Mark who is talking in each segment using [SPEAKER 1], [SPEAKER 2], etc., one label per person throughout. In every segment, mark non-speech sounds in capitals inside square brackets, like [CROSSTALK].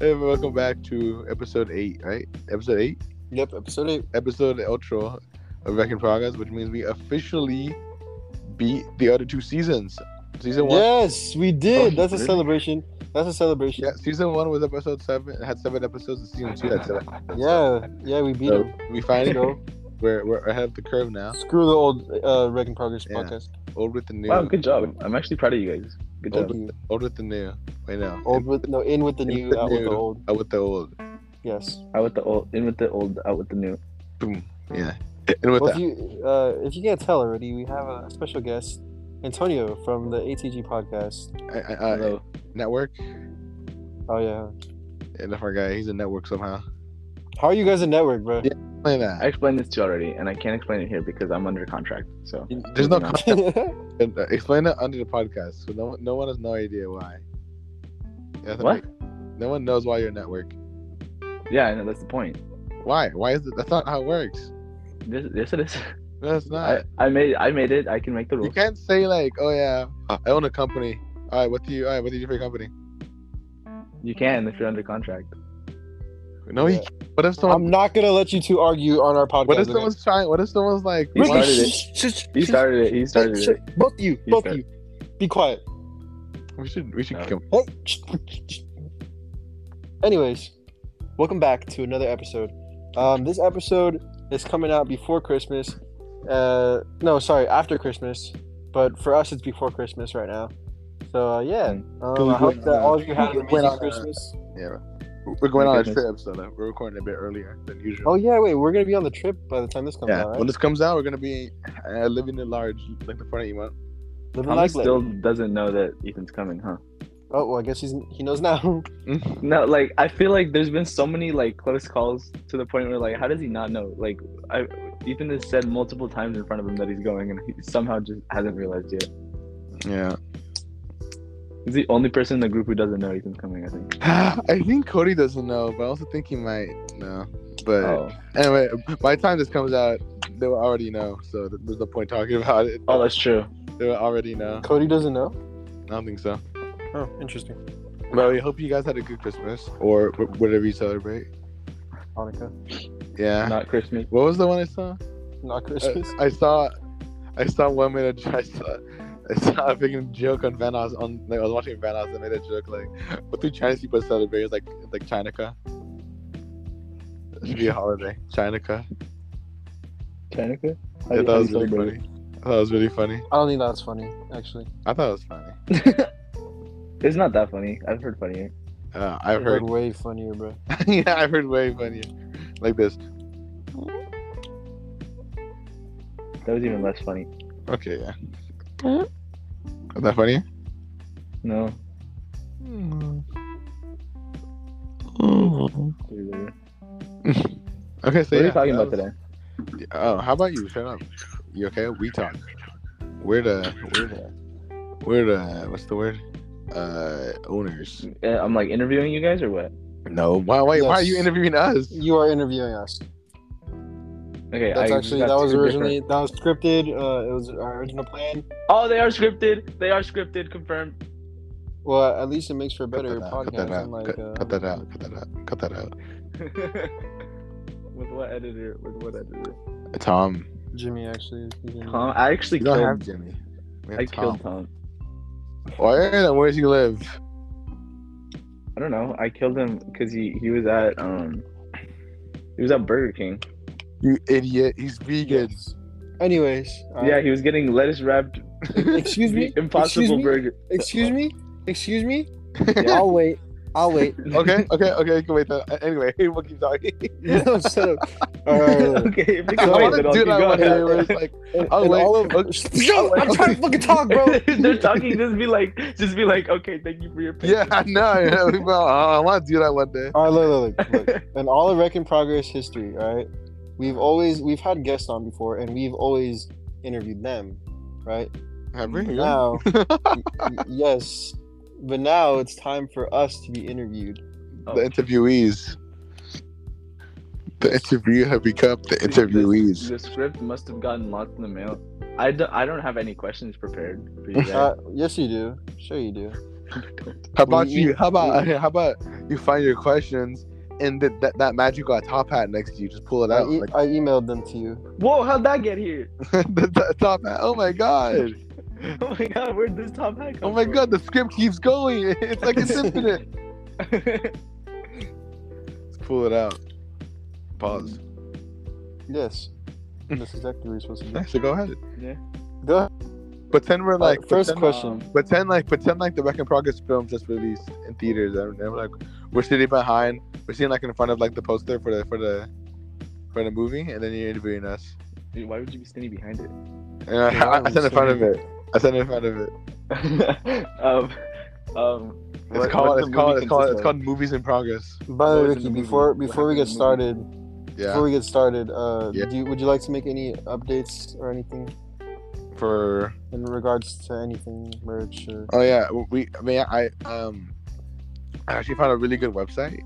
[SPEAKER 1] Hey, welcome back to episode eight, right? Episode eight,
[SPEAKER 2] Yep, episode eight.
[SPEAKER 1] episode outro of Back in Progress, which means we officially beat the other two seasons. Season one,
[SPEAKER 2] Yes, we did.
[SPEAKER 3] Oh,
[SPEAKER 2] That's a
[SPEAKER 3] really?
[SPEAKER 2] celebration. That's a celebration.
[SPEAKER 1] yeah, season one was episode seven, it had seven episodes, and season two had seven. episodes.
[SPEAKER 2] Yeah, yeah, we beat
[SPEAKER 1] So
[SPEAKER 2] him.
[SPEAKER 1] we
[SPEAKER 2] You
[SPEAKER 1] finally
[SPEAKER 2] know,
[SPEAKER 1] we're we're ahead of the curve now.
[SPEAKER 2] screw the old uh, Wreck in Progress
[SPEAKER 1] Yeah.
[SPEAKER 2] podcast.
[SPEAKER 1] Old with the new,
[SPEAKER 3] Wow, good job. I'm actually proud of you guys. Good
[SPEAKER 1] old
[SPEAKER 3] job.
[SPEAKER 1] with, old with the new. Right now,
[SPEAKER 2] Old with no in with the
[SPEAKER 1] In
[SPEAKER 2] new,
[SPEAKER 1] with the
[SPEAKER 2] out with the
[SPEAKER 1] new.
[SPEAKER 2] old.
[SPEAKER 1] out with the old.
[SPEAKER 2] Yes.
[SPEAKER 3] Out with the old, in with the old, out with the new.
[SPEAKER 1] Boom. Yeah, and with
[SPEAKER 2] Well, if
[SPEAKER 1] that,
[SPEAKER 2] you uh, if you can't tell already, we have a special guest, Antonio from the ATG podcast.
[SPEAKER 1] I, I, I,
[SPEAKER 3] Hello.
[SPEAKER 1] network
[SPEAKER 2] Oh yeah.
[SPEAKER 1] and our guy, he's a network somehow.
[SPEAKER 2] How are you guys in network, bro?
[SPEAKER 1] Yeah.
[SPEAKER 2] [LAUGHS]
[SPEAKER 1] Look at
[SPEAKER 3] I explained this to you already, and I can't explain it here because I'm under contract. So
[SPEAKER 1] that.
[SPEAKER 2] [LAUGHS]
[SPEAKER 1] There's no
[SPEAKER 3] Moving on.
[SPEAKER 1] And, uh, explain that under the podcast, so no, no one has no idea why. Yeah, that's
[SPEAKER 3] What?
[SPEAKER 1] right. No one knows why you're a network.
[SPEAKER 3] yeah, I know that's the point.
[SPEAKER 1] Why? Why is it? That's not how it works.
[SPEAKER 3] This, yes, it is.
[SPEAKER 1] No, it's not.
[SPEAKER 3] I, I made, I made it. I can make the
[SPEAKER 1] you
[SPEAKER 3] rules.
[SPEAKER 1] can't say like, oh yeah, I own a company. All right, what do you? All right, what do you do for your company?
[SPEAKER 3] You can if you're under contract.
[SPEAKER 1] No, you
[SPEAKER 2] Yeah.
[SPEAKER 1] can't. What if someone?
[SPEAKER 2] I'm not gonna let you two argue on our podcast.
[SPEAKER 1] what if
[SPEAKER 2] okay?
[SPEAKER 1] someone's trying? What if someone's like?
[SPEAKER 3] You
[SPEAKER 1] why-
[SPEAKER 2] Ricky,
[SPEAKER 3] started it.
[SPEAKER 2] shh, shh, [LAUGHS] shh,
[SPEAKER 3] He
[SPEAKER 2] shh,
[SPEAKER 3] started it. He
[SPEAKER 2] shh,
[SPEAKER 3] started
[SPEAKER 2] shh,
[SPEAKER 3] it.
[SPEAKER 2] Both you,
[SPEAKER 3] He
[SPEAKER 2] both
[SPEAKER 3] started-
[SPEAKER 2] you. Be quiet.
[SPEAKER 1] [LAUGHS] We should. We should.
[SPEAKER 3] No.
[SPEAKER 1] Come.
[SPEAKER 2] Hey. Anyways, welcome back to another episode. Um, this episode is coming out before Christmas. Uh, no, sorry, after Christmas. But for us, it's before Christmas right now. So uh, yeah,
[SPEAKER 1] Mm.
[SPEAKER 2] um, I hope that all of you had an
[SPEAKER 1] Went on
[SPEAKER 2] amazing
[SPEAKER 1] a-
[SPEAKER 2] Christmas.
[SPEAKER 1] Yeah. We're going on a
[SPEAKER 3] Goodness.
[SPEAKER 1] trip, so that- we're recording a bit earlier than usual.
[SPEAKER 2] Oh yeah, wait, we're gonna be on the trip by the time this comes
[SPEAKER 1] yeah.
[SPEAKER 2] out, right?
[SPEAKER 1] When this comes out, we're gonna be uh, living it large, like the front of you, man.
[SPEAKER 2] Living
[SPEAKER 3] Thomas
[SPEAKER 2] like
[SPEAKER 3] still
[SPEAKER 2] still...
[SPEAKER 3] doesn't know that Ethan's coming, huh?
[SPEAKER 2] Oh well, I guess he's he knows now. [LAUGHS]
[SPEAKER 3] [LAUGHS] No, like I feel like there's been so many like close calls to the point where like how does he not know? Like I Ethan has said multiple times in front of him that he's going and he somehow just hasn't realized yet.
[SPEAKER 1] Yeah.
[SPEAKER 3] He's the only person in the group who doesn't know Ethan's coming, I think.
[SPEAKER 1] [SIGHS] I think Cody doesn't know, but I also think he might know. But
[SPEAKER 3] Oh.
[SPEAKER 1] anyway, by the time this comes out, they will already know. So th- there's no point talking about it.
[SPEAKER 3] Oh that's true.
[SPEAKER 1] They will already know.
[SPEAKER 2] Cody doesn't know.
[SPEAKER 1] I don't think so.
[SPEAKER 2] Oh, interesting.
[SPEAKER 1] But we hope you guys had a good Christmas or wh- whatever you celebrate.
[SPEAKER 2] Hanukkah,
[SPEAKER 1] Yeah.
[SPEAKER 3] Not Christmas.
[SPEAKER 1] What was the one I saw?
[SPEAKER 2] not
[SPEAKER 1] I,
[SPEAKER 2] Christmas.
[SPEAKER 1] I saw, I saw one made a j- [LAUGHS] I saw, I saw a freaking joke on Vanoss on. Like, I was watching Vanoss and made a joke like, "What do Chinese people celebrate?" It's like it's like Chinaka. It should be a holiday. Chinaka.
[SPEAKER 3] Chanukah?
[SPEAKER 1] I thought it was really funny. I thought it was really funny.
[SPEAKER 2] I don't think that's funny, actually.
[SPEAKER 1] I thought it was funny.
[SPEAKER 3] It's not that funny. I've heard funnier.
[SPEAKER 1] Uh, I've
[SPEAKER 2] I've
[SPEAKER 1] heard.
[SPEAKER 2] heard way funnier, bro.
[SPEAKER 1] [LAUGHS] yeah, I've heard way funnier. Like this.
[SPEAKER 3] That was even less funny.
[SPEAKER 1] Okay, yeah. Is that funny?
[SPEAKER 3] No.
[SPEAKER 1] Okay, so
[SPEAKER 3] what are
[SPEAKER 1] yeah,
[SPEAKER 3] we talking
[SPEAKER 1] that was-
[SPEAKER 3] about today?
[SPEAKER 1] Oh, how about you? Shut up. You okay? We talk. We're the we're the we're the what's the word? Uh, owners.
[SPEAKER 3] Uh, I'm like interviewing you guys or what?
[SPEAKER 1] No, why why why are you
[SPEAKER 2] Yes.
[SPEAKER 1] interviewing us?
[SPEAKER 2] You are interviewing us.
[SPEAKER 3] Okay,
[SPEAKER 2] That's
[SPEAKER 3] I
[SPEAKER 2] actually
[SPEAKER 3] got
[SPEAKER 2] that was
[SPEAKER 3] two different-
[SPEAKER 2] originally that was scripted. Uh, it was our original plan.
[SPEAKER 3] Oh, they are scripted. They are scripted. Confirmed. [LAUGHS]
[SPEAKER 2] Well, at least it makes for a better
[SPEAKER 1] cut, that
[SPEAKER 2] podcast.
[SPEAKER 1] out,
[SPEAKER 2] than like,
[SPEAKER 1] cut,
[SPEAKER 2] uh,
[SPEAKER 1] cut that out. Cut that out. Cut that out.
[SPEAKER 3] With what editor? With what editor?
[SPEAKER 1] Tom.
[SPEAKER 2] Jimmy actually. is using-
[SPEAKER 3] Tom. I actually
[SPEAKER 1] You don't
[SPEAKER 3] killed.
[SPEAKER 1] have Jimmy. We have
[SPEAKER 3] I
[SPEAKER 1] Tom.
[SPEAKER 3] killed Tom.
[SPEAKER 1] Where and where does he live?
[SPEAKER 3] I don't know. I killed him because he he was at um he was at Burger King.
[SPEAKER 1] You idiot. He's vegan.
[SPEAKER 2] Yes. Anyways. all
[SPEAKER 3] Yeah,
[SPEAKER 2] right.
[SPEAKER 3] he was getting lettuce wrapped [LAUGHS]
[SPEAKER 2] Excuse me.
[SPEAKER 3] impossible
[SPEAKER 2] Excuse me?
[SPEAKER 3] burger.
[SPEAKER 2] Excuse me. Excuse me.
[SPEAKER 3] Yeah.
[SPEAKER 2] I'll wait. I'll
[SPEAKER 3] [LAUGHS]
[SPEAKER 2] wait.
[SPEAKER 1] [LAUGHS]
[SPEAKER 2] [LAUGHS]
[SPEAKER 1] okay, okay, okay. You can wait. That. Anyway, [LAUGHS] we'll keep talking. Uh,
[SPEAKER 2] No, shut up. All right, all right.
[SPEAKER 3] okay, if you
[SPEAKER 1] I
[SPEAKER 3] can [LAUGHS] wait,
[SPEAKER 1] want to
[SPEAKER 3] then I'll
[SPEAKER 1] do
[SPEAKER 3] keep
[SPEAKER 1] that one
[SPEAKER 3] going.
[SPEAKER 1] day where
[SPEAKER 3] [LAUGHS]
[SPEAKER 1] it's like,
[SPEAKER 2] And,
[SPEAKER 1] I'll
[SPEAKER 2] and
[SPEAKER 1] wait.
[SPEAKER 2] all [LAUGHS] of- Shut up, I'm trying to fucking talk,
[SPEAKER 3] [LAUGHS]
[SPEAKER 2] bro.
[SPEAKER 3] They're talking. Just be like, just be like, okay, thank you for your.
[SPEAKER 1] yeah, I know. Yeah, we- well, I want to do that one day.
[SPEAKER 2] All right, look, look, look.
[SPEAKER 3] patience." [LAUGHS]
[SPEAKER 2] look. In all of Wreck in Progress history, all right, we've always we've had guests on before, and we've always interviewed them, right?
[SPEAKER 3] Oh,
[SPEAKER 1] Have we?
[SPEAKER 3] [LAUGHS]
[SPEAKER 2] Now, y- y- yes, but now it's time for us to be interviewed.
[SPEAKER 3] Oh.
[SPEAKER 1] The interviewees. The interview have become the interviewees.
[SPEAKER 3] The, the script must have gotten lost in
[SPEAKER 1] [LAUGHS]
[SPEAKER 3] the mail. I don't, I don't have any questions prepared for you guys.
[SPEAKER 2] Uh, yes, you do. Sure, you do.
[SPEAKER 1] How about
[SPEAKER 2] you-
[SPEAKER 1] you? How about [LAUGHS] how about you find your questions and that that, that magic got top hat next to you? Just pull it
[SPEAKER 2] I,
[SPEAKER 1] out.
[SPEAKER 2] e-
[SPEAKER 1] like,
[SPEAKER 2] I emailed them to you.
[SPEAKER 3] Whoa, how'd that get here? [LAUGHS]
[SPEAKER 1] [LAUGHS] the, the top hat. Oh my god.
[SPEAKER 3] Oh my god, where'd this top hat come
[SPEAKER 1] Oh my
[SPEAKER 3] from? [LAUGHS]
[SPEAKER 1] god. The script keeps going. [LAUGHS] It's like it's infinite. [LAUGHS]
[SPEAKER 3] Um,
[SPEAKER 1] Let's pull it out. Pause.
[SPEAKER 3] [LAUGHS]
[SPEAKER 2] Yes. That's exactly what you're supposed to do.
[SPEAKER 1] Nice. So go ahead.
[SPEAKER 3] yeah.
[SPEAKER 2] Go ahead.
[SPEAKER 1] Pretend we're like
[SPEAKER 2] Uh, first
[SPEAKER 1] pretend-
[SPEAKER 2] question.
[SPEAKER 3] Um,
[SPEAKER 1] pretend like pretend like the Wreck in Progress film just released in theaters. And and we're like we're sitting behind, we're sitting like in front of like the poster for the for the for the movie, and then you're interviewing us.
[SPEAKER 3] Dude, why would you be standing behind it?
[SPEAKER 1] And I,
[SPEAKER 2] Yeah,
[SPEAKER 1] I, [LAUGHS]
[SPEAKER 2] I'm
[SPEAKER 1] I stand in front of
[SPEAKER 2] sorry.
[SPEAKER 1] it. I stand in front of it.
[SPEAKER 3] [LAUGHS] um, um,
[SPEAKER 1] It's
[SPEAKER 3] what-
[SPEAKER 1] called
[SPEAKER 3] what's
[SPEAKER 1] it's called it's
[SPEAKER 3] the movie
[SPEAKER 1] called it's
[SPEAKER 3] consist
[SPEAKER 1] called movies in progress.
[SPEAKER 2] By the way,
[SPEAKER 3] What was in
[SPEAKER 2] Ricky,
[SPEAKER 3] the movie?
[SPEAKER 2] before
[SPEAKER 3] What
[SPEAKER 2] before we
[SPEAKER 3] happened in
[SPEAKER 2] get
[SPEAKER 3] the movie?
[SPEAKER 2] started, before
[SPEAKER 1] Yeah.
[SPEAKER 2] we get started, uh,
[SPEAKER 1] Yeah.
[SPEAKER 2] do you, would you like to make any updates or anything
[SPEAKER 1] For
[SPEAKER 2] in regards to anything merch or?
[SPEAKER 1] oh yeah, we I mean I um I actually found a really good website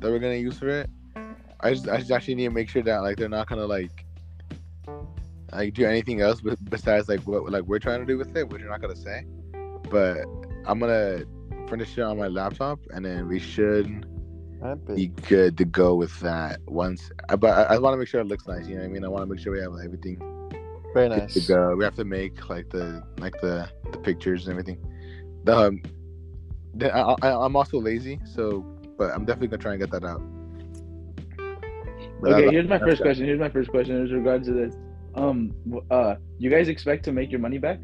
[SPEAKER 1] that we're gonna use for it. I just I just actually need to make sure that like they're not gonna like like do anything else be- besides like what like we're trying to do with it, which we're not gonna say. But I'm gonna finish it on my laptop, and then we should be
[SPEAKER 2] Epic.
[SPEAKER 1] good to go with that once. I- But I, I want to make sure it looks nice. You know what I mean? I want to make sure we have everything
[SPEAKER 2] Very
[SPEAKER 1] good
[SPEAKER 2] nice.
[SPEAKER 1] to go. We have to make like the like the the pictures and everything. The, um, the, I, I, I'm also lazy, so but I'm definitely gonna try and get that out. But I-
[SPEAKER 3] okay, here's my
[SPEAKER 1] that's
[SPEAKER 3] first
[SPEAKER 1] that.
[SPEAKER 3] question. Here's my first question in regards to this. Um, w- uh, you guys expect to make your money back?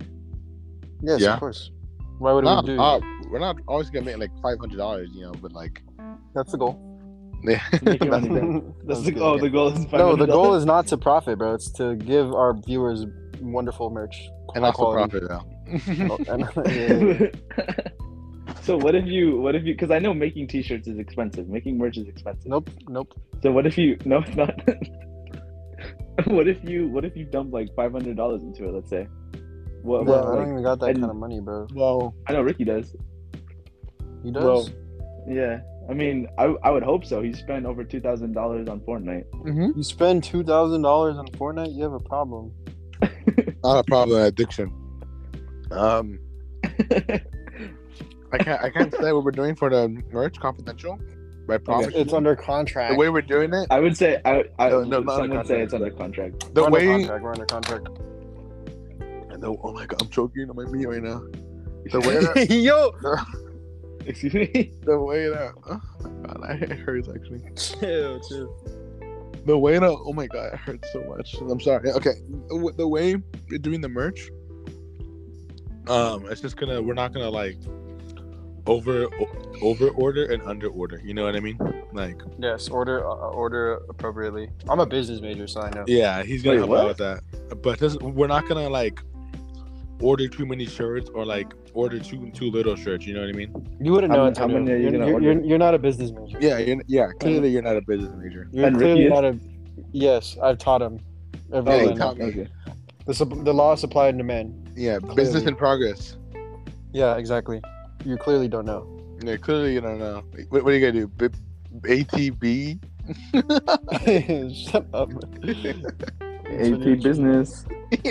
[SPEAKER 2] Yes,
[SPEAKER 1] Yeah.
[SPEAKER 2] of course. Why would
[SPEAKER 1] Nah,
[SPEAKER 3] Ah,
[SPEAKER 2] we do?
[SPEAKER 1] uh, we're not always gonna make like five hundred dollars, you know, but like
[SPEAKER 2] That's the goal.
[SPEAKER 1] yeah,
[SPEAKER 3] Make [LAUGHS] your money back. That's
[SPEAKER 2] [LAUGHS] That's
[SPEAKER 3] the,
[SPEAKER 2] good.
[SPEAKER 3] oh, the goal is
[SPEAKER 2] no, the goal
[SPEAKER 3] $500?
[SPEAKER 2] is not to profit, bro. It's to give our viewers wonderful merch.
[SPEAKER 1] and
[SPEAKER 2] high
[SPEAKER 1] also
[SPEAKER 2] quality.
[SPEAKER 1] profit though. [LAUGHS]
[SPEAKER 2] [LAUGHS] Oh, and- yeah, yeah, yeah.
[SPEAKER 3] [LAUGHS] so what if you? What if you? Because I know making T-shirts is expensive. Making merch is expensive.
[SPEAKER 2] Nope, nope.
[SPEAKER 3] So what if you? [LAUGHS] No, it's not. what if you? What if you dump like five hundred dollars into it? Let's say. What?
[SPEAKER 2] Yeah,
[SPEAKER 3] what,
[SPEAKER 2] I
[SPEAKER 3] like-
[SPEAKER 2] don't even got that
[SPEAKER 3] and-
[SPEAKER 2] kind of money, bro.
[SPEAKER 1] Well,
[SPEAKER 3] I know Ricky does.
[SPEAKER 2] He does.
[SPEAKER 3] Well, Yeah. I mean, I, I would hope so. He spent over two thousand dollars on Fortnite. [LAUGHS]
[SPEAKER 2] you spend two thousand dollars on Fortnite, you have a problem.
[SPEAKER 1] not a problem, addiction. Um, I can't I can't say what we're doing for the merch confidential, but I promise
[SPEAKER 2] It's
[SPEAKER 1] you,
[SPEAKER 2] under
[SPEAKER 1] the
[SPEAKER 2] contract.
[SPEAKER 1] way we're doing it,
[SPEAKER 3] I would say I, I
[SPEAKER 1] No, no, not
[SPEAKER 3] some
[SPEAKER 1] under
[SPEAKER 3] would say
[SPEAKER 1] contract.
[SPEAKER 3] it's under contract.
[SPEAKER 1] the
[SPEAKER 2] We're under
[SPEAKER 1] way
[SPEAKER 2] contract. We're under contract.
[SPEAKER 1] No, oh my god, I'm choking on my meat right now. [LAUGHS] The way that, [LAUGHS]
[SPEAKER 2] [LAUGHS] Yo,
[SPEAKER 3] [LAUGHS] Excuse me.
[SPEAKER 1] the way that, oh my god, I, it [LAUGHS] hurts actually.
[SPEAKER 2] chill, chill.
[SPEAKER 1] The way that, oh my god, it hurts so much. I'm sorry. Okay, w- the way we're doing the merch, um, it's just gonna, we're not gonna like over o- over order and under order. You know what I mean? Like,
[SPEAKER 2] Yes, order, uh, order appropriately. I'm a business major, so I know.
[SPEAKER 1] yeah, he's gonna
[SPEAKER 3] Wait,
[SPEAKER 1] help
[SPEAKER 3] what?
[SPEAKER 1] out with that, but this, we're not gonna like order too many shirts or like order too too little shirts. You know what I mean?
[SPEAKER 2] You wouldn't
[SPEAKER 3] How
[SPEAKER 2] know
[SPEAKER 3] many-
[SPEAKER 2] until
[SPEAKER 3] how many
[SPEAKER 2] now.
[SPEAKER 3] are you
[SPEAKER 2] you're,
[SPEAKER 3] gonna
[SPEAKER 2] you're,
[SPEAKER 3] order?
[SPEAKER 2] you're, you're not a business major.
[SPEAKER 1] Yeah, you're, yeah. Clearly, you're not a business major.
[SPEAKER 2] You're
[SPEAKER 3] And
[SPEAKER 2] clearly
[SPEAKER 3] Ricky
[SPEAKER 2] not a. Yes, I've taught him.
[SPEAKER 1] Yeah,
[SPEAKER 2] Everything.
[SPEAKER 1] he taught me.
[SPEAKER 3] Oh, Okay.
[SPEAKER 2] the, sup- the law of supply and demand.
[SPEAKER 1] Yeah, business
[SPEAKER 2] Clearly.
[SPEAKER 1] in progress.
[SPEAKER 2] Yeah, exactly. You clearly don't know.
[SPEAKER 1] Yeah, clearly you don't know. What, what are you gonna do? B- ATB?
[SPEAKER 2] [LAUGHS] Shut up.
[SPEAKER 3] AP
[SPEAKER 1] [LAUGHS]
[SPEAKER 3] business.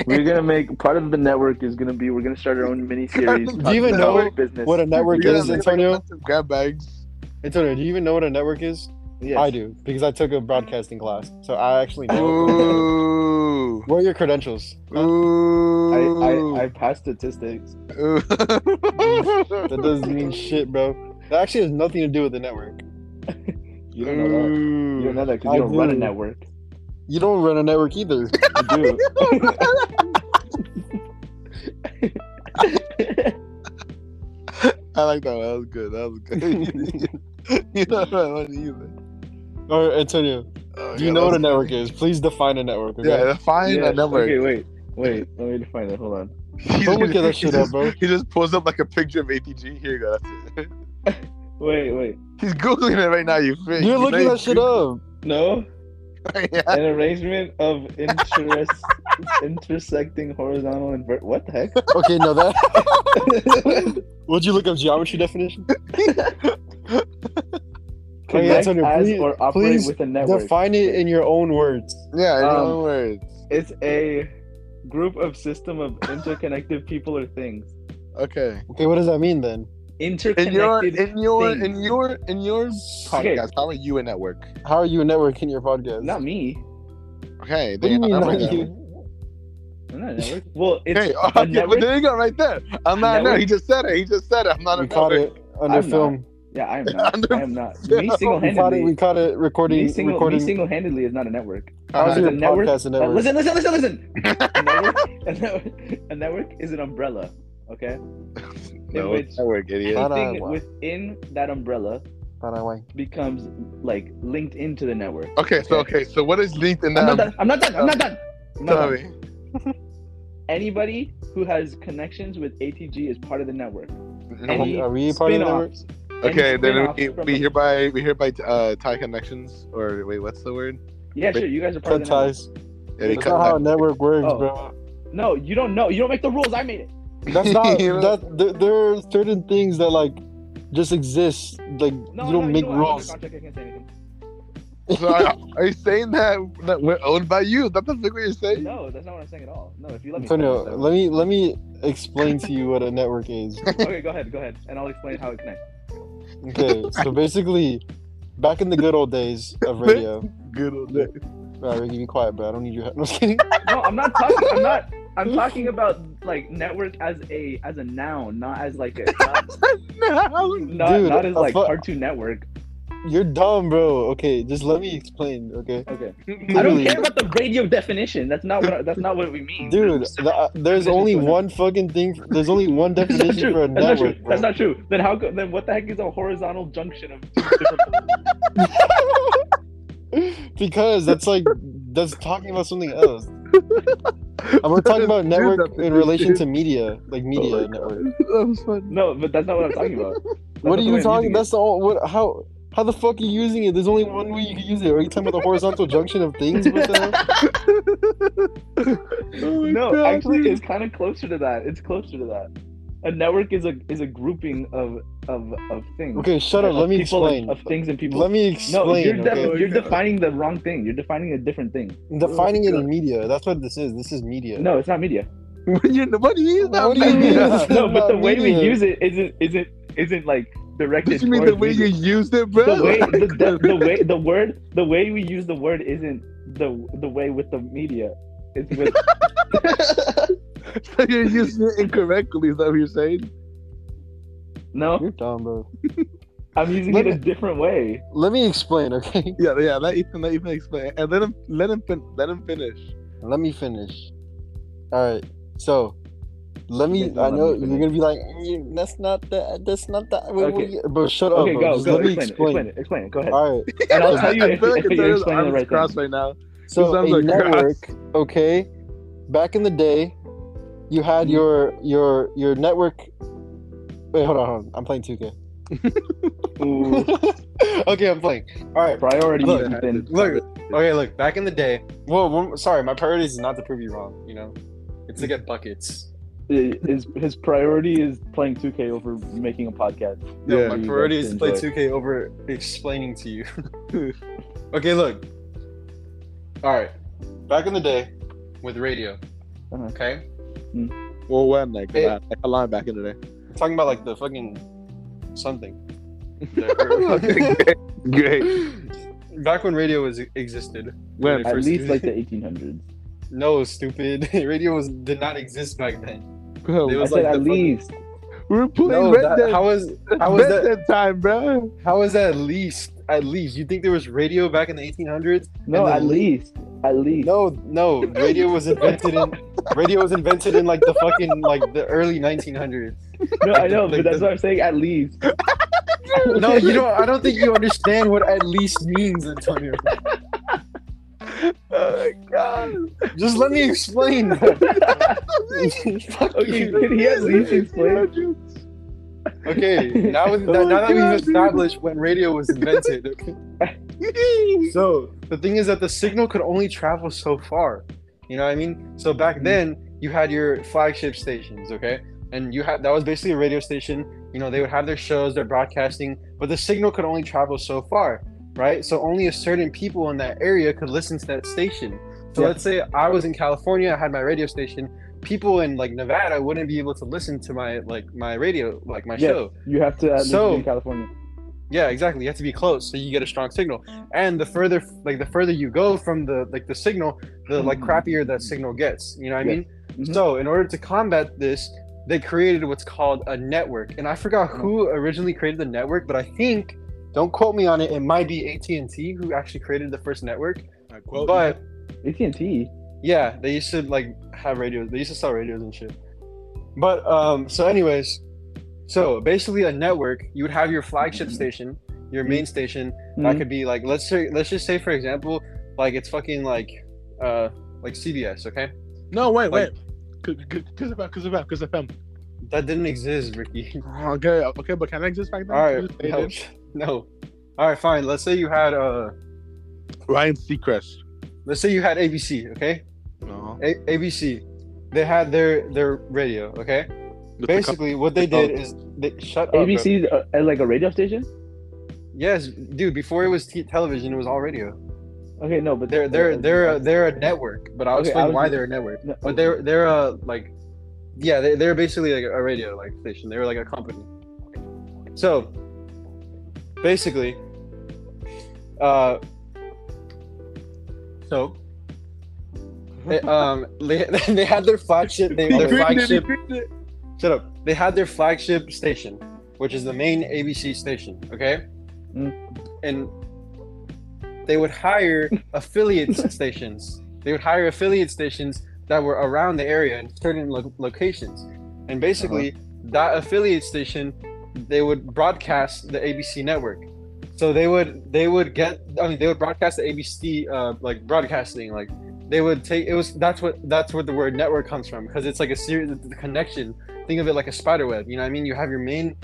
[SPEAKER 3] We're gonna make part of the network is gonna be we're gonna start our own
[SPEAKER 1] [LAUGHS]
[SPEAKER 3] mini series.
[SPEAKER 1] Do
[SPEAKER 2] you even know
[SPEAKER 3] business?
[SPEAKER 2] What a network
[SPEAKER 1] You're gonna
[SPEAKER 2] is,
[SPEAKER 1] make, like,
[SPEAKER 2] Antonio.
[SPEAKER 1] lots of grab bags.
[SPEAKER 2] Antonio, do you even know what a network is?
[SPEAKER 3] Yes.
[SPEAKER 2] I do because I took a broadcasting class, so I actually know.
[SPEAKER 1] Ooh.
[SPEAKER 2] what are your credentials? Huh?
[SPEAKER 1] Ooh.
[SPEAKER 3] I, I, I passed statistics.
[SPEAKER 1] Ooh.
[SPEAKER 2] That [LAUGHS] doesn't mean shit, bro. That actually has nothing to do with the network.
[SPEAKER 3] You don't know that. You don't know that because
[SPEAKER 2] I
[SPEAKER 3] you don't run a
[SPEAKER 2] do. [LAUGHS]
[SPEAKER 3] network.
[SPEAKER 2] You don't run a network either.
[SPEAKER 3] You do.
[SPEAKER 1] [LAUGHS] I like that one. That was good. That was good. [LAUGHS] you don't know that one either.
[SPEAKER 2] [LAUGHS] All right, Antonio,
[SPEAKER 1] Oh,
[SPEAKER 2] do you
[SPEAKER 1] yeah,
[SPEAKER 2] know what a
[SPEAKER 1] that
[SPEAKER 2] network is? Please define a network.
[SPEAKER 1] was-
[SPEAKER 2] Okay?
[SPEAKER 1] Yeah, define
[SPEAKER 3] Yeah,
[SPEAKER 1] a network.
[SPEAKER 3] Okay, wait, wait. Let me define that. Hold on.
[SPEAKER 1] He
[SPEAKER 2] Don't look
[SPEAKER 1] just-
[SPEAKER 2] at that
[SPEAKER 1] he
[SPEAKER 2] shit up,
[SPEAKER 1] just-
[SPEAKER 2] bro.
[SPEAKER 1] He just pulls up like a picture of ATG. Here you go. That's it.
[SPEAKER 3] Wait, wait.
[SPEAKER 1] [LAUGHS] He's googling it right now. You fig. You
[SPEAKER 2] You're
[SPEAKER 1] know
[SPEAKER 2] looking
[SPEAKER 1] you
[SPEAKER 2] that shit up.
[SPEAKER 3] No,
[SPEAKER 1] Googling- [LAUGHS] yeah. [LAUGHS]
[SPEAKER 3] an arrangement of interest intersecting horizontal and vert. What the heck?
[SPEAKER 2] Okay, no that. Would you look up geometry definition?
[SPEAKER 3] Connect
[SPEAKER 2] Antonio,
[SPEAKER 3] as
[SPEAKER 2] please-
[SPEAKER 3] or operate
[SPEAKER 2] please
[SPEAKER 3] with a network.
[SPEAKER 2] Define it in your own words.
[SPEAKER 1] [LAUGHS] Yeah, in your
[SPEAKER 3] Um,
[SPEAKER 1] own words.
[SPEAKER 3] it's a group of system of interconnected people or things.
[SPEAKER 1] Okay.
[SPEAKER 2] Okay, what does that mean then?
[SPEAKER 1] In your
[SPEAKER 3] interconnected.
[SPEAKER 1] in your
[SPEAKER 3] things.
[SPEAKER 1] in your in your podcast,
[SPEAKER 3] Okay.
[SPEAKER 1] how are you a network?
[SPEAKER 2] How are you networking your podcast?
[SPEAKER 3] not me.
[SPEAKER 1] Okay,
[SPEAKER 2] What do you
[SPEAKER 1] then
[SPEAKER 2] mean,
[SPEAKER 1] I'm
[SPEAKER 2] not
[SPEAKER 1] right there.
[SPEAKER 2] you?
[SPEAKER 3] I'm not a network. Well, it's
[SPEAKER 1] Hey,
[SPEAKER 3] a
[SPEAKER 1] okay, but
[SPEAKER 3] network-
[SPEAKER 1] there you go, right there. I'm not. No,
[SPEAKER 3] Network?
[SPEAKER 1] he just said it. He just said it. I'm not a
[SPEAKER 2] We caught
[SPEAKER 1] network.
[SPEAKER 2] it under
[SPEAKER 3] I'm not.
[SPEAKER 2] film.
[SPEAKER 3] yeah, [LAUGHS] I am not. I am not.
[SPEAKER 2] We caught it.
[SPEAKER 3] Me
[SPEAKER 2] We
[SPEAKER 3] single-handedly.
[SPEAKER 2] caught it recording.
[SPEAKER 3] Me single,
[SPEAKER 2] recording.
[SPEAKER 3] me single-handedly is not a network.
[SPEAKER 2] How's
[SPEAKER 3] Uh,
[SPEAKER 2] your
[SPEAKER 3] the network-
[SPEAKER 2] podcast a
[SPEAKER 3] Uh,
[SPEAKER 2] network?
[SPEAKER 3] listen, listen, listen, [LAUGHS] listen. a, network, a, network, a network is an umbrella. Okay.
[SPEAKER 1] no,
[SPEAKER 3] which-
[SPEAKER 1] it's network, idiot.
[SPEAKER 2] Huh?
[SPEAKER 3] Anything
[SPEAKER 2] Umbrella.
[SPEAKER 3] within that umbrella
[SPEAKER 2] By the way.
[SPEAKER 3] becomes like linked into the network.
[SPEAKER 1] Okay, so okay, so what is linked in
[SPEAKER 3] I'm
[SPEAKER 1] that?
[SPEAKER 3] not done. I'm not done. I'm not done. I'm not
[SPEAKER 1] Tell
[SPEAKER 3] done.
[SPEAKER 1] me.
[SPEAKER 3] Anybody who has connections with ATG is part of the network.
[SPEAKER 1] No.
[SPEAKER 3] Any
[SPEAKER 2] Are we part of the network?
[SPEAKER 3] spin-offs,
[SPEAKER 1] Okay,
[SPEAKER 3] any
[SPEAKER 1] then
[SPEAKER 3] spin-offs
[SPEAKER 1] we,
[SPEAKER 3] from
[SPEAKER 1] we
[SPEAKER 3] the-
[SPEAKER 1] hereby we hereby uh, tie connections or wait, what's the word?
[SPEAKER 3] Yeah, sure. You guys are part
[SPEAKER 2] Cut
[SPEAKER 3] of the network.
[SPEAKER 2] ties.
[SPEAKER 1] Yeah, we
[SPEAKER 2] That's
[SPEAKER 1] cut
[SPEAKER 2] not how a
[SPEAKER 1] that-
[SPEAKER 2] network works,
[SPEAKER 3] Oh.
[SPEAKER 2] bro.
[SPEAKER 3] No, you don't know. You don't make the rules. I made it.
[SPEAKER 1] [LAUGHS]
[SPEAKER 2] That's
[SPEAKER 3] [LAUGHS]
[SPEAKER 2] not.
[SPEAKER 1] You know?
[SPEAKER 2] that there, there are certain things that like just exist. Like
[SPEAKER 3] No,
[SPEAKER 2] you don't
[SPEAKER 3] no,
[SPEAKER 2] make
[SPEAKER 3] know what? I'm under
[SPEAKER 2] rules.
[SPEAKER 3] contract, I can't say anything.
[SPEAKER 1] So are, are you saying that, that we're owned by you? That's not what you're saying.
[SPEAKER 3] No, that's not what I'm saying at all. No, if you let me.
[SPEAKER 2] Antonio,
[SPEAKER 3] finish,
[SPEAKER 2] let me let me explain to you what a network is.
[SPEAKER 3] then- okay, go ahead. Go ahead, and I'll explain how it connects. [LAUGHS]
[SPEAKER 2] Okay, so basically, back in the good old days
[SPEAKER 1] [LAUGHS]
[SPEAKER 2] of radio.
[SPEAKER 1] Good old days.
[SPEAKER 2] Alright, Ricky, be quiet, bro. I don't need your help. [LAUGHS] No, I'm just kidding.
[SPEAKER 3] No, I'm not talking. I'm not. I'm talking about like network as a as a noun, not as like a
[SPEAKER 2] [LAUGHS]
[SPEAKER 3] not
[SPEAKER 1] No.
[SPEAKER 3] not,
[SPEAKER 2] Dude,
[SPEAKER 3] not as
[SPEAKER 2] I
[SPEAKER 3] like
[SPEAKER 2] fu-
[SPEAKER 3] Cartoon Network.
[SPEAKER 2] You're dumb, bro. Okay, just let me explain. Okay,
[SPEAKER 3] Okay. I don't
[SPEAKER 2] Literally.
[SPEAKER 3] care about the radio definition. That's not what that's not what we mean.
[SPEAKER 2] dude, the, uh, there's
[SPEAKER 3] Definition
[SPEAKER 2] only
[SPEAKER 3] for a
[SPEAKER 2] one fucking thing. There's only one
[SPEAKER 3] [LAUGHS] That's not
[SPEAKER 2] definition
[SPEAKER 3] true.
[SPEAKER 2] for a
[SPEAKER 3] That's not true.
[SPEAKER 2] network. bro.
[SPEAKER 3] That's not true. Then how? co- Then what the heck is a horizontal junction of? two different-
[SPEAKER 2] because that's like that's talking about something
[SPEAKER 3] [LAUGHS]
[SPEAKER 2] else. And we're talking about network in relation to media, like
[SPEAKER 3] Oh
[SPEAKER 2] media network.
[SPEAKER 1] [LAUGHS] That was fun.
[SPEAKER 3] no, but that's not what I'm
[SPEAKER 2] [LAUGHS]
[SPEAKER 3] talking about. That's
[SPEAKER 2] What
[SPEAKER 3] not the
[SPEAKER 2] are
[SPEAKER 3] way
[SPEAKER 2] you
[SPEAKER 3] I'm
[SPEAKER 2] talking?
[SPEAKER 3] using it.
[SPEAKER 2] That's the all. What? How? How the fuck are you using it? There's only one way you can use it. Are you talking about the horizontal junction of things?
[SPEAKER 3] [LAUGHS]
[SPEAKER 2] What the hell?
[SPEAKER 1] Oh my
[SPEAKER 3] no,
[SPEAKER 1] God,
[SPEAKER 3] actually,
[SPEAKER 1] dude.
[SPEAKER 3] it's kind of closer to that. It's closer to that. A network is a is a grouping of of of things.
[SPEAKER 2] Okay, shut up.
[SPEAKER 3] Of
[SPEAKER 2] Let me
[SPEAKER 3] people and-
[SPEAKER 2] explain.
[SPEAKER 3] Of things and people.
[SPEAKER 2] Let me
[SPEAKER 3] no, you're,
[SPEAKER 2] explain.
[SPEAKER 3] def-
[SPEAKER 2] okay?
[SPEAKER 3] you're defining the wrong thing. You're defining a different thing.
[SPEAKER 2] Defining it in media. That's what this is. This is media.
[SPEAKER 3] No, it's
[SPEAKER 2] [LAUGHS]
[SPEAKER 3] not media.
[SPEAKER 1] What do you- what do you mean?
[SPEAKER 2] What do
[SPEAKER 1] [LAUGHS]
[SPEAKER 2] you mean?
[SPEAKER 1] media?
[SPEAKER 2] It's
[SPEAKER 3] no, but
[SPEAKER 2] not
[SPEAKER 3] the way we
[SPEAKER 2] media.
[SPEAKER 3] use it isn't isn't isn't like directed.
[SPEAKER 1] Did you mean the
[SPEAKER 3] towards
[SPEAKER 1] way you
[SPEAKER 3] media.
[SPEAKER 1] used it, bro?
[SPEAKER 2] [LAUGHS]
[SPEAKER 3] the way the, the, the way the word the way we use the word isn't the the way with the media. It's with
[SPEAKER 1] [LAUGHS] so you're using it incorrectly. Is that what you're saying?
[SPEAKER 3] no.
[SPEAKER 2] You're dumb, bro.
[SPEAKER 3] I'm using
[SPEAKER 2] Let
[SPEAKER 3] it a
[SPEAKER 2] me-
[SPEAKER 3] different way.
[SPEAKER 2] Let me explain, [LAUGHS] okay?
[SPEAKER 1] Yeah, yeah. Let Ethan, let Ethan explain, and let him, let him, fin- let him finish.
[SPEAKER 2] Let me finish. All right. So, let me.
[SPEAKER 3] Yeah,
[SPEAKER 2] I
[SPEAKER 3] let me
[SPEAKER 2] know you're
[SPEAKER 3] finish.
[SPEAKER 2] gonna be like, "Mm, that's not the. That's not the. Wait,
[SPEAKER 3] Okay.
[SPEAKER 2] wait, bro, shut
[SPEAKER 3] Okay,
[SPEAKER 2] up. Bro.
[SPEAKER 3] go
[SPEAKER 2] Just
[SPEAKER 3] go.
[SPEAKER 2] let me
[SPEAKER 3] Explain,
[SPEAKER 2] explain.
[SPEAKER 3] it. Explain it. Explain it. Go ahead. [LAUGHS]
[SPEAKER 2] All right.
[SPEAKER 3] And I'll tell
[SPEAKER 1] [LAUGHS]
[SPEAKER 3] you
[SPEAKER 1] I
[SPEAKER 3] if-
[SPEAKER 1] feel like
[SPEAKER 3] [LAUGHS] if you're
[SPEAKER 1] Antonio's
[SPEAKER 3] explaining the
[SPEAKER 1] arms
[SPEAKER 3] right
[SPEAKER 1] crossed
[SPEAKER 3] thing.
[SPEAKER 1] right now.
[SPEAKER 2] So
[SPEAKER 1] sounds
[SPEAKER 2] a
[SPEAKER 1] like grass.
[SPEAKER 2] network, okay? Back in the day, you had
[SPEAKER 3] Mhm.
[SPEAKER 2] your your your network. Wait, hold on. Hold on. I'm playing 2K.
[SPEAKER 3] Ooh,
[SPEAKER 2] [LAUGHS] okay, I'm playing. All
[SPEAKER 3] [LAUGHS]
[SPEAKER 2] right.
[SPEAKER 3] priority.
[SPEAKER 2] Look,
[SPEAKER 3] Ethan.
[SPEAKER 2] Look, okay, look. Back in the day, well, well, sorry, my priorities is not to prove you wrong. You know, it's to get buckets.
[SPEAKER 3] His his priority is playing 2K over making a podcast.
[SPEAKER 2] No,
[SPEAKER 1] Yeah.
[SPEAKER 2] my
[SPEAKER 3] You
[SPEAKER 2] priority
[SPEAKER 3] guys
[SPEAKER 2] is to play
[SPEAKER 3] enjoy.
[SPEAKER 2] 2K over explaining to you. [LAUGHS] okay, look. All right, back in the day, with radio.
[SPEAKER 3] Uh-huh.
[SPEAKER 2] Okay,
[SPEAKER 1] Well, when like,
[SPEAKER 2] Hey.
[SPEAKER 1] uh, like how long back in the
[SPEAKER 2] [LAUGHS]
[SPEAKER 1] day?
[SPEAKER 2] We're talking about like the fucking something. [LAUGHS]
[SPEAKER 1] Okay, Great.
[SPEAKER 3] [LAUGHS]
[SPEAKER 2] back when radio was e, existed.
[SPEAKER 1] When?
[SPEAKER 2] I-
[SPEAKER 3] At
[SPEAKER 2] First-
[SPEAKER 3] least like
[SPEAKER 2] [LAUGHS]
[SPEAKER 3] the 1800s.
[SPEAKER 2] No, stupid. [LAUGHS] radio was did not exist back then.
[SPEAKER 1] Bro,
[SPEAKER 2] It
[SPEAKER 3] I
[SPEAKER 2] was
[SPEAKER 3] said
[SPEAKER 2] like
[SPEAKER 3] at
[SPEAKER 2] the fucking-
[SPEAKER 3] least.
[SPEAKER 1] we were playing
[SPEAKER 2] No,
[SPEAKER 1] Red
[SPEAKER 2] that-
[SPEAKER 1] Dead.
[SPEAKER 2] how was how was
[SPEAKER 1] Red
[SPEAKER 2] that
[SPEAKER 1] Dead time, bro?
[SPEAKER 2] How is that at least? At least you think there was radio back in the 1800s?
[SPEAKER 3] No,
[SPEAKER 2] And the
[SPEAKER 3] at
[SPEAKER 2] le-
[SPEAKER 3] least. At least.
[SPEAKER 2] No, no. Radio was invented in radio was invented in like the fucking like the early 1900s.
[SPEAKER 3] no, I know, but
[SPEAKER 2] [LAUGHS] Like
[SPEAKER 3] that's
[SPEAKER 2] the-
[SPEAKER 3] what I'm saying.
[SPEAKER 2] [LAUGHS]
[SPEAKER 3] At least.
[SPEAKER 2] No, you don't. I don't think you understand what at least means, Antonio.
[SPEAKER 1] Oh my god. [LAUGHS]
[SPEAKER 2] Just let me [LAUGHS] explain. Fuck
[SPEAKER 3] Okay,
[SPEAKER 2] you.
[SPEAKER 3] can he at least explain?
[SPEAKER 2] Okay, now with, now, that we've established when radio was invented. Okay.
[SPEAKER 1] [LAUGHS]
[SPEAKER 2] So the thing is that the signal could only travel so far. You know what I mean? So back then you had your flagship stations, okay? And you had that was basically a radio station. You know, they would have their shows, their broadcasting, but the signal could only travel so far, right? So only a certain people in that area could listen to that station. So
[SPEAKER 3] Yeah.
[SPEAKER 2] let's say I was in California, I had my radio station. people in like Nevada wouldn't be able to listen to my like my radio like my
[SPEAKER 3] Yes,
[SPEAKER 2] show.
[SPEAKER 3] you have to at least
[SPEAKER 2] So-
[SPEAKER 3] be in California.
[SPEAKER 2] Yeah, exactly. You have to be close so you get a strong signal. And the further like the further you go from the like the signal, the like
[SPEAKER 3] Mhm.
[SPEAKER 2] crappier that signal gets. You know what I
[SPEAKER 3] Yes.
[SPEAKER 2] mean?
[SPEAKER 3] Mhm.
[SPEAKER 2] So in order to combat this, they created what's called a network. And I forgot who originally created the network, but I think don't quote me on it, it might be AT&T who actually created the first network.
[SPEAKER 1] I quote
[SPEAKER 2] but
[SPEAKER 3] AT&T.
[SPEAKER 2] yeah, they used to like have radios. They used to sell radios and shit. But um, so anyways, so basically a network, you would have your flagship station, your main station. That
[SPEAKER 3] Mhm.
[SPEAKER 2] could be like let's say let's just say for example, like it's fucking like uh like CBS, okay?
[SPEAKER 1] No, wait,
[SPEAKER 2] Like-
[SPEAKER 1] wait. Because about, because about, because FM.
[SPEAKER 2] That didn't exist, Ricky. [LAUGHS]
[SPEAKER 1] Okay, okay, but can I exist back then?
[SPEAKER 2] All right,
[SPEAKER 1] Just say
[SPEAKER 2] no,
[SPEAKER 1] it.
[SPEAKER 2] no. [LAUGHS] All right, fine. Let's say you had uh
[SPEAKER 1] Ryan Seacrest.
[SPEAKER 2] let's say you had ABC, okay?
[SPEAKER 1] No.
[SPEAKER 2] A- ABC. They had their their radio, okay? Basically, what they did is they shut up. bro.
[SPEAKER 3] ABC 's, uh, at like a radio station?
[SPEAKER 2] Yes, dude. Before it was t- television, it was all radio.
[SPEAKER 3] Okay, no, but
[SPEAKER 2] They're they're they're a, they're a network, but I'll
[SPEAKER 3] Okay,
[SPEAKER 2] explain
[SPEAKER 3] I was
[SPEAKER 2] why
[SPEAKER 3] just-
[SPEAKER 2] they're a network.
[SPEAKER 3] No,
[SPEAKER 2] But they're they're a like, yeah, they they're basically like a radio like station. They were like a company. So, basically, uh, so. They, um, they, [LAUGHS] they had their flagship. They, their flagship. Shut up. They had their flagship station, which is the main ABC station, okay?
[SPEAKER 3] Mm.
[SPEAKER 2] And they would hire affiliate stations. They would hire affiliate stations that were around the area in certain lo- locations. And basically, that affiliate station, they would broadcast the ABC network. So they would they would get I mean they would broadcast the ABC uh, like broadcasting like they would take it was that's what that's what the word network comes from because it's like a series the connection think of it like a spider web. You know what I mean? You have your main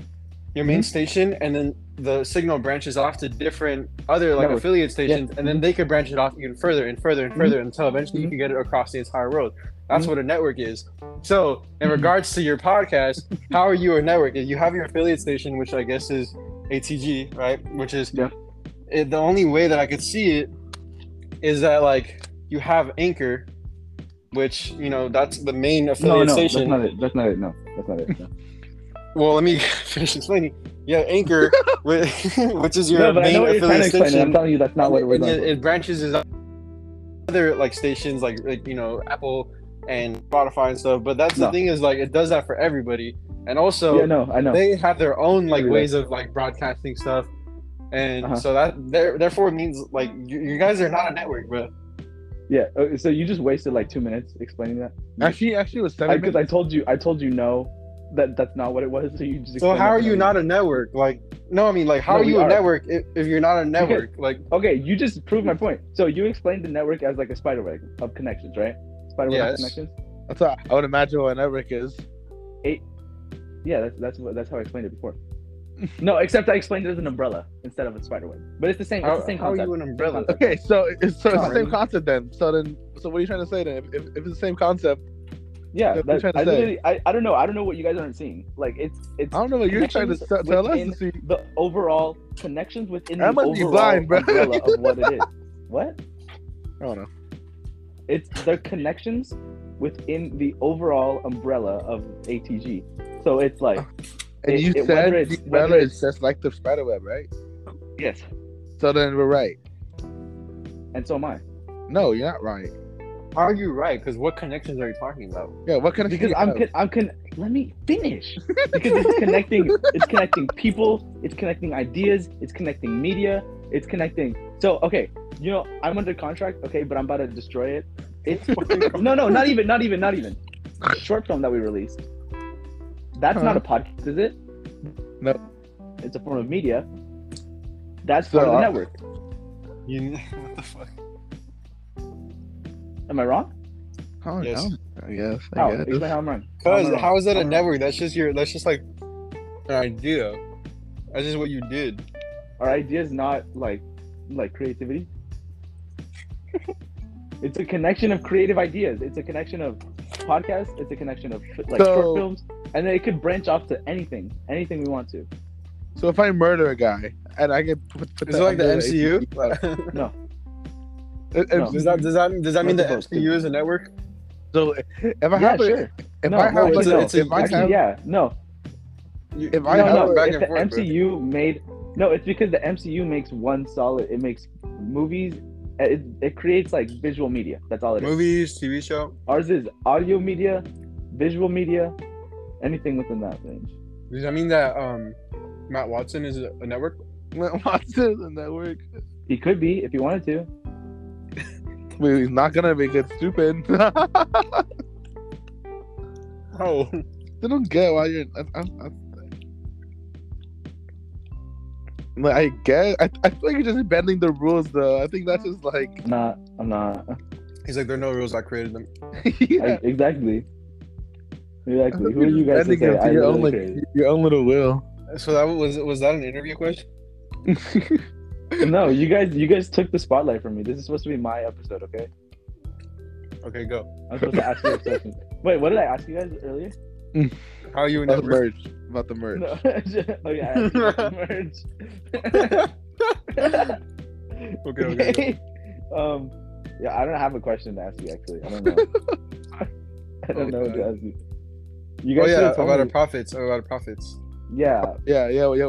[SPEAKER 2] your main station and then the signal branches off to different other like
[SPEAKER 3] Network.
[SPEAKER 2] affiliate stations and then they could branch it off even further and further and further until eventually you
[SPEAKER 3] Mhm.
[SPEAKER 2] can get it across the entire world. That's
[SPEAKER 3] Mhm.
[SPEAKER 2] what a network is. So in regards to your podcast, how are you a network? You have your affiliate station, which I guess is ATG, right? Which is
[SPEAKER 3] Yeah.
[SPEAKER 2] it, the only way that I could see it is that like you have Anchor, which you know that's the main affiliate
[SPEAKER 3] no, no, that's
[SPEAKER 2] station.
[SPEAKER 3] not it. That's not it. No, that's not it. No,
[SPEAKER 2] Well, let me [LAUGHS] finish explaining. You have
[SPEAKER 3] [LAUGHS]
[SPEAKER 2] Anchor, whi- [LAUGHS] which is your
[SPEAKER 3] no but I
[SPEAKER 2] main
[SPEAKER 3] know what
[SPEAKER 2] affiliate
[SPEAKER 3] you're trying to explain. and I'm
[SPEAKER 2] station.
[SPEAKER 3] telling you that's not what we're
[SPEAKER 2] and
[SPEAKER 3] going
[SPEAKER 2] it, it branches is other like stations, like, like you know Apple and Spotify and stuff. But that's the
[SPEAKER 3] No.
[SPEAKER 2] thing is like it does that for everybody. And
[SPEAKER 3] for.
[SPEAKER 2] also,
[SPEAKER 3] Yeah, no, I know.
[SPEAKER 2] they have their own like
[SPEAKER 3] Agree with
[SPEAKER 2] ways of like broadcasting stuff, and
[SPEAKER 3] Uh-huh.
[SPEAKER 2] so that there, therefore it means like you, you guys are not a network, bro.
[SPEAKER 3] Yeah. okay, So you just wasted like two minutes explaining that
[SPEAKER 1] Actually, actually, it was seven.
[SPEAKER 3] because I, told you, I told you no, that that's not what it was. [LAUGHS] So you just.
[SPEAKER 2] So
[SPEAKER 3] explained
[SPEAKER 2] how
[SPEAKER 3] that
[SPEAKER 2] are
[SPEAKER 3] to
[SPEAKER 2] you
[SPEAKER 3] me.
[SPEAKER 2] not a network? Like, no, I mean like how
[SPEAKER 3] No,
[SPEAKER 2] are
[SPEAKER 3] we
[SPEAKER 2] you a
[SPEAKER 3] are.
[SPEAKER 2] network if, if you're not a
[SPEAKER 3] [LAUGHS]
[SPEAKER 2] network? Like,
[SPEAKER 3] Okay, you just proved my point. So you explained the network as like a spider web of connections, right? Spider web
[SPEAKER 2] Yes.
[SPEAKER 3] of connections.
[SPEAKER 1] That's how I would imagine what a network is.
[SPEAKER 3] Yeah, that's that's what that's how I explained it before. no, except I explained it as an umbrella instead of a spider web. But it's the same. It's
[SPEAKER 2] how,
[SPEAKER 3] the same
[SPEAKER 2] how are
[SPEAKER 3] concept.
[SPEAKER 2] you an umbrella?
[SPEAKER 3] concept.
[SPEAKER 1] Okay, so it's so it's the
[SPEAKER 2] Sorry.
[SPEAKER 1] same concept then. So then, so what are you trying to say then? If, if, if it's the same concept,
[SPEAKER 3] Yeah,
[SPEAKER 1] That's what I'm
[SPEAKER 3] that-
[SPEAKER 1] trying to
[SPEAKER 3] I,
[SPEAKER 1] say.
[SPEAKER 3] literally, I I don't know. I don't know what you guys aren't seeing. Like it's it's
[SPEAKER 1] I don't know what you're trying to
[SPEAKER 3] Connections
[SPEAKER 1] se- tell us
[SPEAKER 3] within-
[SPEAKER 1] to see.
[SPEAKER 3] the overall connections within
[SPEAKER 1] I
[SPEAKER 3] the
[SPEAKER 1] must
[SPEAKER 3] overall
[SPEAKER 1] be blind, bro.
[SPEAKER 3] umbrella of
[SPEAKER 1] [LAUGHS]
[SPEAKER 3] what it is. What?
[SPEAKER 1] I don't know.
[SPEAKER 3] It's the connections within the overall umbrella of ATG. So it's like
[SPEAKER 1] And
[SPEAKER 3] It-
[SPEAKER 1] you
[SPEAKER 3] it-
[SPEAKER 1] said
[SPEAKER 3] whether
[SPEAKER 1] the
[SPEAKER 3] it's- whether
[SPEAKER 1] umbrella is
[SPEAKER 3] it's-
[SPEAKER 1] just like the spider web, right?
[SPEAKER 3] yes,
[SPEAKER 1] So then we're right.
[SPEAKER 3] and so am I
[SPEAKER 1] No, you're not right.
[SPEAKER 2] How are you right? Because what connections are you talking about?
[SPEAKER 1] Yeah, what kind of
[SPEAKER 3] because I'm con- I'm con- let me finish because it's connecting it's connecting people, it's connecting ideas, it's connecting media, it's connecting. So okay, you know I'm under contract, okay, but I'm about to destroy it.
[SPEAKER 1] [LAUGHS]
[SPEAKER 3] It's no, no, not even, not even, not even. The short film that we released. That's not a podcast, is it?
[SPEAKER 1] Uh-huh. No.
[SPEAKER 3] It's a form of media. That's
[SPEAKER 1] So
[SPEAKER 3] part of the
[SPEAKER 1] I-
[SPEAKER 3] network.
[SPEAKER 2] You [LAUGHS] what the fuck?
[SPEAKER 3] Am I wrong?
[SPEAKER 1] Oh,
[SPEAKER 2] Yes.
[SPEAKER 1] I guess. I
[SPEAKER 3] How?
[SPEAKER 1] guess.
[SPEAKER 3] Explain how I'm wrong. How am I
[SPEAKER 2] Cause
[SPEAKER 3] wrong?
[SPEAKER 2] how is that
[SPEAKER 3] How
[SPEAKER 2] a
[SPEAKER 3] am I wrong?
[SPEAKER 2] network? That's just your. That's just like an idea. That's just what you did. [LAUGHS]
[SPEAKER 3] our idea is not like like creativity it's a connection of creative ideas it's a connection of podcasts it's a connection of like
[SPEAKER 1] So-
[SPEAKER 3] short films and then it could branch off to anything anything we want to
[SPEAKER 1] So if I murder a guy and I get put, put
[SPEAKER 2] Is it like the
[SPEAKER 1] under
[SPEAKER 2] MCU?
[SPEAKER 1] ATG,
[SPEAKER 3] No.
[SPEAKER 1] It- it's-
[SPEAKER 3] No.
[SPEAKER 2] Does that does that does that mean
[SPEAKER 3] Not
[SPEAKER 2] the
[SPEAKER 3] supposed to.
[SPEAKER 2] MCU is a network?
[SPEAKER 1] So if I
[SPEAKER 3] yeah,
[SPEAKER 1] have a,
[SPEAKER 3] sure.
[SPEAKER 1] if
[SPEAKER 3] No,
[SPEAKER 1] I
[SPEAKER 3] no,
[SPEAKER 1] have
[SPEAKER 3] it's
[SPEAKER 1] like,
[SPEAKER 2] a-
[SPEAKER 1] a,
[SPEAKER 2] it's a-
[SPEAKER 1] if I
[SPEAKER 3] Actually,
[SPEAKER 1] have,
[SPEAKER 3] yeah, no,
[SPEAKER 2] You-
[SPEAKER 1] if I
[SPEAKER 3] no,
[SPEAKER 1] have
[SPEAKER 3] no.
[SPEAKER 1] back
[SPEAKER 3] If
[SPEAKER 1] and
[SPEAKER 3] the
[SPEAKER 1] forth, bro.
[SPEAKER 3] MCU made no, it's because the MCU makes one solid. It makes movies. It, it creates like visual media. That's all it is.
[SPEAKER 2] movies, TV show.
[SPEAKER 3] Ours is audio media, visual media, anything within that range.
[SPEAKER 2] Does that mean that um, Matt Watson is a a network?
[SPEAKER 1] [LAUGHS] Watson and that work. [LAUGHS]
[SPEAKER 3] He could be if he wanted to.
[SPEAKER 1] Wait, he's not gonna make it stupid. [LAUGHS] I
[SPEAKER 2] Oh,
[SPEAKER 1] don't get why you're. I, I, I, like I guess I, I feel like you're just bending the rules though. I think that's just like [LAUGHS]
[SPEAKER 3] Not, I'm not.
[SPEAKER 2] [LAUGHS] he's like there are no rules. I created them.
[SPEAKER 1] yeah.
[SPEAKER 3] Like, exactly. Exactly. Who are you
[SPEAKER 1] I
[SPEAKER 3] guys to
[SPEAKER 1] think
[SPEAKER 3] say?
[SPEAKER 1] it's
[SPEAKER 3] I
[SPEAKER 1] your
[SPEAKER 3] really
[SPEAKER 1] own like
[SPEAKER 3] crazy?
[SPEAKER 1] your own little will.
[SPEAKER 2] So that was was that an interview question?
[SPEAKER 3] No, you guys, you guys took the spotlight from me. This is supposed to be my episode, okay?
[SPEAKER 2] Okay, go.
[SPEAKER 3] I'm supposed to ask you guys questions. Wait, what did I ask you guys earlier?
[SPEAKER 2] How are you a
[SPEAKER 1] About the
[SPEAKER 2] network?
[SPEAKER 1] merge. About the merge. [LAUGHS]
[SPEAKER 3] No. [LAUGHS] oh yeah. I asked you about merge.
[SPEAKER 2] Okay, okay. okay.
[SPEAKER 3] [LAUGHS] um, yeah, I don't have a question to ask you actually. I don't know. [LAUGHS] I don't know what to ask you. You
[SPEAKER 2] Oh
[SPEAKER 3] guys
[SPEAKER 2] yeah,
[SPEAKER 3] should've told
[SPEAKER 2] about our
[SPEAKER 3] me.
[SPEAKER 2] profits. About our profits.
[SPEAKER 3] yeah.
[SPEAKER 1] Yeah, yeah, yeah, yeah, yeah.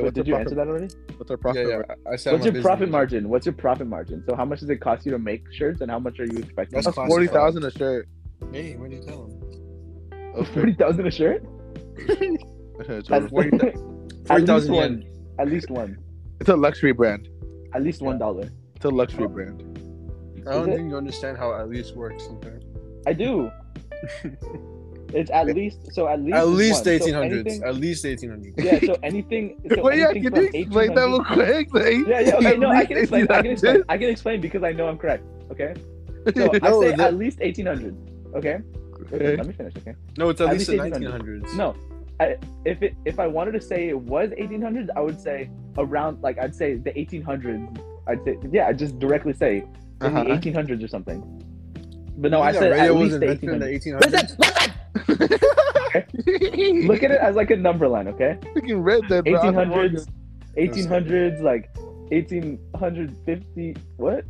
[SPEAKER 3] Wait,
[SPEAKER 1] what's
[SPEAKER 3] did
[SPEAKER 1] our
[SPEAKER 3] you
[SPEAKER 1] profit?
[SPEAKER 3] answer that already?
[SPEAKER 1] What's our profit?
[SPEAKER 2] yeah, yeah. I I said
[SPEAKER 3] What's
[SPEAKER 2] my
[SPEAKER 3] your
[SPEAKER 2] business.
[SPEAKER 3] profit margin? What's your profit margin? So how much does it cost you to make shirts, and how much are you expecting?
[SPEAKER 2] That's
[SPEAKER 1] That's
[SPEAKER 2] classified.
[SPEAKER 1] forty thousand a shirt.
[SPEAKER 2] Hey, what did you tell him?
[SPEAKER 1] [LAUGHS]
[SPEAKER 2] Oh,
[SPEAKER 3] Forty thousand a shirt? That's
[SPEAKER 1] it's
[SPEAKER 2] forty thou- Forty
[SPEAKER 3] [LAUGHS] at least
[SPEAKER 2] thousand
[SPEAKER 3] one.
[SPEAKER 2] yen.
[SPEAKER 3] At least one.
[SPEAKER 1] a luxury brand.
[SPEAKER 3] At least one dollar.
[SPEAKER 1] It's a
[SPEAKER 2] Oh.
[SPEAKER 1] luxury brand.
[SPEAKER 2] I don't
[SPEAKER 3] Is it?
[SPEAKER 2] think you understand how at least works. Sometimes. [LAUGHS]
[SPEAKER 3] I do. it's at least so at least
[SPEAKER 2] At
[SPEAKER 3] it's
[SPEAKER 2] least
[SPEAKER 3] one. So
[SPEAKER 2] eighteen hundreds.
[SPEAKER 3] anything-
[SPEAKER 2] At least eighteen hundreds.
[SPEAKER 3] Yeah. So
[SPEAKER 2] [LAUGHS]
[SPEAKER 3] anything. So
[SPEAKER 1] Wait, yeah,
[SPEAKER 3] anything
[SPEAKER 1] can
[SPEAKER 3] from
[SPEAKER 1] you explain that
[SPEAKER 3] 1800
[SPEAKER 1] real quick? Like,
[SPEAKER 3] Yeah, yeah, okay,
[SPEAKER 1] at
[SPEAKER 3] no, I
[SPEAKER 1] least
[SPEAKER 3] can explain. I can explain.
[SPEAKER 1] 1800.
[SPEAKER 3] I can explain because I know I'm correct. Okay, so I
[SPEAKER 2] [LAUGHS] No,
[SPEAKER 3] say
[SPEAKER 2] that-
[SPEAKER 3] at least 1800. Okay,
[SPEAKER 1] Okay.
[SPEAKER 3] let me finish. Okay,
[SPEAKER 2] No, it's at,
[SPEAKER 3] At
[SPEAKER 2] least
[SPEAKER 3] least
[SPEAKER 2] the
[SPEAKER 3] 1800s.
[SPEAKER 2] 1900s.
[SPEAKER 3] no, I, if it if I wanted to say it was 1800s, I would say around like I'd say the 1800s. I'd say yeah, I'd just directly say in
[SPEAKER 1] Uh-huh.
[SPEAKER 3] the 1800s or something. But no, I
[SPEAKER 2] Yeah,
[SPEAKER 3] said
[SPEAKER 2] radio
[SPEAKER 3] at
[SPEAKER 2] was
[SPEAKER 3] least the
[SPEAKER 2] invented in the
[SPEAKER 3] 1800s.
[SPEAKER 2] 1800s.
[SPEAKER 3] Listen, listen. Look at it as like a number line, okay?
[SPEAKER 1] Freaking red then, bro. I don't know.
[SPEAKER 3] 1800s, 1800s, like 1850.
[SPEAKER 2] [LAUGHS]
[SPEAKER 3] What?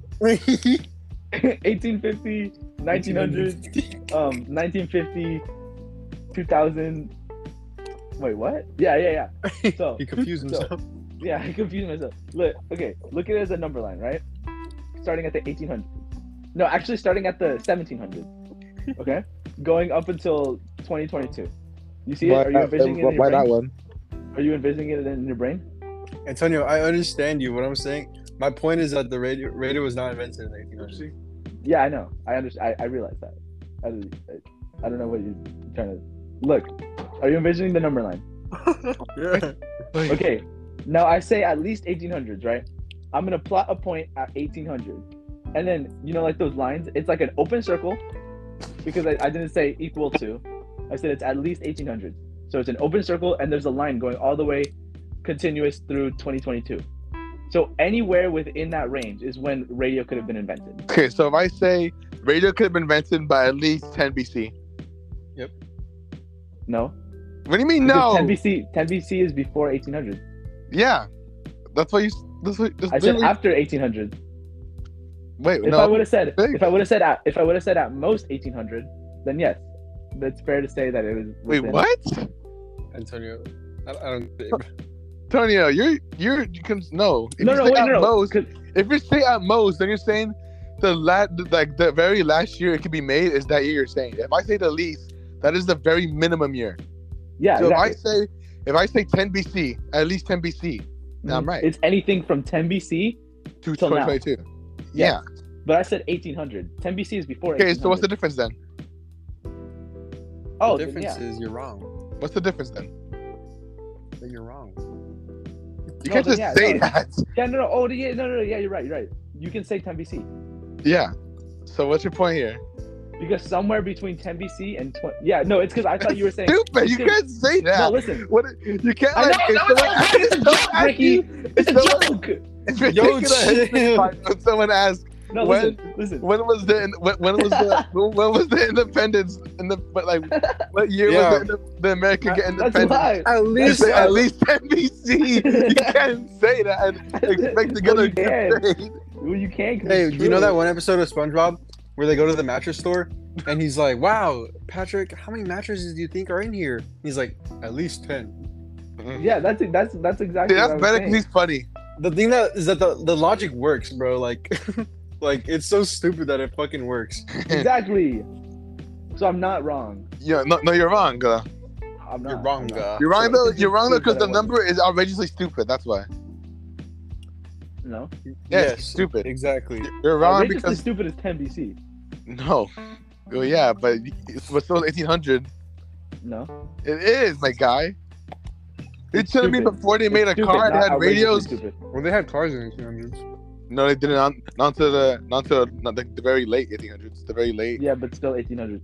[SPEAKER 3] 1850, 1900, um, 1950, 2000. Wait, what? Yeah, yeah, yeah.
[SPEAKER 2] [LAUGHS]
[SPEAKER 3] So,
[SPEAKER 2] he confused
[SPEAKER 3] So-
[SPEAKER 2] himself.
[SPEAKER 3] yeah, [LAUGHS] I confused myself. Look, okay, look at it as a number line, right? Starting at the 1800s. No, actually, starting at the 1700s. Okay? Going up until 2022. You see it?
[SPEAKER 1] Why,
[SPEAKER 3] Are you
[SPEAKER 1] not-
[SPEAKER 3] envisioning it in
[SPEAKER 1] why
[SPEAKER 3] your
[SPEAKER 1] that
[SPEAKER 3] brain?
[SPEAKER 1] one?
[SPEAKER 3] Are you envisioning it in your brain?
[SPEAKER 2] Antonio, I understand you. What I'm saying, my point is that the radio radio was not invented in the 1800s.
[SPEAKER 3] Yeah, I know. I understand. I, I realize that. I, I, I don't know what you're trying to. Look, are you envisioning the number line?
[SPEAKER 2] Yeah.
[SPEAKER 3] Okay. Now I say at least 1800s, right? I'm gonna plot a point at 1800, and then you know, like those lines, it's like an open circle, because I, I didn't say equal to, I said it's at least 1800. So it's an open circle, and there's a line going all the way, continuous through 2022. So anywhere within that range is when radio could have been invented.
[SPEAKER 1] Okay, so if I say radio could have been invented by at least 10 BC.
[SPEAKER 3] No.
[SPEAKER 1] What do you mean,
[SPEAKER 3] Because
[SPEAKER 1] no?
[SPEAKER 3] 10 BC, 10 BC is before 1800.
[SPEAKER 1] yeah, that's why you. s- That's what. That's
[SPEAKER 3] I said
[SPEAKER 1] literally-
[SPEAKER 3] after 1800.
[SPEAKER 1] wait,
[SPEAKER 3] If
[SPEAKER 1] no.
[SPEAKER 3] I would have said,
[SPEAKER 1] big.
[SPEAKER 3] if I would have said at, if I would have said at most 1800, then yes, that's fair to say that it was.
[SPEAKER 1] wait,
[SPEAKER 3] within-
[SPEAKER 1] what?
[SPEAKER 2] Antonio, I, I don't.
[SPEAKER 1] Antonio, you're you're you can no. If
[SPEAKER 3] No,
[SPEAKER 1] you
[SPEAKER 3] no,
[SPEAKER 1] say
[SPEAKER 3] wait,
[SPEAKER 1] at
[SPEAKER 3] no, no.
[SPEAKER 1] most,
[SPEAKER 3] 'cause-
[SPEAKER 1] if you say at most, then you're saying the la- like the very last year it could be made is that year you're saying. If I say the least, that is the very minimum year.
[SPEAKER 3] Yeah,
[SPEAKER 1] so
[SPEAKER 3] exactly.
[SPEAKER 1] if I say if I say 10 BC, at least 10 BC yeah, I'm
[SPEAKER 3] Mhm.
[SPEAKER 1] right.
[SPEAKER 3] It's anything from 10 BC,
[SPEAKER 1] to
[SPEAKER 3] Till now.
[SPEAKER 1] 2022. Yeah.
[SPEAKER 3] Yes. but I said 1800. 10 BC is before.
[SPEAKER 1] Okay, so what's the
[SPEAKER 3] 1800.
[SPEAKER 1] difference then?
[SPEAKER 3] Oh,
[SPEAKER 2] the
[SPEAKER 3] then
[SPEAKER 2] difference
[SPEAKER 3] yeah.
[SPEAKER 2] is you're wrong.
[SPEAKER 1] What's the difference then?
[SPEAKER 2] That you're wrong.
[SPEAKER 1] You
[SPEAKER 3] No,
[SPEAKER 1] can't
[SPEAKER 3] then
[SPEAKER 1] just
[SPEAKER 3] yeah,
[SPEAKER 1] say
[SPEAKER 3] no.
[SPEAKER 1] that. [LAUGHS]
[SPEAKER 3] Yeah, no, no. Oh, yeah, no, no, no. Yeah, you're right. You're right. You can say 10 BC
[SPEAKER 1] Yeah. So what's your point here?
[SPEAKER 3] because somewhere between 10 BC and 20. Yeah, no, it's because I thought you were saying.
[SPEAKER 1] Stupid. You
[SPEAKER 3] Dude.
[SPEAKER 1] can't say that.
[SPEAKER 3] no, listen.
[SPEAKER 1] what you can't
[SPEAKER 3] I know,
[SPEAKER 1] like
[SPEAKER 3] no,
[SPEAKER 1] if
[SPEAKER 3] no,
[SPEAKER 1] someone
[SPEAKER 3] no, it's a joke,
[SPEAKER 1] asks you- if
[SPEAKER 3] It's a
[SPEAKER 1] someone-
[SPEAKER 3] joke.
[SPEAKER 1] it's
[SPEAKER 2] Yo,
[SPEAKER 1] ridiculous.
[SPEAKER 2] chill.
[SPEAKER 1] When someone asks
[SPEAKER 3] No,
[SPEAKER 1] When-
[SPEAKER 3] listen, listen.
[SPEAKER 1] when was the when, when was
[SPEAKER 3] [LAUGHS]
[SPEAKER 1] the when was the independence and the but like what year
[SPEAKER 2] Yeah.
[SPEAKER 1] was the, the America get
[SPEAKER 3] That's
[SPEAKER 1] independent?
[SPEAKER 3] why.
[SPEAKER 2] At
[SPEAKER 1] You
[SPEAKER 2] least,
[SPEAKER 1] say at least 10
[SPEAKER 3] [LAUGHS]
[SPEAKER 1] BC. You can't say that and expect to get
[SPEAKER 3] Well,
[SPEAKER 1] a
[SPEAKER 3] you can.
[SPEAKER 1] good grade.
[SPEAKER 3] Well, you can't. 'cause
[SPEAKER 2] Hey,
[SPEAKER 3] it's
[SPEAKER 2] you know
[SPEAKER 3] true.
[SPEAKER 2] that one episode of SpongeBob where they go to the mattress store and he's like, "Wow, Patrick, how many mattresses do you think are in here?" He's like, "At least 10.
[SPEAKER 3] Yeah, that's that's that's exactly.
[SPEAKER 1] Dude,
[SPEAKER 3] what I
[SPEAKER 1] Mm-hmm. that's better
[SPEAKER 3] was saying.
[SPEAKER 1] because he's funny.
[SPEAKER 2] The thing that is that the, the logic works, bro. Like, [LAUGHS] like it's so stupid that it fucking works.
[SPEAKER 3] exactly. So I'm not wrong.
[SPEAKER 1] Yeah, no, no, you're wrong. Uh,
[SPEAKER 3] I'm not.
[SPEAKER 2] You're wrong,
[SPEAKER 3] I'm not.
[SPEAKER 2] guy.
[SPEAKER 1] you're wrong
[SPEAKER 3] so
[SPEAKER 1] though.
[SPEAKER 3] it's
[SPEAKER 1] You're
[SPEAKER 3] just
[SPEAKER 1] wrong though
[SPEAKER 3] stupid
[SPEAKER 1] because the
[SPEAKER 3] that
[SPEAKER 1] number is outrageously stupid. That's why.
[SPEAKER 3] No.
[SPEAKER 1] Yeah, it's stupid.
[SPEAKER 2] exactly.
[SPEAKER 1] You're wrong
[SPEAKER 3] Outrageously
[SPEAKER 1] because
[SPEAKER 3] stupid is 10 BC. so
[SPEAKER 1] no. Well, yeah, but it's but still 1800.
[SPEAKER 3] No.
[SPEAKER 1] It is, my guy. It
[SPEAKER 3] It's
[SPEAKER 1] should have been
[SPEAKER 3] stupid.
[SPEAKER 1] before they
[SPEAKER 3] It's
[SPEAKER 1] made a
[SPEAKER 3] stupid,
[SPEAKER 1] car. They
[SPEAKER 3] not
[SPEAKER 1] had
[SPEAKER 3] outrageously
[SPEAKER 1] radios.
[SPEAKER 3] Stupid.
[SPEAKER 2] Well, they had cars in the 1800s.
[SPEAKER 1] No, they didn't. Not, not to the not to the, not the, the very late 1800s. The very late.
[SPEAKER 3] Yeah, but still 1800.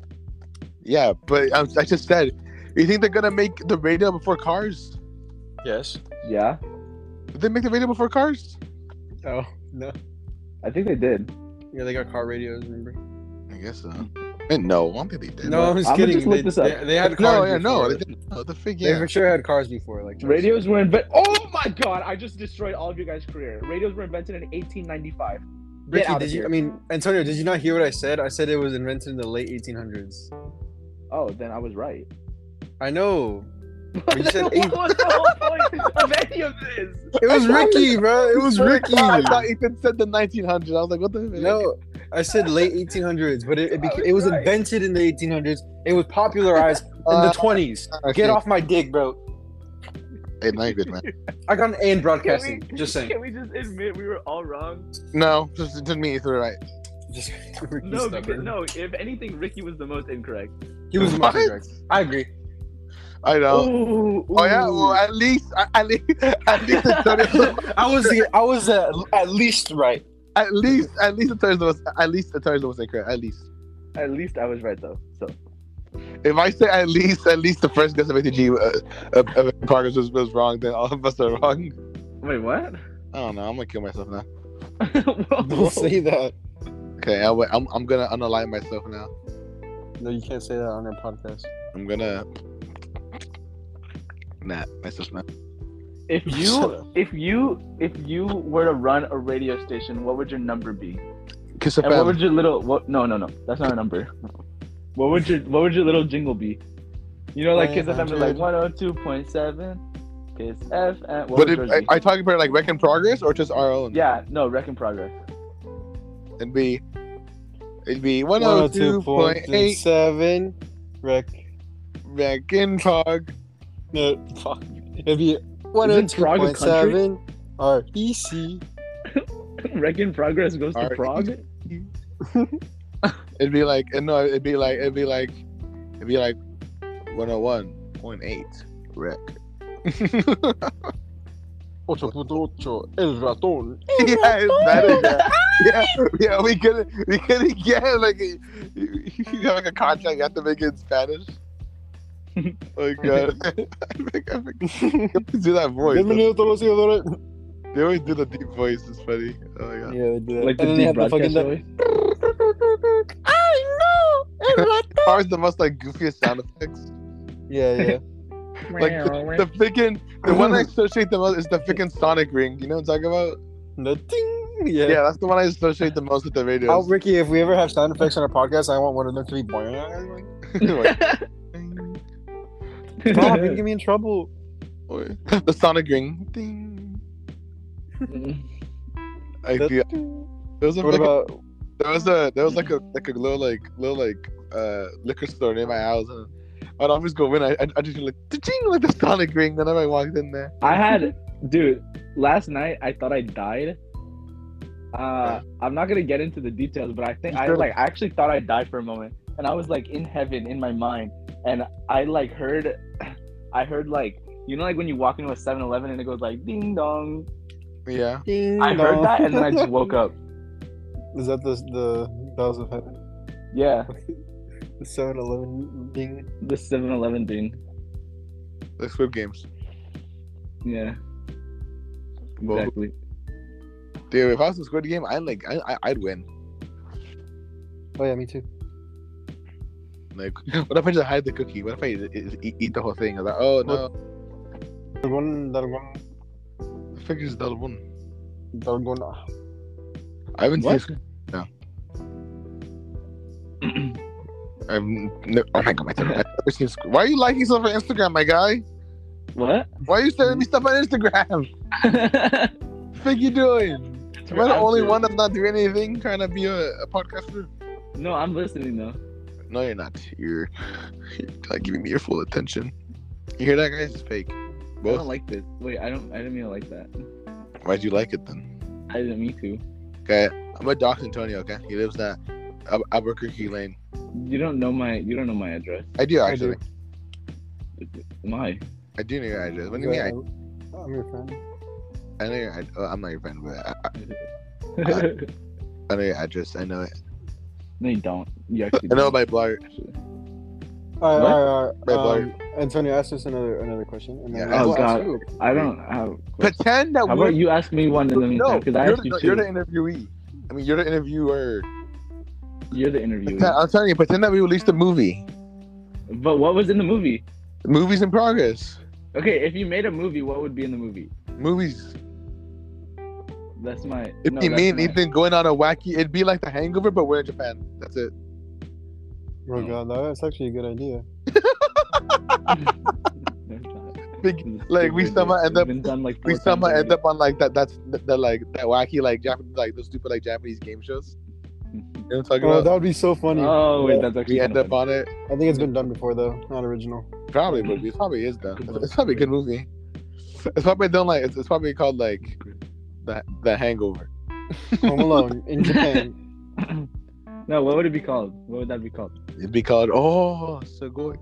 [SPEAKER 1] Yeah, but um, I, I just said, you think they're gonna make the radio before cars?
[SPEAKER 2] Yes.
[SPEAKER 3] Yeah,
[SPEAKER 1] Did they make the radio before cars?
[SPEAKER 2] Oh [LAUGHS] no.
[SPEAKER 3] I think they did.
[SPEAKER 2] Yeah, they got car radios. Remember?
[SPEAKER 1] I guess so. And no, I don't think they did.
[SPEAKER 2] No, I'm just
[SPEAKER 3] I'ma
[SPEAKER 2] kidding.
[SPEAKER 3] just look
[SPEAKER 2] they,
[SPEAKER 3] this up.
[SPEAKER 2] They, they
[SPEAKER 3] [LAUGHS]
[SPEAKER 2] had cars.
[SPEAKER 1] no, yeah, no,
[SPEAKER 2] before.
[SPEAKER 1] they didn't. No, the fig,
[SPEAKER 2] They
[SPEAKER 1] yeah.
[SPEAKER 2] for sure had cars before. Like Charles said.
[SPEAKER 3] Radios were invented. Oh my god! I just destroyed all of your guys' career. Radios were invented in 1895.
[SPEAKER 2] Ricky,
[SPEAKER 3] out of
[SPEAKER 2] did you?
[SPEAKER 3] here.
[SPEAKER 2] I mean, Antonio, did you not hear what I said? I said it was invented in the late 1800s.
[SPEAKER 3] Oh, then I was right.
[SPEAKER 2] I know. But you said
[SPEAKER 3] [LAUGHS] what
[SPEAKER 2] eight-
[SPEAKER 3] was the whole point of any of this?
[SPEAKER 2] It
[SPEAKER 3] [LAUGHS]
[SPEAKER 2] was Ricky, bro. It was Ricky.
[SPEAKER 1] I thought Ethan said the 1900s. I was like, what the?
[SPEAKER 2] [LAUGHS] No, I said late 1800s, but it it, beca- it was
[SPEAKER 3] Alright.
[SPEAKER 2] invented in the 1800s. It was
[SPEAKER 3] [LAUGHS]
[SPEAKER 2] popularized in the
[SPEAKER 1] Uh,
[SPEAKER 2] 20s.
[SPEAKER 1] I
[SPEAKER 2] Get
[SPEAKER 1] see.
[SPEAKER 2] off my dick, bro.
[SPEAKER 1] Hey, not good,
[SPEAKER 2] [LAUGHS]
[SPEAKER 1] man.
[SPEAKER 2] I got an A in
[SPEAKER 3] Can
[SPEAKER 2] broadcasting.
[SPEAKER 3] [LAUGHS] we,
[SPEAKER 2] Just saying.
[SPEAKER 3] Can we just admit we were all wrong?
[SPEAKER 1] No, just to me, Ethan, right?
[SPEAKER 2] [LAUGHS] Just, Ricky's
[SPEAKER 3] [LAUGHS] No, because,
[SPEAKER 2] stubborn.
[SPEAKER 3] no. If anything, Ricky was the most incorrect.
[SPEAKER 2] He was
[SPEAKER 1] What?
[SPEAKER 2] correct. I agree.
[SPEAKER 1] I know.
[SPEAKER 3] Ooh,
[SPEAKER 1] Oh yeah,
[SPEAKER 3] ooh.
[SPEAKER 1] well at least at- at least [LAUGHS] at least Antonio,
[SPEAKER 2] I was the- I was uh, at least right.
[SPEAKER 1] at least at least Antonio was at least Antonio was incorrect. At least
[SPEAKER 3] [LAUGHS] At least I was right though. So
[SPEAKER 1] if I say at least at least the first guess of ATG uh, of, of Parker's was, was wrong, then all of us are wrong.
[SPEAKER 3] wait, what? [LAUGHS]
[SPEAKER 1] I don't know. I'm gonna kill myself now.
[SPEAKER 2] Don't
[SPEAKER 3] Whoa.
[SPEAKER 2] say that.
[SPEAKER 1] Okay, I, wait, I'm I'm gonna unalign myself now.
[SPEAKER 2] No, you can't say that on our podcast.
[SPEAKER 1] I'm gonna. Nah, that's just not.
[SPEAKER 3] If
[SPEAKER 2] Shut
[SPEAKER 3] you if you if you were to run a radio station, what would your number be?
[SPEAKER 1] Kiss
[SPEAKER 3] And what
[SPEAKER 1] FM.
[SPEAKER 3] would your little what? No, no, no. That's not a number. What would your what would your little jingle be? You know, like Kiss FM is like
[SPEAKER 2] 100.
[SPEAKER 3] one hundred two point seven. Kiss FM. What
[SPEAKER 1] But
[SPEAKER 3] would
[SPEAKER 1] if,
[SPEAKER 3] yours
[SPEAKER 1] are,
[SPEAKER 3] be?
[SPEAKER 1] are you talking about like Wreck in Progress or just our own?
[SPEAKER 3] yeah, no, Wreck in Progress.
[SPEAKER 1] It'd be. It'd be 102.8
[SPEAKER 2] 102.7 rec.
[SPEAKER 1] Wreck in Prog.
[SPEAKER 2] No, fuck. It'd be
[SPEAKER 3] Prague a country?
[SPEAKER 2] 102.7 Oh, E REC.
[SPEAKER 3] [LAUGHS] Wreck in Progress goes to
[SPEAKER 1] Alright.
[SPEAKER 3] Prague.
[SPEAKER 1] It'd be like. uh, No, it'd be like. It'd be like. It'd be like 101.8 Wreck.
[SPEAKER 2] Ocho punto ocho, el ratón.
[SPEAKER 1] yeah, it's better. Yeah. yeah, yeah, we couldn't, we couldn't get like a, you have like a contract. You have to make it in Spanish. oh god, I think- I think- they do that voice.
[SPEAKER 2] Bienvenido todos los seguidores.
[SPEAKER 1] They always do the deep voice. It's funny. Oh my god.
[SPEAKER 2] Yeah, they do that.
[SPEAKER 3] Like
[SPEAKER 2] And
[SPEAKER 3] the
[SPEAKER 2] then they
[SPEAKER 3] deep
[SPEAKER 2] have the fucking-
[SPEAKER 3] broadcast voice.
[SPEAKER 1] [LAUGHS] Ours the most like goofiest sound effects.
[SPEAKER 2] Yeah, [LAUGHS] yeah.
[SPEAKER 1] [LAUGHS] Like the, the freaking the one
[SPEAKER 2] [LAUGHS]
[SPEAKER 1] I associate the most is the freaking sonic ring. You know what I'm talking about?
[SPEAKER 2] The ting. Yeah.
[SPEAKER 1] Yeah, that's the one I associate the most with the radio.
[SPEAKER 2] How Ricky, if we ever have sound effects on our podcast, I want one of them to be [LAUGHS] boing.
[SPEAKER 1] [LAUGHS]
[SPEAKER 3] [LAUGHS]
[SPEAKER 2] Stop, you're gonna get me in trouble.
[SPEAKER 1] the sonic ring. Ding.
[SPEAKER 3] Mm-hmm.
[SPEAKER 1] I
[SPEAKER 2] The
[SPEAKER 1] feel.
[SPEAKER 2] ting.
[SPEAKER 1] There was a
[SPEAKER 2] What
[SPEAKER 1] freaking
[SPEAKER 2] about
[SPEAKER 1] There was a there was like a like a little like little like uh liquor store near my house and I'd always go in. I I, I just like ching like the sonic ring whenever I walked in there.
[SPEAKER 3] I had, dude, last night I thought I died. Uh, I'm not gonna get into the details, but I think I
[SPEAKER 1] Sure.
[SPEAKER 3] like I actually thought I died for a moment, and I was like in heaven in my mind, and I like heard, [CLEARS THROAT] I heard like you know like when you walk into a 7-Eleven and it goes like ding dong.
[SPEAKER 1] Yeah.
[SPEAKER 2] ding?
[SPEAKER 3] I heard
[SPEAKER 2] dong?
[SPEAKER 3] that and then I just woke up.
[SPEAKER 2] [LAUGHS] Is that the the bells of heaven?
[SPEAKER 3] Yeah,
[SPEAKER 2] The 7-Eleven ding.
[SPEAKER 3] the 7-Eleven ding.
[SPEAKER 1] Like Squid Games.
[SPEAKER 3] Yeah,
[SPEAKER 1] Well,
[SPEAKER 3] exactly.
[SPEAKER 1] Dude, if I was in Squid Game, I like I I- I'd win.
[SPEAKER 2] Oh yeah, me too.
[SPEAKER 1] Like [LAUGHS] what if I just hide the cookie? What if I e- e- eat the whole thing? I was like, oh no,
[SPEAKER 2] The one, that one,
[SPEAKER 1] the figure's the one.
[SPEAKER 2] that one.
[SPEAKER 1] I haven't
[SPEAKER 3] What?
[SPEAKER 1] seen I'm, no, oh my god, my throat. my throat seems- Why are you liking stuff on Instagram, my guy?
[SPEAKER 3] What? [LAUGHS]
[SPEAKER 1] Why are you sending me stuff on Instagram? [LAUGHS]
[SPEAKER 3] I'm
[SPEAKER 1] Think you doing? Am I the only
[SPEAKER 3] serious.
[SPEAKER 1] one that's not doing anything, trying to be a, a podcaster?
[SPEAKER 3] No, I'm listening though.
[SPEAKER 1] No, you're not. You're, you're not giving me your full attention. You hear that, guys? It's fake.
[SPEAKER 3] I
[SPEAKER 1] Both.
[SPEAKER 3] don't like this. Wait, I don't. I didn't mean to like that.
[SPEAKER 1] Why'd you like it then?
[SPEAKER 3] I didn't mean to.
[SPEAKER 1] Okay, I'm at Doc Antonio. Okay, he lives at Al- Albuquerque Lane.
[SPEAKER 3] You don't know my. You don't know my address.
[SPEAKER 1] I do
[SPEAKER 2] I
[SPEAKER 1] actually. I
[SPEAKER 2] do.
[SPEAKER 1] do,
[SPEAKER 3] My.
[SPEAKER 1] know your address. What do you mean? I,
[SPEAKER 2] I'm your friend.
[SPEAKER 1] I know your. ad- Oh, I'm not your friend, but I, I, I know your address. I know it.
[SPEAKER 3] [LAUGHS] no, you don't. You actually.
[SPEAKER 1] I know
[SPEAKER 3] don't.
[SPEAKER 1] my blur.
[SPEAKER 2] All
[SPEAKER 3] What?
[SPEAKER 2] right, all right,
[SPEAKER 1] Red
[SPEAKER 2] all right. Uh, Um, Antonio, ask us another another question. And then
[SPEAKER 1] Yeah,
[SPEAKER 2] I'll
[SPEAKER 3] oh,
[SPEAKER 2] ask
[SPEAKER 3] God.
[SPEAKER 2] you.
[SPEAKER 3] I don't have.
[SPEAKER 1] Pretend that
[SPEAKER 3] How
[SPEAKER 1] we're.
[SPEAKER 3] about you ask me one in the meantime?
[SPEAKER 1] no,
[SPEAKER 3] Because
[SPEAKER 1] you're,
[SPEAKER 3] I asked
[SPEAKER 1] the,
[SPEAKER 3] you
[SPEAKER 1] you're the
[SPEAKER 3] 2
[SPEAKER 1] interviewee. I mean, you're the interviewer.
[SPEAKER 3] You're
[SPEAKER 1] [LAUGHS]
[SPEAKER 3] the interviewer.
[SPEAKER 1] Pretend- I'm telling you, pretend that we released a movie.
[SPEAKER 3] But what was in the movie?
[SPEAKER 1] The movie's in progress.
[SPEAKER 3] Okay, if you made a movie, what would be in the movie?
[SPEAKER 1] Movies.
[SPEAKER 3] That's my.
[SPEAKER 1] It'd
[SPEAKER 3] no,
[SPEAKER 1] be
[SPEAKER 3] that's
[SPEAKER 1] me and
[SPEAKER 3] my- [LAUGHS]
[SPEAKER 1] Ethan going on a wacky. It'd be like The Hangover, but we're in Japan. That's it.
[SPEAKER 2] Oh
[SPEAKER 1] Mm.
[SPEAKER 2] God, that's actually a good idea.
[SPEAKER 3] No, it's not.
[SPEAKER 1] Big,
[SPEAKER 3] It's
[SPEAKER 1] [LAUGHS] like, we
[SPEAKER 3] stupid.
[SPEAKER 1] somehow end
[SPEAKER 3] It's
[SPEAKER 1] up-
[SPEAKER 3] been done, like,
[SPEAKER 1] we
[SPEAKER 3] four
[SPEAKER 1] somehow
[SPEAKER 3] times
[SPEAKER 1] end up on like that. That's the, the like that wacky like Japanese like those stupid like Japanese game shows. You know what I'm talking
[SPEAKER 2] Oh, that
[SPEAKER 1] about?
[SPEAKER 2] would be so funny.
[SPEAKER 3] already. Oh wait,
[SPEAKER 2] Yeah.
[SPEAKER 3] that's actually.
[SPEAKER 1] We end
[SPEAKER 3] kinda
[SPEAKER 1] up on it.
[SPEAKER 2] I think it's been done before though,
[SPEAKER 1] [LAUGHS]
[SPEAKER 2] not original.
[SPEAKER 1] Probably would be. It probably is done.
[SPEAKER 3] Good
[SPEAKER 1] It's,
[SPEAKER 3] book.
[SPEAKER 1] it's probably a good movie. It's probably done like it's, it's probably called like the the Hangover.
[SPEAKER 2] Home Alone
[SPEAKER 1] [LAUGHS]
[SPEAKER 2] in Japan.
[SPEAKER 3] funny. no, what would it be called? What would that be called? [LAUGHS]
[SPEAKER 1] It'd be called Oh Sugoi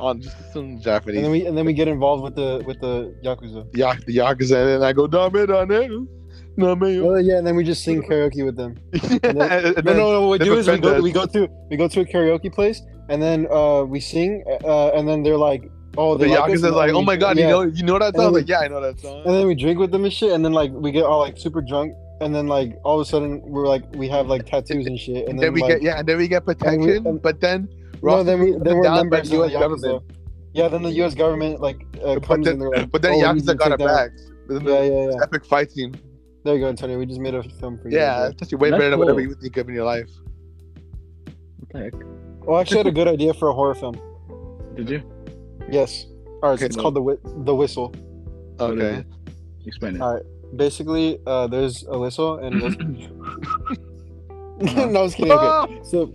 [SPEAKER 1] on Oh, just some
[SPEAKER 2] and then
[SPEAKER 1] Japanese.
[SPEAKER 2] we and then we get involved with the with the yakuza.
[SPEAKER 1] Yak the Yakuza and I go dame dame. No me. [LAUGHS]
[SPEAKER 2] Oh yeah, and then we just sing karaoke with them. No, no, no. What we
[SPEAKER 1] Then
[SPEAKER 2] do
[SPEAKER 1] the
[SPEAKER 2] is we
[SPEAKER 1] friend
[SPEAKER 2] go,
[SPEAKER 1] does-
[SPEAKER 2] we go to we go to a karaoke place, and then uh, we sing, uh, and then they're like, "Oh,
[SPEAKER 1] The
[SPEAKER 2] they like us,
[SPEAKER 1] Yakuza's
[SPEAKER 2] and
[SPEAKER 1] like,
[SPEAKER 2] then
[SPEAKER 1] oh
[SPEAKER 2] we-
[SPEAKER 1] my god,
[SPEAKER 2] yeah.
[SPEAKER 1] you know you know that
[SPEAKER 2] And
[SPEAKER 1] song? I was
[SPEAKER 2] we-
[SPEAKER 1] Like, yeah, I know that
[SPEAKER 2] And
[SPEAKER 1] song.
[SPEAKER 2] then we drink with them and shit, and then like we get all like super drunk, and then like all of a sudden we're like we have like tattoos and shit, and
[SPEAKER 1] And
[SPEAKER 2] then,
[SPEAKER 1] then we
[SPEAKER 2] like,
[SPEAKER 1] get yeah, and then we get
[SPEAKER 2] and we-
[SPEAKER 1] protection,
[SPEAKER 2] and-
[SPEAKER 1] but then
[SPEAKER 2] no, then we then we're
[SPEAKER 1] down by
[SPEAKER 2] members
[SPEAKER 1] the
[SPEAKER 2] of the
[SPEAKER 1] US government.
[SPEAKER 2] Yakuza. Yeah, then the U.S. government like uh, comes
[SPEAKER 1] then-
[SPEAKER 2] and they're like,
[SPEAKER 1] But then
[SPEAKER 2] oh, we need you
[SPEAKER 1] Yakuza
[SPEAKER 2] to
[SPEAKER 1] got our
[SPEAKER 2] take down-
[SPEAKER 1] backs. Then
[SPEAKER 2] Yeah,
[SPEAKER 1] the
[SPEAKER 2] yeah, yeah.
[SPEAKER 1] Epic fight scene.
[SPEAKER 2] There you go, Antonio. We just made a film for you.
[SPEAKER 1] Yeah,
[SPEAKER 2] guys.
[SPEAKER 1] it's actually way
[SPEAKER 3] That's
[SPEAKER 1] better than whatever
[SPEAKER 3] cool.
[SPEAKER 1] you think of in your life.
[SPEAKER 3] What the heck?
[SPEAKER 2] Well, I actually, had a good idea for a horror film.
[SPEAKER 3] Did you?
[SPEAKER 2] Yes. All right. so
[SPEAKER 1] Okay.
[SPEAKER 2] it's called the Whi- the whistle.
[SPEAKER 3] What is
[SPEAKER 1] Okay.
[SPEAKER 3] it? Explain it.
[SPEAKER 2] All Basically, uh, there's a whistle [LAUGHS] and. It
[SPEAKER 1] [LAUGHS]
[SPEAKER 2] goes... no, I was kidding.
[SPEAKER 1] Ah.
[SPEAKER 2] Okay. [LAUGHS] So,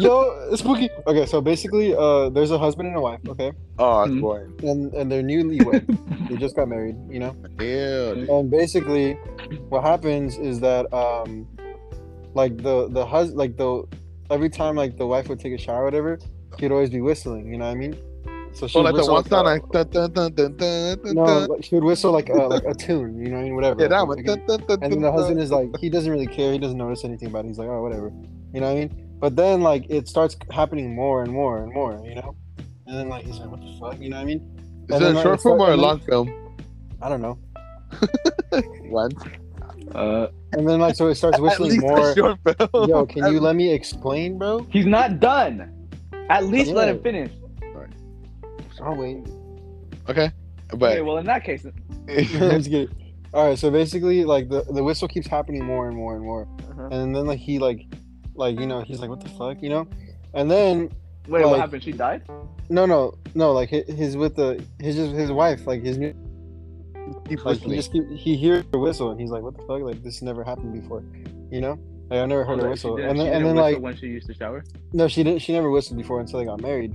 [SPEAKER 2] yo, spooky. Okay, so basically, uh, there's a husband and a wife. Okay,
[SPEAKER 1] Oh, it's
[SPEAKER 3] Mhm.
[SPEAKER 1] boring.
[SPEAKER 2] and and they're newlywed. they just got married. You know.
[SPEAKER 1] Ew.
[SPEAKER 2] and basically what happens is that um like the the hus like the every time like the wife would take a shower or whatever he'd always be whistling you know what i mean so she
[SPEAKER 1] Oh,
[SPEAKER 2] would
[SPEAKER 1] like the
[SPEAKER 2] whistle,
[SPEAKER 1] one sound
[SPEAKER 2] a-
[SPEAKER 1] like dun, dun, dun, dun, dun, dun,
[SPEAKER 2] no
[SPEAKER 1] dun.
[SPEAKER 2] like, she would whistle like a, like a tune you know what i mean whatever
[SPEAKER 1] Yeah, that
[SPEAKER 2] like,
[SPEAKER 1] one.
[SPEAKER 2] like,
[SPEAKER 1] Dun, dun, dun,
[SPEAKER 2] and then
[SPEAKER 1] dun, [LAUGHS]
[SPEAKER 2] the
[SPEAKER 1] dun.
[SPEAKER 2] husband is like he doesn't really care he doesn't notice anything about it he's like oh whatever you know what i mean but then like it starts happening more and more and more you know and then like he's like what the fuck you know what i mean
[SPEAKER 1] Is
[SPEAKER 2] and
[SPEAKER 1] it
[SPEAKER 2] then,
[SPEAKER 1] a
[SPEAKER 2] like,
[SPEAKER 1] short
[SPEAKER 2] it's like-
[SPEAKER 1] film or a
[SPEAKER 2] and then-
[SPEAKER 1] long film?
[SPEAKER 2] i don't know
[SPEAKER 1] One.
[SPEAKER 3] Uh,
[SPEAKER 2] and then like so it
[SPEAKER 3] [LAUGHS]
[SPEAKER 2] starts
[SPEAKER 1] At
[SPEAKER 2] whistling
[SPEAKER 1] least
[SPEAKER 2] more
[SPEAKER 1] a short film.
[SPEAKER 2] Yo, can you let me explain, bro?
[SPEAKER 3] he's not done. At least let him finish.
[SPEAKER 2] Oh
[SPEAKER 3] [LAUGHS]
[SPEAKER 2] wait, [LAUGHS]
[SPEAKER 1] Okay.
[SPEAKER 3] Okay,
[SPEAKER 1] [LAUGHS] But
[SPEAKER 3] well, in that case, uh-huh.
[SPEAKER 2] I'm [LAUGHS] just kidding. All right, so basically, like the, the whistle keeps happening more and more and more, and then like he like, like you know, he's like, what the fuck, you know, and then
[SPEAKER 3] wait, what
[SPEAKER 2] Like-
[SPEAKER 3] happened? She died.
[SPEAKER 2] no, no, no, like hi- his with the his just his wife, like his new,
[SPEAKER 1] keep
[SPEAKER 2] like he
[SPEAKER 1] listening.
[SPEAKER 2] just keep, he hears the whistle and he's like, what the fuck, like this never happened before, you know, like I never heard
[SPEAKER 3] Oh,
[SPEAKER 2] a
[SPEAKER 3] like, she
[SPEAKER 2] whistle,
[SPEAKER 3] didn't-
[SPEAKER 2] and
[SPEAKER 3] she
[SPEAKER 2] then and
[SPEAKER 3] didn't
[SPEAKER 2] then
[SPEAKER 3] whistle
[SPEAKER 2] like
[SPEAKER 3] when she used to shower.
[SPEAKER 2] No, she didn't. She never whistled before until they got married.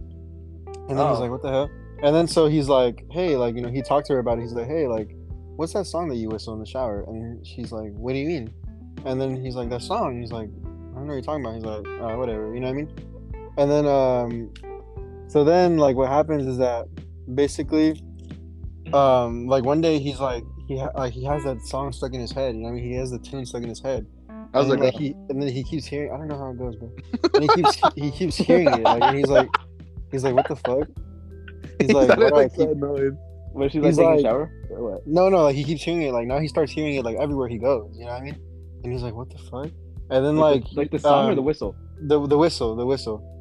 [SPEAKER 2] And then he's
[SPEAKER 3] Oh.
[SPEAKER 2] like, "What the hell?" And then so he's like, "Hey, like you know," he talked to her about it. He's like, "Hey, like, what's that song that you whistle in the shower?" And she's like, "What do you mean?" And then he's like, "That song." He's like, "I don't know what you're talking about." He's like, uh, "Whatever," you know what I mean? And then um, so then like what happens is that basically, um, like one day he's like he ha- like he has that song stuck in his head. You know what I mean? He has the tune stuck in his head.
[SPEAKER 1] I was [LAUGHS]
[SPEAKER 2] And,
[SPEAKER 1] like, "Oh."
[SPEAKER 2] he, and then he keeps hearing. I don't know how it goes, but and he keeps [LAUGHS] he keeps hearing it. Like and he's like, he's like, what the fuck? He's like,
[SPEAKER 1] sounded
[SPEAKER 2] "Why do I
[SPEAKER 1] like so
[SPEAKER 2] keep-"
[SPEAKER 1] annoyed.
[SPEAKER 3] Was she like
[SPEAKER 2] He's
[SPEAKER 3] taking a
[SPEAKER 2] like-
[SPEAKER 3] shower? Or what?
[SPEAKER 2] no, no. Like he keeps hearing it. Like now he starts hearing it like everywhere he goes. You know what I mean? And he's like, what the fuck? And then like
[SPEAKER 3] the- like the song or
[SPEAKER 2] um,
[SPEAKER 3] the whistle?
[SPEAKER 2] the the whistle, the whistle.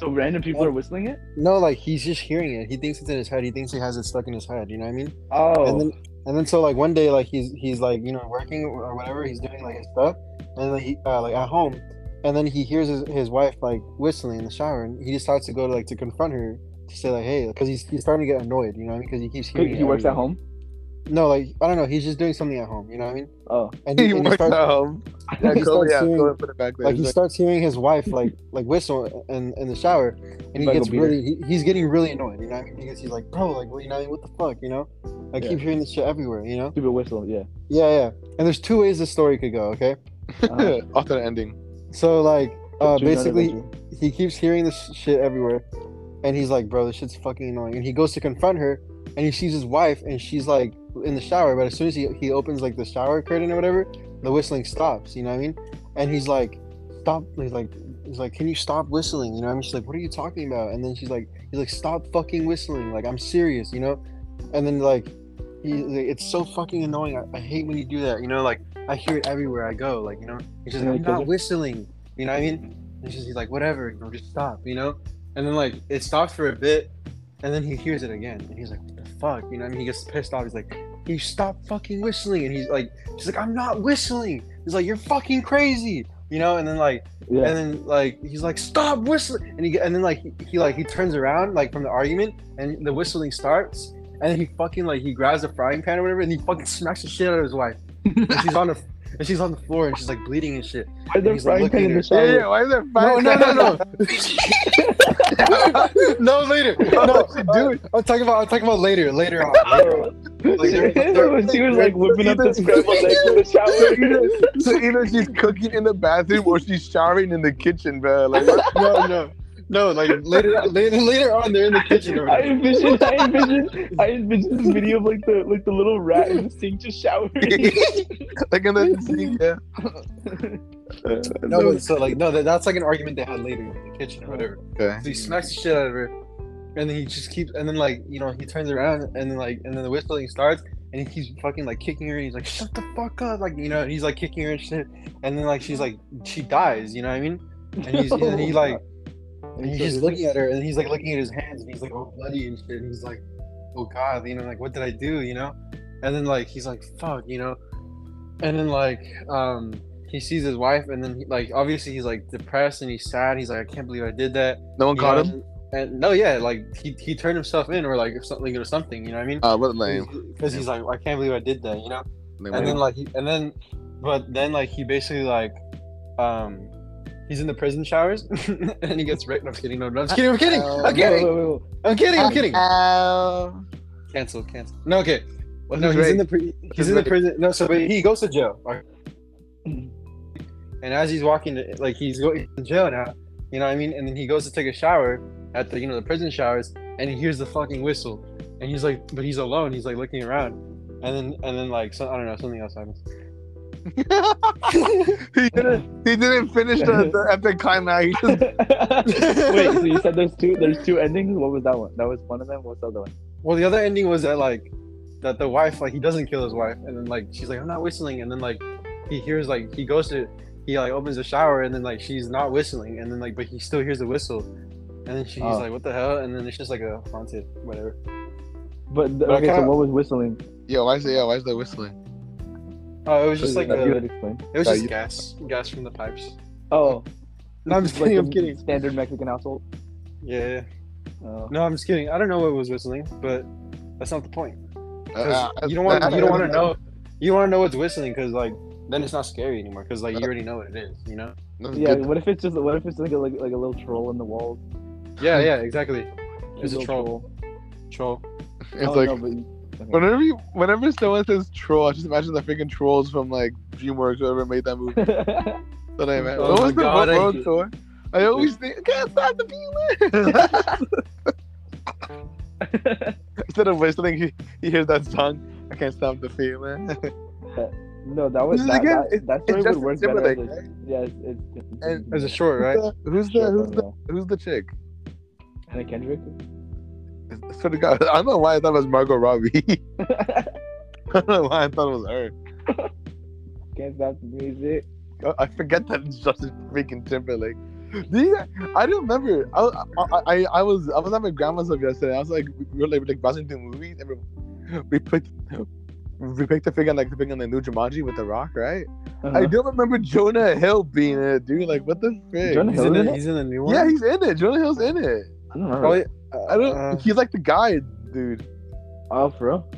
[SPEAKER 3] So random people are whistling it.
[SPEAKER 2] No, like he's just hearing it. He thinks it's in his head. He thinks he has it stuck in his head. You know what I mean?
[SPEAKER 3] Oh,
[SPEAKER 2] And then and then so like one day like he's he's like you know working or whatever he's doing like his stuff, and then he uh, like at home, and then he hears his, his wife like whistling in the shower, and he decides to go to like to confront her to say like, hey, because he's, he's starting to get annoyed, you know, because he keeps hearing.
[SPEAKER 3] He,
[SPEAKER 2] it
[SPEAKER 3] he works at
[SPEAKER 2] everywhere.
[SPEAKER 3] home.
[SPEAKER 2] No, like I don't know, he's just doing something at home, you know what I mean? [LAUGHS]
[SPEAKER 3] Oh, [LAUGHS]
[SPEAKER 1] [LAUGHS]
[SPEAKER 2] And
[SPEAKER 1] He
[SPEAKER 2] and
[SPEAKER 1] works
[SPEAKER 2] starts-
[SPEAKER 1] at home.
[SPEAKER 2] [LAUGHS]
[SPEAKER 1] Yeah, [LAUGHS]
[SPEAKER 2] he
[SPEAKER 1] Cole,
[SPEAKER 2] starts
[SPEAKER 1] yeah,
[SPEAKER 2] hearing-
[SPEAKER 1] Cole put it back there.
[SPEAKER 2] like
[SPEAKER 1] He's
[SPEAKER 2] he starts hearing his wife like
[SPEAKER 3] [LAUGHS]
[SPEAKER 2] like whistle in in the shower, and he
[SPEAKER 3] Like a
[SPEAKER 2] gets
[SPEAKER 3] beater.
[SPEAKER 2] really he, he's getting really annoyed, you know, what I mean? because he's like, bro, like, well, you know, what the fuck, you know, I
[SPEAKER 3] Yeah.
[SPEAKER 2] keep hearing this shit everywhere, you know.
[SPEAKER 3] stupid whistle. Yeah.
[SPEAKER 2] Yeah, yeah. And there's two ways this story could go, okay? [LAUGHS]
[SPEAKER 3] Uh-huh.
[SPEAKER 1] [LAUGHS] alternate ending.
[SPEAKER 2] So like, uh,
[SPEAKER 3] Choose your
[SPEAKER 2] basically,
[SPEAKER 3] adventure.
[SPEAKER 2] he keeps hearing this shit everywhere, and he's like, bro, this shit's fucking annoying. And he goes to confront her, and he sees his wife, and she's like in the shower. But as soon as he he opens like the shower curtain or whatever, the whistling stops. You know what I mean? And he's like, stop. He's like. He's like, can you stop whistling? You know, what I mean, she's like, what are you talking about? And then she's like, he's like, stop fucking whistling. Like, I'm serious, you know. And then like, he, like, it's so fucking annoying. I, I hate when you do that. You know, like I hear it everywhere I go. Like, you know, he's just
[SPEAKER 3] Yeah,
[SPEAKER 2] like, I'm
[SPEAKER 3] he kills
[SPEAKER 2] not
[SPEAKER 3] it.
[SPEAKER 2] whistling. You know what I mean? And she's he's like, whatever, you know, just stop. You know. And then like it stops for a bit, and then he hears it again, and he's like, what the fuck? You know, what I mean, he gets pissed off. He's like, you stop fucking whistling. And he's like, she's like, I'm not whistling. He's like, you're fucking crazy. You know. And then like
[SPEAKER 3] Yeah.
[SPEAKER 2] and then like he's like stop whistling and he and then like he, he like he turns around like from the argument and the whistling starts and then he fucking like he grabs a frying pan or whatever and he fucking smacks the shit out of his wife and she's on the and she's on the floor and she's like bleeding and shit
[SPEAKER 3] Why is there
[SPEAKER 2] he's like
[SPEAKER 3] frying pan
[SPEAKER 2] looking
[SPEAKER 3] in the
[SPEAKER 2] at-
[SPEAKER 1] Yeah,
[SPEAKER 3] shower?
[SPEAKER 1] yeah, why is that
[SPEAKER 2] no no
[SPEAKER 1] [LAUGHS]
[SPEAKER 2] no [LAUGHS] no [LAUGHS]
[SPEAKER 1] no, [LAUGHS] later.
[SPEAKER 2] no
[SPEAKER 1] [LAUGHS] dude.
[SPEAKER 2] I'm talking about I'm talking about later later on [LAUGHS] Like, they're- they're-
[SPEAKER 3] [LAUGHS] When she was like
[SPEAKER 2] [LAUGHS]
[SPEAKER 3] whipping up the scrambled eggs in the shower.
[SPEAKER 1] Either- so either she's cooking in the bathroom or she's showering in the kitchen, bro. Like, what-
[SPEAKER 2] [LAUGHS] no no no like later later later on they're in the kitchen or [LAUGHS]
[SPEAKER 3] I
[SPEAKER 2] whatever.
[SPEAKER 3] envision, I envision, I envision this video of like the like the little
[SPEAKER 2] [LAUGHS]
[SPEAKER 3] rat in the sink just
[SPEAKER 1] [LAUGHS]
[SPEAKER 3] showering.
[SPEAKER 1] like in the sink, yeah. Uh,
[SPEAKER 2] no but so like no that, that's like an argument they had later in the kitchen or whatever.
[SPEAKER 1] okay.
[SPEAKER 2] So he smacks the shit out of her, and then he just keeps, and then like you know he turns around and then like and then the whistling starts, and he keeps fucking like kicking her, and he's like shut the fuck up, like you know, and he's like kicking her and shit, and then like she's like she dies, you know what I mean? And he's and then [LAUGHS] he like and he's just looking at her, and he's like looking at his hands, and he's like all bloody and shit, and he's like oh god, you know, like what did I do, you know? And then like he's like fuck, you know, and then like um. He sees his wife, and then he, like obviously he's like depressed and he's sad. He's like, I can't believe I did that.
[SPEAKER 1] No one
[SPEAKER 2] You
[SPEAKER 1] caught
[SPEAKER 2] know,
[SPEAKER 1] him?
[SPEAKER 2] And and- no, yeah, like he, he turned himself in or like or something or something. You know what I mean?
[SPEAKER 1] Uh, what a name.
[SPEAKER 2] Because he's like, I can't believe I did that. You know?
[SPEAKER 1] Name
[SPEAKER 2] And then
[SPEAKER 1] name.
[SPEAKER 2] like he, and then, but then like he basically like, um, he's in the prison showers [LAUGHS] and he gets raped. No, I'm kidding. No, no, I'm kidding. I'm kidding.
[SPEAKER 1] Uh,
[SPEAKER 2] I'm kidding. I'm kidding. I'm kidding.
[SPEAKER 1] Oh.
[SPEAKER 2] Cancel. Cancel. No, okay.
[SPEAKER 1] Well,
[SPEAKER 2] no,
[SPEAKER 1] he's
[SPEAKER 2] he's
[SPEAKER 1] raped.
[SPEAKER 2] in the pri-
[SPEAKER 1] He's
[SPEAKER 2] he's in the
[SPEAKER 1] raped.
[SPEAKER 2] prison. No, so but he goes to [CLEARS THROAT] jail. right? And as he's walking, to, like he's going to jail now, you know what I mean? And then he goes to take a shower at the you know the prison showers, and he hears the fucking whistle, and he's like, but he's alone. He's like looking around, and then and then like so, I don't know something else happens.
[SPEAKER 1] he, didn't, he didn't finish the,
[SPEAKER 2] [LAUGHS]
[SPEAKER 1] the epic climax. He just
[SPEAKER 3] Wait, so you said there's two there's two endings? What was that one? That was one of them? What's the other one?
[SPEAKER 2] Well, the other ending was that like that the wife like he doesn't kill his wife, and then like she's like I'm not whistling, and then like he hears like he goes to he like opens the shower, and then like she's not whistling, and then like but he still hears the whistle, and then she's
[SPEAKER 3] Oh.
[SPEAKER 2] like what the hell, and then it's just like a haunted whatever.
[SPEAKER 3] But the,
[SPEAKER 2] But I
[SPEAKER 3] okay, so
[SPEAKER 2] kinda-
[SPEAKER 3] what was whistling?
[SPEAKER 1] Yo, why is yeah? Why is there whistling?
[SPEAKER 2] Oh, it was just like
[SPEAKER 3] you
[SPEAKER 2] a,
[SPEAKER 3] had explained.
[SPEAKER 2] It was
[SPEAKER 1] Yeah,
[SPEAKER 2] just
[SPEAKER 1] you-
[SPEAKER 2] gas, gas from the pipes.
[SPEAKER 3] Oh,
[SPEAKER 2] [LAUGHS] No, I'm
[SPEAKER 3] this
[SPEAKER 2] just
[SPEAKER 3] is like
[SPEAKER 2] kidding. I'm
[SPEAKER 3] the
[SPEAKER 2] kidding.
[SPEAKER 3] Standard Mexican household.
[SPEAKER 2] Yeah, yeah.
[SPEAKER 3] Oh.
[SPEAKER 2] No, I'm just kidding. I don't know what was whistling, but that's not the point. 'Cause
[SPEAKER 1] Uh, uh,
[SPEAKER 2] you don't want
[SPEAKER 1] uh,
[SPEAKER 2] you don't want to know. You want to know what's whistling because like then it's not scary anymore because like you already know what it is. You know.
[SPEAKER 1] That's
[SPEAKER 3] Yeah,
[SPEAKER 1] good.
[SPEAKER 3] what if it's just what if it's like a like, like a little troll in the walls?
[SPEAKER 2] Yeah, yeah, exactly. It's a
[SPEAKER 3] little
[SPEAKER 2] troll. Troll.
[SPEAKER 1] It's
[SPEAKER 3] Oh,
[SPEAKER 1] like
[SPEAKER 3] no, but- okay.
[SPEAKER 1] whenever you, whenever someone says troll, I just imagine the freaking trolls from like DreamWorks, whoever made that movie. That I met.
[SPEAKER 2] Oh
[SPEAKER 1] what
[SPEAKER 2] my
[SPEAKER 1] was the
[SPEAKER 2] God, I
[SPEAKER 1] road
[SPEAKER 2] hate-
[SPEAKER 1] tour? I always think I can't stop the feeling.
[SPEAKER 2] [LAUGHS]
[SPEAKER 1] Instead of whistling, he, he hears that song. I can't stop the feeling.
[SPEAKER 3] [LAUGHS] no, that
[SPEAKER 1] This
[SPEAKER 3] was
[SPEAKER 1] is
[SPEAKER 3] that,
[SPEAKER 1] again-
[SPEAKER 3] that, that story would
[SPEAKER 1] Justin
[SPEAKER 3] work better. As
[SPEAKER 1] Timberlake,
[SPEAKER 3] a, yeah, it's, it's,
[SPEAKER 1] And-
[SPEAKER 2] It's a short, right?
[SPEAKER 1] [LAUGHS] Who's the
[SPEAKER 3] Sure,
[SPEAKER 1] who's
[SPEAKER 3] yeah.
[SPEAKER 1] the who's the chick?
[SPEAKER 3] Anna Kendrick. [LAUGHS]
[SPEAKER 1] I swear to God, I don't know why I thought it was Margot Robbie. [LAUGHS] I don't know why I thought it was her.
[SPEAKER 3] Can't stop the music.
[SPEAKER 1] I- I forget that it's Justin freaking Timberlake. Do you guys- I don't remember. I, I, I, I was I was at my grandma's house yesterday. I was like, we were like, like browsing through movies, and we, we picked we picked a figure like the thing on the new Jumanji with the Rock, right? I
[SPEAKER 3] Uh-huh.
[SPEAKER 1] don't remember Jonah Hill being in it, dude. Like, what the frick?
[SPEAKER 3] Jonah
[SPEAKER 2] He's
[SPEAKER 3] Hill
[SPEAKER 2] in,
[SPEAKER 3] in
[SPEAKER 2] the,
[SPEAKER 3] it?
[SPEAKER 2] he's in the new one.
[SPEAKER 1] yeah, he's in it. Jonah Hill's in it.
[SPEAKER 3] I don't know.
[SPEAKER 1] Oh,
[SPEAKER 2] Probably,
[SPEAKER 1] I don't.
[SPEAKER 2] uh,
[SPEAKER 1] he's like the guy, dude.
[SPEAKER 3] Oh, for real?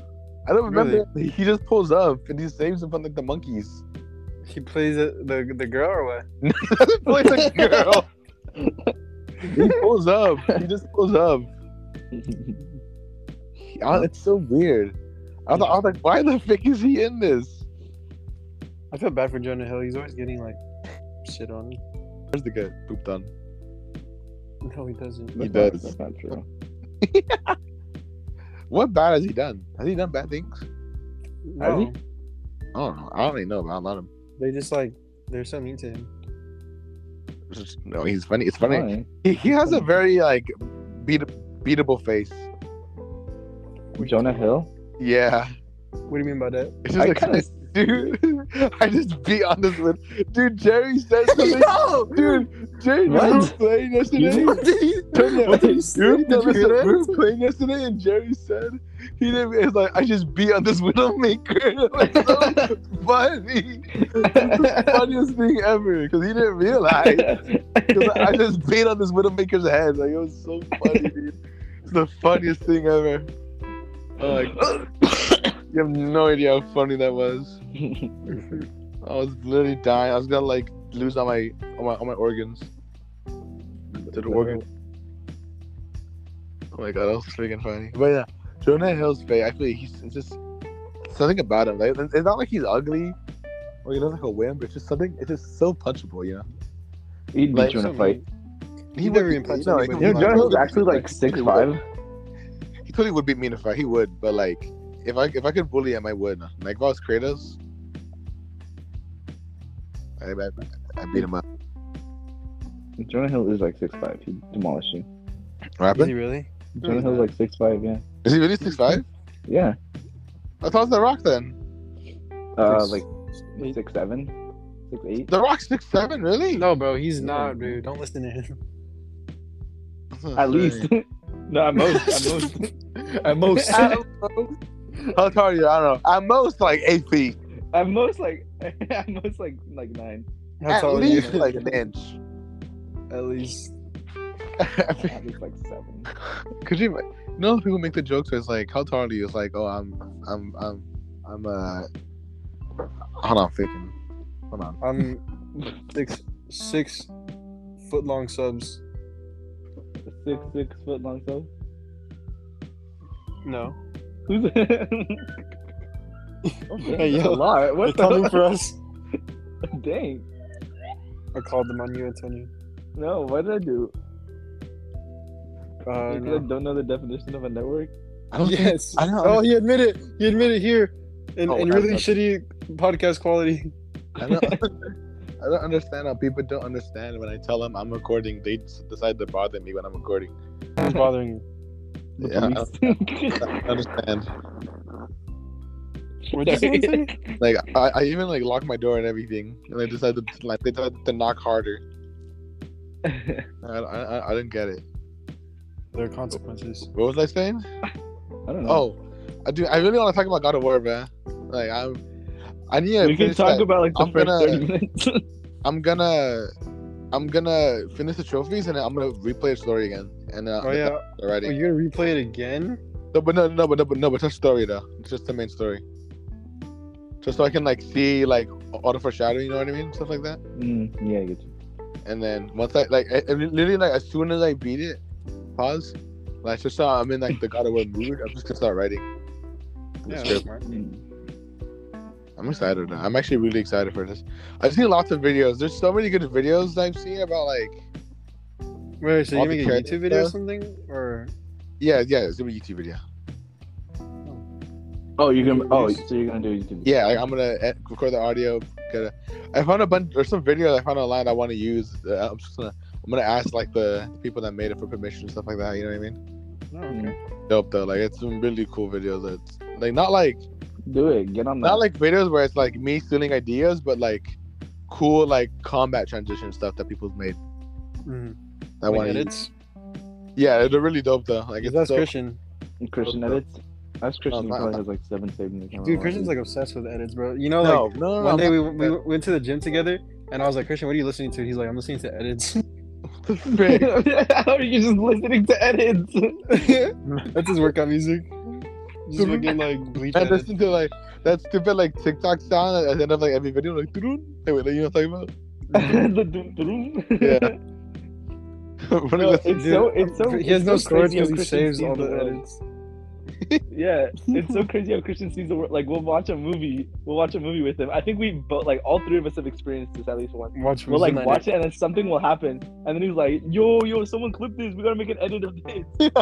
[SPEAKER 1] I don't remember. He just pulls up and he saves him from like the monkeys.
[SPEAKER 2] he plays the, the the girl or what?
[SPEAKER 3] [LAUGHS]
[SPEAKER 1] Plays a girl. he pulls up. He just pulls up. I- It's so weird. I thought I was like, why the fuck is he in this?
[SPEAKER 2] I feel bad for Jonah Hill. He's always getting like shit on. him.
[SPEAKER 1] Where's the guy pooped on?
[SPEAKER 2] No, he doesn't.
[SPEAKER 1] He
[SPEAKER 3] That's
[SPEAKER 1] does.
[SPEAKER 3] not- That's not true.
[SPEAKER 1] What bad has he done? Has he done bad things?
[SPEAKER 2] No,
[SPEAKER 3] Has
[SPEAKER 1] I don't know. I don't even know about a lot of.
[SPEAKER 2] they just like they're so mean to him.
[SPEAKER 1] No, he's funny. It's funny.
[SPEAKER 3] Why?
[SPEAKER 1] He, he has a very like beat, beatable face.
[SPEAKER 3] Jonah Hill?
[SPEAKER 1] Yeah.
[SPEAKER 2] What do you mean by that?
[SPEAKER 1] It's just
[SPEAKER 3] I
[SPEAKER 1] like,
[SPEAKER 3] kinda-
[SPEAKER 1] [LAUGHS] dude, I just beat on this one. Dude, Jerry
[SPEAKER 3] [LAUGHS]
[SPEAKER 1] said something. Dude, Jerry
[SPEAKER 3] What?
[SPEAKER 1] was playing
[SPEAKER 3] [LAUGHS]
[SPEAKER 1] yesterday.
[SPEAKER 3] You-
[SPEAKER 1] Turn it-
[SPEAKER 3] What did he
[SPEAKER 1] you
[SPEAKER 3] say?
[SPEAKER 1] remember [LAUGHS]
[SPEAKER 3] Did [LAUGHS] you hear
[SPEAKER 1] we
[SPEAKER 3] that?
[SPEAKER 1] were playing yesterday, and Jerry said he didn't. It's like I just beat on this widowmaker. [LAUGHS] like,
[SPEAKER 3] Oh,
[SPEAKER 1] so funny, funniest thing ever. Because he didn't realize. 'Cause I I just beat on this Widowmaker's head. Like it was so funny, dude. It's the funniest thing ever. Oh, [LAUGHS] like, you have no idea how funny that was. I was literally dying. I was gonna like lose all my all my, all my organs. To the organ. Oh my god, that was freaking funny. But yeah, Jonah Hill's face. I feel like he's it's just something about him. Like it's it's not like he's ugly or he looks like a wimp. It's just something. It's just so punchable, you know.
[SPEAKER 3] He'd beat
[SPEAKER 1] Like,
[SPEAKER 3] you in a
[SPEAKER 2] So
[SPEAKER 3] fight.
[SPEAKER 2] mean. He never even punched
[SPEAKER 1] no,
[SPEAKER 2] anybody.
[SPEAKER 1] like,
[SPEAKER 3] You know, Jonah Hill's
[SPEAKER 1] like-
[SPEAKER 3] actually like six five.
[SPEAKER 1] He totally would beat me in a fight. He would, but like, if I if I could bully him, I would. Like if I was Kratos, I, I, I beat him up.
[SPEAKER 3] Jonah Hill is like six five. He'd demolish you.
[SPEAKER 1] What
[SPEAKER 2] Is he
[SPEAKER 1] happened?
[SPEAKER 2] really?
[SPEAKER 3] Jonah Hill's like six five. Yeah.
[SPEAKER 1] Is he really six five?
[SPEAKER 3] Yeah.
[SPEAKER 1] I thought it was the Rock then.
[SPEAKER 3] Uh,
[SPEAKER 2] Six-
[SPEAKER 3] like six seven, six eight.
[SPEAKER 1] The Rock's six seven, really?
[SPEAKER 2] No, bro, he's
[SPEAKER 3] Yeah.
[SPEAKER 2] not, dude. Don't listen to [LAUGHS] him.
[SPEAKER 3] At least. [LAUGHS] no, at most. At most.
[SPEAKER 1] At
[SPEAKER 2] [LAUGHS]
[SPEAKER 1] most. [LAUGHS] At most. How tall are you? I don't know. At most, like eight feet.
[SPEAKER 3] At most like. [LAUGHS] At most like like nine.
[SPEAKER 2] How
[SPEAKER 1] At
[SPEAKER 2] tall is he? [LAUGHS]
[SPEAKER 1] least like an inch.
[SPEAKER 2] At least.
[SPEAKER 3] At least like seven.
[SPEAKER 1] Could you? You know, people make the jokes. Where it's like, how tall are you? It's like, oh, I'm, I'm, I'm, I'm. Uh, hold on, faking. Hold on.
[SPEAKER 2] I'm six six foot long subs.
[SPEAKER 3] Six six foot long [LAUGHS] so.
[SPEAKER 2] No.
[SPEAKER 3] Who's? Oh, dang,
[SPEAKER 2] Hey,
[SPEAKER 3] that's a
[SPEAKER 2] yo.
[SPEAKER 3] lot.
[SPEAKER 2] They're
[SPEAKER 3] What
[SPEAKER 2] coming
[SPEAKER 3] the?
[SPEAKER 2] for us.
[SPEAKER 3] [LAUGHS] Dang.
[SPEAKER 2] I called them on you, Antonio.
[SPEAKER 3] No, what did I do?
[SPEAKER 2] Uh,
[SPEAKER 3] Because I
[SPEAKER 2] no.
[SPEAKER 3] don't know the definition of a network.
[SPEAKER 1] I don't think
[SPEAKER 2] Yes.
[SPEAKER 1] I know.
[SPEAKER 2] Oh, he admitted. it. He admitted it here in,
[SPEAKER 1] Oh,
[SPEAKER 2] in
[SPEAKER 1] I-
[SPEAKER 2] really
[SPEAKER 1] I-
[SPEAKER 2] shitty podcast quality.
[SPEAKER 1] I don't, [LAUGHS] I don't understand how people don't understand when I tell them I'm recording. They s- decide to bother me when I'm recording.
[SPEAKER 2] Who's bothering you?
[SPEAKER 3] The
[SPEAKER 1] Yeah, I don't,
[SPEAKER 3] police. [LAUGHS]
[SPEAKER 1] I [LAUGHS] don't understand.
[SPEAKER 2] What'd you say, Antonio?
[SPEAKER 1] Like I, I even like lock my door and everything, and they decide to like they decide to knock harder. I, I, I- I didn't get it.
[SPEAKER 2] There are consequences.
[SPEAKER 1] What was I saying?
[SPEAKER 3] [LAUGHS] I don't know.
[SPEAKER 1] Oh, I do. I really want to talk about God of War, man. Like I'm, I need to
[SPEAKER 3] we can
[SPEAKER 1] finish
[SPEAKER 3] talk
[SPEAKER 1] that.
[SPEAKER 3] about like the
[SPEAKER 1] I'm
[SPEAKER 3] 1st
[SPEAKER 1] gonna-
[SPEAKER 3] thirty minutes. [LAUGHS]
[SPEAKER 1] I'm gonna, I'm gonna finish the trophies and then I'm gonna replay the story again. And uh,
[SPEAKER 2] Oh yeah.
[SPEAKER 1] the
[SPEAKER 2] Are
[SPEAKER 1] writing.
[SPEAKER 2] you gonna replay it again?
[SPEAKER 1] No, but no, no, but no, but no, but just story though. Just the main story. Just so I can like see like all the foreshadowing, you know what I mean, stuff like that.
[SPEAKER 3] mm, yeah, I get you.
[SPEAKER 1] And then once I like, I, I literally like as soon as I beat it, pause. Like just so I'm in like the God of War mood, I'm just gonna start writing. the
[SPEAKER 2] Yeah.
[SPEAKER 1] script.
[SPEAKER 2] that's smart.
[SPEAKER 3] Mm.
[SPEAKER 1] I'm excited. Now. I'm actually really excited for this. I've seen lots of videos. There's so many good videos that I've seen about like,
[SPEAKER 2] Wait, so
[SPEAKER 1] All
[SPEAKER 2] you
[SPEAKER 1] the
[SPEAKER 2] make a
[SPEAKER 1] characters
[SPEAKER 2] YouTube video or
[SPEAKER 1] though?
[SPEAKER 2] something, or
[SPEAKER 1] yeah, yeah, it's a YouTube video.
[SPEAKER 3] Oh, you're gonna.
[SPEAKER 2] You-
[SPEAKER 3] Oh,
[SPEAKER 2] you-
[SPEAKER 3] so you're gonna do YouTube.
[SPEAKER 1] Yeah, I, I'm gonna eh, record the audio. Gonna, I found a bunch. There's some videos I found online I want to use. Uh, I'm just gonna, I'm gonna ask like the people that made it for permission and stuff like that. You know what I mean?
[SPEAKER 2] oh, okay.
[SPEAKER 1] Dope though. Like it's some really cool videos. That's like not like
[SPEAKER 3] Do it. Get on that.
[SPEAKER 1] not like videos where it's like me stealing ideas, but like cool like combat transition stuff that people's made.
[SPEAKER 2] Mhm.
[SPEAKER 1] That
[SPEAKER 2] Like
[SPEAKER 1] want to
[SPEAKER 2] edits.
[SPEAKER 1] Yeah, they're really dope though. Like it's
[SPEAKER 2] That's
[SPEAKER 1] dope.
[SPEAKER 2] Christian.
[SPEAKER 3] Christian edits. That's Christian.
[SPEAKER 1] No,
[SPEAKER 3] who
[SPEAKER 1] not-
[SPEAKER 3] probably has like seven saved in the camera.
[SPEAKER 2] Dude, Christian's like obsessed with edits, bro. You know, like
[SPEAKER 1] No, no, no.
[SPEAKER 2] one
[SPEAKER 1] I'm
[SPEAKER 2] day
[SPEAKER 1] not-
[SPEAKER 2] we, we went to the gym together, and I was like, Christian, what are you listening to? He's like, I'm listening to edits. [LAUGHS]
[SPEAKER 1] [LAUGHS] Big.
[SPEAKER 3] [LAUGHS] how are you just listening to edits? [LAUGHS]
[SPEAKER 2] That's his workout music. Just
[SPEAKER 1] Dude,
[SPEAKER 2] fucking like bleach
[SPEAKER 1] I
[SPEAKER 2] [LAUGHS] edits.
[SPEAKER 1] listen to like that stupid like TikTok sound at the end of like every video, like "Doo-doo." Hey, wait, like, you know what I'm talking
[SPEAKER 3] The dun- dun-
[SPEAKER 1] Yeah. about? [LAUGHS] What
[SPEAKER 3] [LAUGHS] No,
[SPEAKER 1] is
[SPEAKER 3] it's
[SPEAKER 1] this?
[SPEAKER 3] so it's so.
[SPEAKER 2] He has
[SPEAKER 3] it's
[SPEAKER 2] no
[SPEAKER 3] so
[SPEAKER 2] storage
[SPEAKER 3] crazy how
[SPEAKER 2] because he
[SPEAKER 3] Christian
[SPEAKER 2] saves
[SPEAKER 3] sees
[SPEAKER 2] all the
[SPEAKER 3] world.
[SPEAKER 2] edits.
[SPEAKER 3] Yeah, it's so crazy how Christian sees the world. Like we'll watch a movie, we'll watch a movie with him. I think we both like all three of us have experienced this at least once.
[SPEAKER 2] Watch
[SPEAKER 3] We'll like
[SPEAKER 2] Muslim
[SPEAKER 3] watch it and then something will happen, and then he's like, "Yo, yo, someone clip this. We gotta make an edit of this."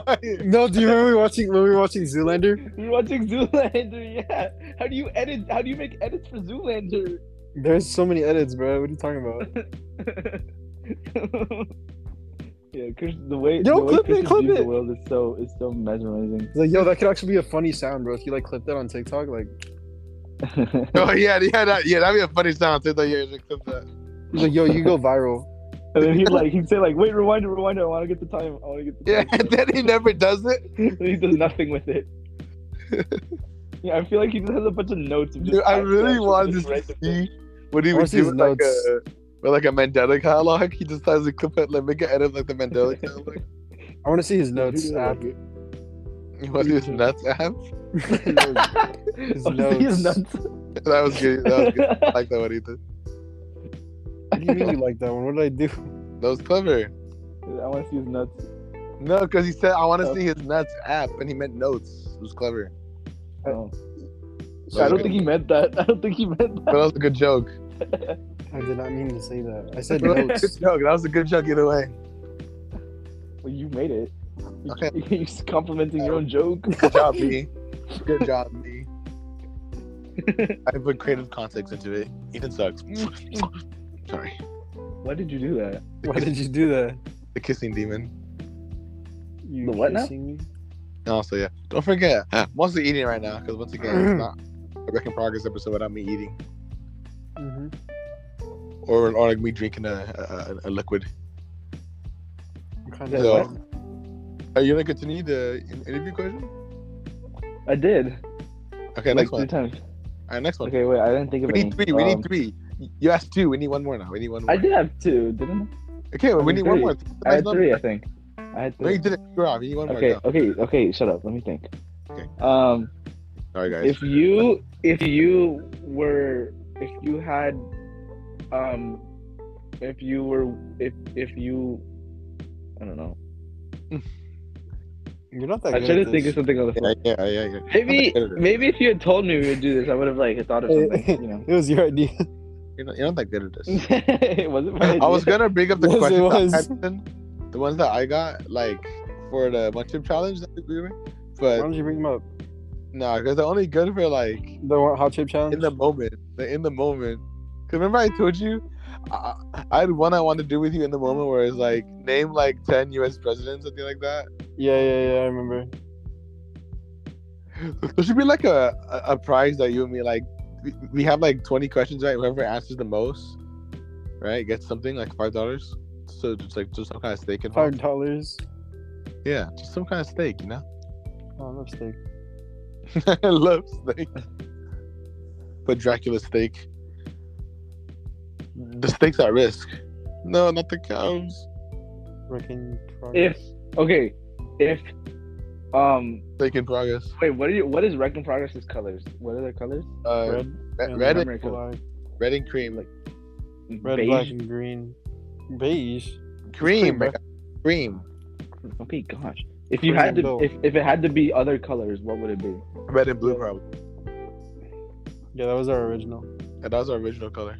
[SPEAKER 2] edit. No, do you remember we watching when we were watching Zoolander?
[SPEAKER 3] We're watching Zoolander. [LAUGHS] Yeah, how do you edit? How do you make edits for Zoolander?
[SPEAKER 2] There's so many edits, bro. What are you talking about?
[SPEAKER 3] [LAUGHS] yeah, Chris, the way
[SPEAKER 2] Yo,
[SPEAKER 3] the way
[SPEAKER 2] clip it,
[SPEAKER 3] Christian
[SPEAKER 2] clip
[SPEAKER 3] views the
[SPEAKER 2] it.
[SPEAKER 3] world is so is so mesmerizing. [LAUGHS]
[SPEAKER 2] It's like, yo, that could actually be a funny sound, bro. If you like clip that on TikTok, like,
[SPEAKER 1] [LAUGHS] Oh yeah, yeah, that, yeah. That'd be a funny sound. Too, though, yeah, just clip that.
[SPEAKER 2] he's like, yo, you go viral.
[SPEAKER 3] and then he'd like he'd say like, "Wait, rewind it, rewind it. I want to get the time. I want to get the
[SPEAKER 1] Yeah,
[SPEAKER 3] time."
[SPEAKER 1] and then he never does it.
[SPEAKER 3] And [LAUGHS] he does nothing with it. [LAUGHS] yeah, I feel like he just has a bunch of notes. Of just
[SPEAKER 1] Dude, I
[SPEAKER 3] facts
[SPEAKER 1] really
[SPEAKER 3] that-
[SPEAKER 1] wanted
[SPEAKER 3] just
[SPEAKER 1] to
[SPEAKER 3] random things.
[SPEAKER 1] see what he
[SPEAKER 2] I
[SPEAKER 1] would
[SPEAKER 2] wanna see
[SPEAKER 1] do
[SPEAKER 2] his
[SPEAKER 1] with like
[SPEAKER 2] notes.
[SPEAKER 1] a with like a Mandela catalog. He just has a clip it, like make an edit of, like the Mandela catalog. [LAUGHS]
[SPEAKER 2] I want to see his notes app.
[SPEAKER 1] He was his nuts app.
[SPEAKER 2] His
[SPEAKER 3] [LAUGHS] Oh, see his
[SPEAKER 2] notes.
[SPEAKER 3] notes.
[SPEAKER 1] [LAUGHS] That was good. That was good. [LAUGHS] I like that one either.
[SPEAKER 2] What do you mean you like that one? What did I do?
[SPEAKER 1] That was clever.
[SPEAKER 3] [LAUGHS] I want to see his nuts.
[SPEAKER 1] No, because he said I want to see his nuts app, and he meant notes. It was clever.
[SPEAKER 3] Oh.
[SPEAKER 1] That
[SPEAKER 3] I
[SPEAKER 1] was
[SPEAKER 3] don't
[SPEAKER 1] good.
[SPEAKER 3] think he meant that. [LAUGHS] I don't think he meant
[SPEAKER 1] That was a good joke.
[SPEAKER 2] I did not mean to say that. I
[SPEAKER 3] [LAUGHS]
[SPEAKER 2] said
[SPEAKER 1] That
[SPEAKER 2] notes.
[SPEAKER 1] was a [LAUGHS] good joke. That was a good joke either way.
[SPEAKER 3] Well, you made it. You-
[SPEAKER 1] Okay.
[SPEAKER 3] [LAUGHS] You're complimenting your own joke.
[SPEAKER 1] Good job, B. Good job, B. I put creative context into it. Ethan sucks. [LAUGHS] Sorry.
[SPEAKER 3] Why did you do that?
[SPEAKER 2] Why did you do that?
[SPEAKER 1] The kissing demon.
[SPEAKER 2] You
[SPEAKER 3] The what now?
[SPEAKER 2] kissing me?
[SPEAKER 1] And Also, yeah. Don't forget, mostly eating right now because once again,
[SPEAKER 3] Mm.
[SPEAKER 1] it's not a Wreck in Progress episode without me eating
[SPEAKER 2] Mhm.
[SPEAKER 1] or or like me drinking a a, a liquid.
[SPEAKER 2] I'm kind
[SPEAKER 1] So,
[SPEAKER 2] of.
[SPEAKER 1] are you gonna continue the in- interview question?
[SPEAKER 3] I did.
[SPEAKER 1] Okay,
[SPEAKER 3] like
[SPEAKER 1] next
[SPEAKER 3] three
[SPEAKER 1] one.
[SPEAKER 3] times.
[SPEAKER 1] All right, next one.
[SPEAKER 3] Okay, wait. I didn't think of
[SPEAKER 1] We
[SPEAKER 3] any.
[SPEAKER 1] need three. We
[SPEAKER 3] Um,
[SPEAKER 1] need three. You asked two. We need one more now. We need one more.
[SPEAKER 3] I did have two, didn't
[SPEAKER 1] Okay, we
[SPEAKER 3] did
[SPEAKER 1] need one
[SPEAKER 3] three.
[SPEAKER 1] more.
[SPEAKER 3] I? I had
[SPEAKER 1] Nice
[SPEAKER 3] three,
[SPEAKER 1] number.
[SPEAKER 3] I think. I had
[SPEAKER 1] No, you
[SPEAKER 3] three.
[SPEAKER 1] didn't. You're off. You need one more.
[SPEAKER 3] Okay,
[SPEAKER 1] Go.
[SPEAKER 3] okay, okay. Shut up. Let me think.
[SPEAKER 1] Okay.
[SPEAKER 3] Um,
[SPEAKER 1] Sorry, guys.
[SPEAKER 3] if you if you were if you had um if you were if if you I don't know.
[SPEAKER 2] You're not that
[SPEAKER 3] I
[SPEAKER 2] good.
[SPEAKER 3] tried
[SPEAKER 2] at
[SPEAKER 3] to think of
[SPEAKER 2] this.
[SPEAKER 3] something on the fly.
[SPEAKER 1] yeah, yeah, yeah, yeah.
[SPEAKER 3] Maybe
[SPEAKER 1] Editor.
[SPEAKER 3] maybe if you had told me we would do this, I would have like thought of
[SPEAKER 1] [LAUGHS]
[SPEAKER 3] something. You know, [LAUGHS]
[SPEAKER 2] It was your idea.
[SPEAKER 1] You're not, you're not that good at this. [LAUGHS]
[SPEAKER 3] it wasn't. My
[SPEAKER 1] I was
[SPEAKER 3] idea.
[SPEAKER 1] gonna bring up the
[SPEAKER 2] Yes, it
[SPEAKER 1] questions
[SPEAKER 2] was.
[SPEAKER 1] that I sent, the ones that I got, like for the munchip challenge that we were,
[SPEAKER 2] Why
[SPEAKER 1] but
[SPEAKER 2] don't you bring him up?
[SPEAKER 1] no, because they're only good for like
[SPEAKER 2] The one- hot chip challenge.
[SPEAKER 1] in the moment. They're in the moment. Cause remember I told you, I, I had one I wanted to do with you in the moment where it's like name like ten U.S. presidents, something like that.
[SPEAKER 2] Yeah, yeah, yeah. I remember.
[SPEAKER 1] There should be like a, a, a prize that you and me like. We, we have like twenty questions, right? Whoever answers the most, right, gets something like five dollars. So just like just some kind of steak involved.
[SPEAKER 2] Five dollars.
[SPEAKER 1] Yeah, just some kind of steak, you know. [LAUGHS]
[SPEAKER 2] Oh, I love steak.
[SPEAKER 1] I love steak. But Dracula steak. The steak's at risk. No, not the cows.
[SPEAKER 2] Freaking.
[SPEAKER 3] if okay, if um
[SPEAKER 1] Steak in progress.
[SPEAKER 3] wait, what are you? What is Wreck and Progress's colors? What are their colors?
[SPEAKER 1] Uh, red,
[SPEAKER 2] and
[SPEAKER 1] red, red, and,
[SPEAKER 3] American.
[SPEAKER 2] black,
[SPEAKER 1] red and cream, like
[SPEAKER 2] red,
[SPEAKER 3] Beige.
[SPEAKER 2] black, and green. Beige.
[SPEAKER 1] cream,
[SPEAKER 2] cream, bro.
[SPEAKER 1] like, cream.
[SPEAKER 3] Okay, gosh. If you
[SPEAKER 2] Green
[SPEAKER 3] had
[SPEAKER 2] and
[SPEAKER 3] to,
[SPEAKER 2] gold.
[SPEAKER 3] if, if it had to be other colors, what would it be?
[SPEAKER 1] Red and blue, probably.
[SPEAKER 2] Yeah, that was our original.
[SPEAKER 1] And that was our original color.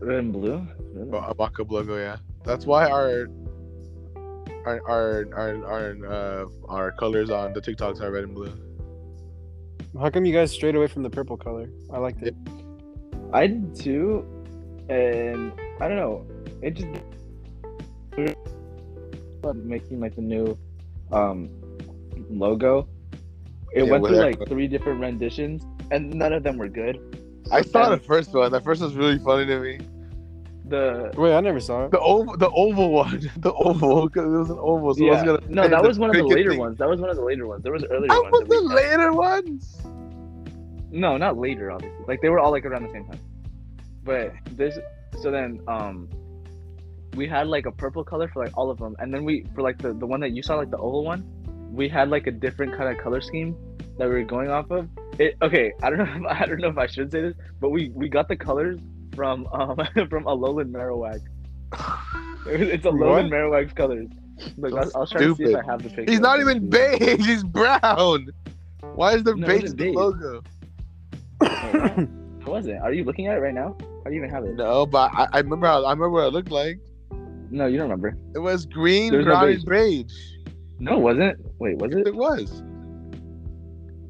[SPEAKER 3] Red and blue. Really?
[SPEAKER 1] Well, Abaka logo, yeah. That's why our our our our our, uh, our colors on the TikToks are red and blue.
[SPEAKER 2] How come you guys strayed away from the purple color? I liked it.
[SPEAKER 3] I did too, and I don't know. It just but making like the new um logo. It
[SPEAKER 1] Yeah,
[SPEAKER 3] went
[SPEAKER 1] with
[SPEAKER 3] through
[SPEAKER 1] that-
[SPEAKER 3] like three different renditions, and none of them were good.
[SPEAKER 1] I saw
[SPEAKER 3] Um,
[SPEAKER 1] the first one. The first one's really funny to me.
[SPEAKER 3] the
[SPEAKER 2] Wait, I never saw it.
[SPEAKER 1] The oval, the oval one, [LAUGHS] the oval. 'cause It was an oval. So I was
[SPEAKER 3] Yeah.
[SPEAKER 1] gonna
[SPEAKER 3] no,
[SPEAKER 1] say
[SPEAKER 3] that was one of the
[SPEAKER 1] cricket
[SPEAKER 3] later
[SPEAKER 1] thing.
[SPEAKER 3] ones. That was one of the later ones. There was earlier
[SPEAKER 1] That
[SPEAKER 3] ones.
[SPEAKER 1] Oh, was
[SPEAKER 3] that we
[SPEAKER 1] the
[SPEAKER 3] had.
[SPEAKER 1] later ones.
[SPEAKER 3] No, not later, obviously. Like they were all like around the same time. But this, so then, um, we had like a purple color for like all of them, and then we for like the the one that you saw, like the oval one, we had like a different kind of color scheme that we were going off of. It okay, [LAUGHS] I don't know, if, I don't know if I should say this, but we we got the colors from um [LAUGHS] from Alolan
[SPEAKER 1] [LAUGHS]
[SPEAKER 3] Marowak. It was- It's Alolan
[SPEAKER 2] What?
[SPEAKER 3] Marowak's colors. Look, I'll, I'll try to see if
[SPEAKER 1] Stupid.
[SPEAKER 3] I have the picture.
[SPEAKER 1] He's not even beige. He's brown. Why is there
[SPEAKER 3] No, it
[SPEAKER 1] beige
[SPEAKER 3] was
[SPEAKER 1] in the
[SPEAKER 3] beige.
[SPEAKER 1] logo?
[SPEAKER 3] Oh, [LAUGHS] I wasn't. Are you looking at it right now? How do you even have it?
[SPEAKER 1] No, but I, I remember. How, I remember what it looked like.
[SPEAKER 3] No, you don't remember.
[SPEAKER 1] It was green,
[SPEAKER 3] There's no
[SPEAKER 1] brown, and beige.
[SPEAKER 3] No, it wasn't. Wait, was it?
[SPEAKER 1] It was.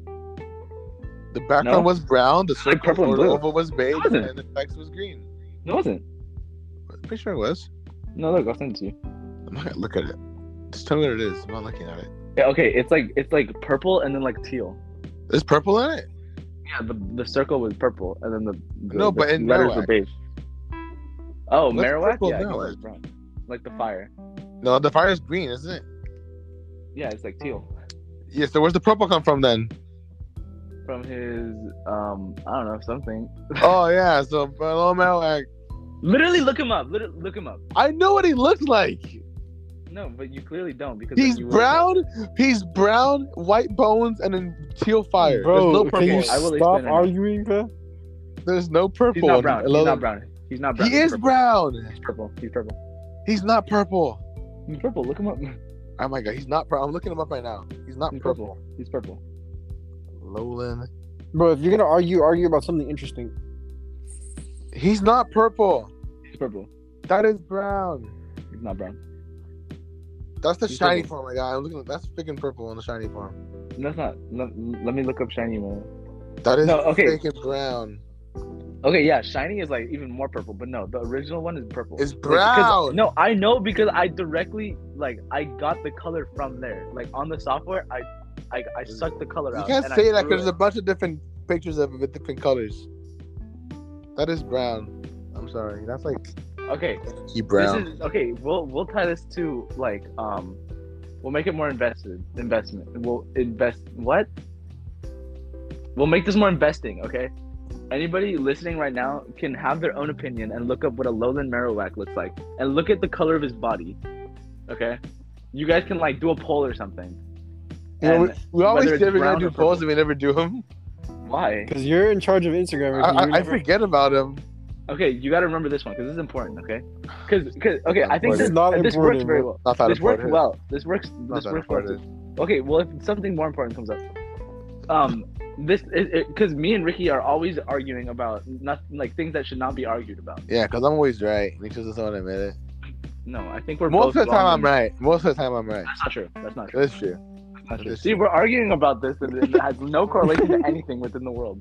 [SPEAKER 1] The background
[SPEAKER 3] No.
[SPEAKER 1] was brown. The
[SPEAKER 3] like
[SPEAKER 1] circle
[SPEAKER 3] purple and
[SPEAKER 1] or the
[SPEAKER 3] blue.
[SPEAKER 1] oval was beige,
[SPEAKER 3] wasn't.
[SPEAKER 1] and the text was green.
[SPEAKER 3] No, it wasn't.
[SPEAKER 1] I'm pretty sure it was.
[SPEAKER 3] No, look, I'll send it to you.
[SPEAKER 1] I'm not gonna look at it. Just tell me what it is. I'm not looking at it.
[SPEAKER 3] Yeah, okay, it's like it's like purple and then like teal.
[SPEAKER 1] There's purple in it.
[SPEAKER 3] Yeah, the the circle was purple and then the, the
[SPEAKER 1] No,
[SPEAKER 3] the
[SPEAKER 1] but in
[SPEAKER 3] letters were
[SPEAKER 1] Marowak.
[SPEAKER 3] beige. Oh,
[SPEAKER 1] What's
[SPEAKER 3] Marowak?
[SPEAKER 1] purple
[SPEAKER 3] Yeah, I guess it
[SPEAKER 1] Marowak?
[SPEAKER 3] was brown. Like the fire.
[SPEAKER 1] No, the fire is green, isn't it?
[SPEAKER 3] Yeah, it's like teal.
[SPEAKER 1] Yes. So where's the purple come from
[SPEAKER 3] [LAUGHS]
[SPEAKER 1] then?
[SPEAKER 3] From his um I don't know, something.
[SPEAKER 1] oh yeah. So Hello Marowak.
[SPEAKER 3] Literally look him up. Literally look him up.
[SPEAKER 1] I know what he looks like.
[SPEAKER 3] No, but you clearly don't because
[SPEAKER 1] He's
[SPEAKER 3] you
[SPEAKER 1] brown. He's brown, white bones, and then teal fire. There's no
[SPEAKER 2] Bro,
[SPEAKER 1] purple.
[SPEAKER 2] can you
[SPEAKER 1] one.
[SPEAKER 3] I will
[SPEAKER 2] stop
[SPEAKER 3] explain it.
[SPEAKER 2] arguing, bro?
[SPEAKER 1] There's no purple.
[SPEAKER 3] He's not
[SPEAKER 1] one.
[SPEAKER 3] brown. He's
[SPEAKER 1] Hello-
[SPEAKER 3] not brown. He's not brown.
[SPEAKER 1] He is
[SPEAKER 3] purple.
[SPEAKER 1] brown.
[SPEAKER 3] He's purple. He's purple.
[SPEAKER 1] He's not purple.
[SPEAKER 3] He's purple. Look him up. [LAUGHS]
[SPEAKER 1] Oh my god, he's not purple. I'm looking him up right now. He's not
[SPEAKER 3] He's
[SPEAKER 1] purple.
[SPEAKER 3] purple. He's purple.
[SPEAKER 1] Lowland.
[SPEAKER 2] Bro, if you're gonna argue, argue about something interesting.
[SPEAKER 1] He's not purple.
[SPEAKER 3] He's purple.
[SPEAKER 1] That is brown.
[SPEAKER 3] He's not brown.
[SPEAKER 1] That's the
[SPEAKER 3] He's
[SPEAKER 1] shiny
[SPEAKER 3] purple.
[SPEAKER 1] form, my guy. I'm looking. That's freaking purple on the shiny form.
[SPEAKER 3] That's not. Let, let me look up shiny man.
[SPEAKER 1] That is
[SPEAKER 3] No, okay.
[SPEAKER 1] freaking brown.
[SPEAKER 3] Okay, yeah, shiny is like even more purple, but no, the original one is purple.
[SPEAKER 1] It's
[SPEAKER 3] Like, because-
[SPEAKER 1] brown.
[SPEAKER 3] no, I know because I directly like I got the color from there. Like on the software, I I, I sucked the color
[SPEAKER 1] You
[SPEAKER 3] out.
[SPEAKER 1] can't
[SPEAKER 3] and I
[SPEAKER 1] say that because
[SPEAKER 3] threw
[SPEAKER 1] there's
[SPEAKER 3] it.
[SPEAKER 1] a bunch of different pictures of it with different colors. That is brown. I'm sorry. That's like
[SPEAKER 3] okay.
[SPEAKER 1] he
[SPEAKER 3] This is okay. We'll we'll tie this to like um, we'll make it more invested investment. We'll invest what? We'll make this more investing. Okay. Anybody listening right now can have their own opinion and look up what a lowland marowak looks like and look at the color of his body. Okay. You guys can like do a poll or something.
[SPEAKER 1] You know, we,
[SPEAKER 3] And
[SPEAKER 1] we always
[SPEAKER 3] whether
[SPEAKER 1] say
[SPEAKER 3] it's
[SPEAKER 1] we're gonna
[SPEAKER 3] brown
[SPEAKER 1] do
[SPEAKER 3] or purple.
[SPEAKER 1] polls and we never do them.
[SPEAKER 3] Why?
[SPEAKER 2] Because you're in charge of Instagram.
[SPEAKER 1] I,
[SPEAKER 2] Ricky. You're
[SPEAKER 1] I, I
[SPEAKER 2] never-
[SPEAKER 1] forget about them.
[SPEAKER 3] Okay, you got to remember this one because this is important. Okay. Because okay, I
[SPEAKER 1] Important.
[SPEAKER 3] think this,
[SPEAKER 2] It's not
[SPEAKER 3] this works
[SPEAKER 2] important,
[SPEAKER 3] very
[SPEAKER 2] bro.
[SPEAKER 3] well.
[SPEAKER 1] Not that
[SPEAKER 3] This works
[SPEAKER 1] important.
[SPEAKER 3] well. This works.
[SPEAKER 1] Not
[SPEAKER 3] This
[SPEAKER 1] that
[SPEAKER 3] works well.
[SPEAKER 1] important.
[SPEAKER 3] Okay, well, if something more important comes up, um, this because me and Ricky are always arguing about not like things that should not be argued about.
[SPEAKER 1] Yeah, because I'm always right. and He just doesn't want to admit it.
[SPEAKER 3] No, I think we're
[SPEAKER 1] Most
[SPEAKER 3] both
[SPEAKER 1] of the time,
[SPEAKER 3] wrong.
[SPEAKER 1] I'm right. Most of the time, I'm right.
[SPEAKER 3] That's not true. That's not true.
[SPEAKER 1] That's true.
[SPEAKER 3] That's not
[SPEAKER 1] that
[SPEAKER 3] true.
[SPEAKER 1] is
[SPEAKER 3] See,
[SPEAKER 1] true.
[SPEAKER 3] we're arguing about this that it has no correlation to anything within
[SPEAKER 1] [LAUGHS]
[SPEAKER 3] the world.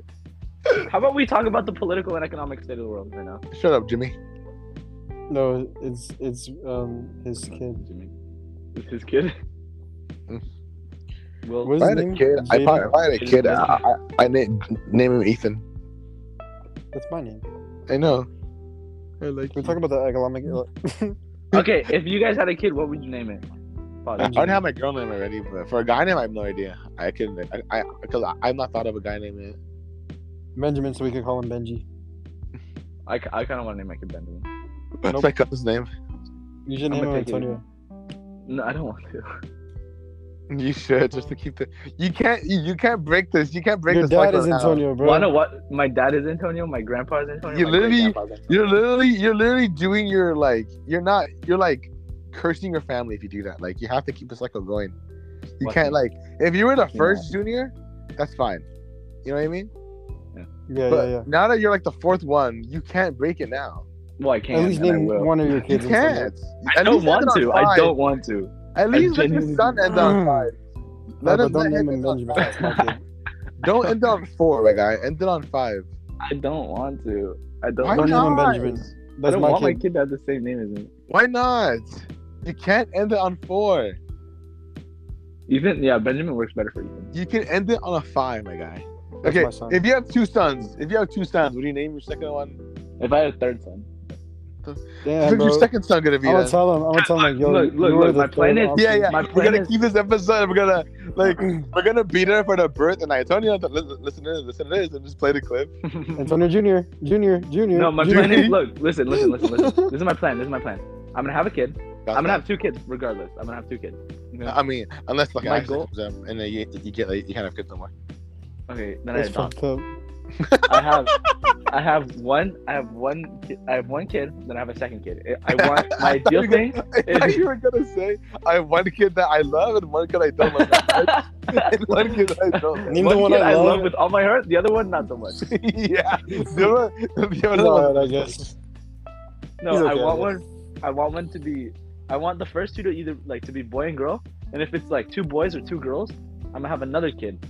[SPEAKER 3] How about we talk about the political and economic state of the world right now?
[SPEAKER 1] Shut up, Jimmy.
[SPEAKER 2] No, it's it's um his kid.
[SPEAKER 3] Jimmy, is his kid? Well,
[SPEAKER 2] What
[SPEAKER 1] If I
[SPEAKER 2] is his
[SPEAKER 1] had a
[SPEAKER 2] name?
[SPEAKER 1] kid, I
[SPEAKER 2] Jaden?
[SPEAKER 1] probably, if I had a
[SPEAKER 3] Jaden
[SPEAKER 1] kid, I,
[SPEAKER 3] Smith.
[SPEAKER 1] I, I name, name him Ethan.
[SPEAKER 2] That's my name.
[SPEAKER 1] I know. I like
[SPEAKER 2] We're talking about the economic. uh,
[SPEAKER 3] okay, if you guys had a kid, what would you name it? Pause.
[SPEAKER 1] I already have my girl name already, but for a guy name, I have no idea. I can, I, because I, I've not thought of a guy name yet.
[SPEAKER 2] Benjamin, so we could call him Benji.
[SPEAKER 3] I, I kind of want to name my kid Benjamin.
[SPEAKER 1] That's
[SPEAKER 2] Nope.
[SPEAKER 1] my cousin's name. [LAUGHS]
[SPEAKER 2] You should
[SPEAKER 3] I'm
[SPEAKER 2] name him
[SPEAKER 3] gonna take it.
[SPEAKER 2] Antonio.
[SPEAKER 3] No, I don't want to.
[SPEAKER 1] You should just to keep the. You can't. You, you can't break this. You can't break
[SPEAKER 2] Your
[SPEAKER 1] this.
[SPEAKER 2] dad
[SPEAKER 1] cycle
[SPEAKER 2] is
[SPEAKER 1] now.
[SPEAKER 2] Antonio, bro.
[SPEAKER 3] Well, I know what my dad is Antonio, my grandpa is Antonio.
[SPEAKER 1] You
[SPEAKER 3] my
[SPEAKER 1] literally-
[SPEAKER 3] great-grandpa's Antonio.
[SPEAKER 1] You're literally. You're literally doing your like. You're not. You're like cursing your family if you do that. Like you have to keep the cycle going. You
[SPEAKER 3] What
[SPEAKER 1] can't like. If you were the
[SPEAKER 3] Yeah.
[SPEAKER 1] first junior, that's fine. You know what I mean?
[SPEAKER 2] yeah,
[SPEAKER 1] but
[SPEAKER 2] yeah, yeah.
[SPEAKER 1] now that you're like the fourth one, you can't break it now.
[SPEAKER 3] Well, I can't.
[SPEAKER 2] At least
[SPEAKER 3] and I
[SPEAKER 2] name
[SPEAKER 3] will.
[SPEAKER 2] one of your
[SPEAKER 1] You
[SPEAKER 2] kids. Antonio.
[SPEAKER 1] can't.
[SPEAKER 3] I
[SPEAKER 1] At
[SPEAKER 3] don't
[SPEAKER 1] least end
[SPEAKER 3] want
[SPEAKER 1] it
[SPEAKER 3] to.
[SPEAKER 1] on
[SPEAKER 3] I
[SPEAKER 1] five.
[SPEAKER 3] don't want to.
[SPEAKER 1] At least let your
[SPEAKER 3] genuinely-
[SPEAKER 1] son end
[SPEAKER 3] [LAUGHS]
[SPEAKER 1] on five.
[SPEAKER 2] No,
[SPEAKER 1] Let
[SPEAKER 2] but
[SPEAKER 1] him
[SPEAKER 2] don't
[SPEAKER 1] let
[SPEAKER 2] name
[SPEAKER 1] him
[SPEAKER 2] him
[SPEAKER 1] end on
[SPEAKER 2] Benjamin.
[SPEAKER 1] five.
[SPEAKER 2] That's
[SPEAKER 1] [LAUGHS]
[SPEAKER 2] my kid.
[SPEAKER 1] Don't end on four, my guy. End it on five.
[SPEAKER 3] I don't want to. I don't.
[SPEAKER 1] Why
[SPEAKER 2] Don't
[SPEAKER 3] want
[SPEAKER 2] name him
[SPEAKER 1] not?
[SPEAKER 2] Benjamin.
[SPEAKER 3] I
[SPEAKER 2] That's
[SPEAKER 3] don't
[SPEAKER 2] my
[SPEAKER 3] want my
[SPEAKER 2] kid.
[SPEAKER 3] kid to have the same name as me.
[SPEAKER 1] Why not? You can't end it on four.
[SPEAKER 3] Ethan, yeah, Benjamin works better for Ethan.
[SPEAKER 1] You can end it on a five, my guy.
[SPEAKER 2] That's
[SPEAKER 1] okay,
[SPEAKER 2] my son.
[SPEAKER 1] if you have two sons, if you have two sons, would you name your second one?
[SPEAKER 3] If I had a third son,
[SPEAKER 1] the? [LAUGHS]
[SPEAKER 4] Damn, bro.
[SPEAKER 1] your second son gonna be?
[SPEAKER 4] I'm gonna
[SPEAKER 1] then?
[SPEAKER 4] tell him. I'm gonna tell him like, yo,
[SPEAKER 3] Look, look,
[SPEAKER 4] you were
[SPEAKER 3] look,
[SPEAKER 4] the
[SPEAKER 3] my plan
[SPEAKER 4] third
[SPEAKER 3] is-
[SPEAKER 4] option.
[SPEAKER 1] Yeah, yeah.
[SPEAKER 3] My
[SPEAKER 1] we're
[SPEAKER 3] plan
[SPEAKER 1] gonna
[SPEAKER 3] is-
[SPEAKER 1] keep this episode. and We're gonna like we're gonna beat her for the birth and Antonio. Listen, listen to this, listen to this, and just play the clip.
[SPEAKER 4] Antonio Junior, Junior, Junior.
[SPEAKER 3] [LAUGHS] no, my
[SPEAKER 4] Junior.
[SPEAKER 3] plan is look, listen, listen, listen,
[SPEAKER 1] [LAUGHS]
[SPEAKER 3] listen. This is my plan. This is my plan. I'm gonna have a kid. I'm gonna have two kids, regardless. I'm gonna have two kids. I'm gonna-
[SPEAKER 1] I mean, unless like an
[SPEAKER 3] My
[SPEAKER 1] accident
[SPEAKER 3] goal-
[SPEAKER 1] comes up and then you, you get like you can't have kids
[SPEAKER 3] [LAUGHS]
[SPEAKER 1] no more. Uh,
[SPEAKER 3] Okay, then
[SPEAKER 4] [LAUGHS]
[SPEAKER 3] I
[SPEAKER 4] That's
[SPEAKER 3] adopt.
[SPEAKER 4] fucked
[SPEAKER 3] [LAUGHS]
[SPEAKER 4] up.
[SPEAKER 1] [LAUGHS]
[SPEAKER 3] I have, I have one, I have one, ki- I have one kid. Then I have a second kid.
[SPEAKER 1] [LAUGHS]
[SPEAKER 3] I I want my
[SPEAKER 1] I thought
[SPEAKER 3] ideal
[SPEAKER 1] you were
[SPEAKER 3] thing.
[SPEAKER 1] gonna- [LAUGHS] I thought you were gonna say I have one kid that I love and one kid I don't
[SPEAKER 3] [LAUGHS]
[SPEAKER 1] love. [LAUGHS] and one kid I don't. Love.
[SPEAKER 4] Name
[SPEAKER 3] one
[SPEAKER 4] the one
[SPEAKER 3] kid
[SPEAKER 4] I
[SPEAKER 3] I love.
[SPEAKER 4] love.
[SPEAKER 3] with all my heart. The other one, not so much.
[SPEAKER 1] [LAUGHS] yeah, [LAUGHS] the other, the other one-
[SPEAKER 4] Alright, I guess.
[SPEAKER 3] No,
[SPEAKER 4] He's
[SPEAKER 3] I
[SPEAKER 4] okay,
[SPEAKER 3] want
[SPEAKER 4] I guess.
[SPEAKER 3] one. I want one to be. I want the first two to either like to be boy and girl. And if it's like two boys or two girls, I'm gonna have another kid,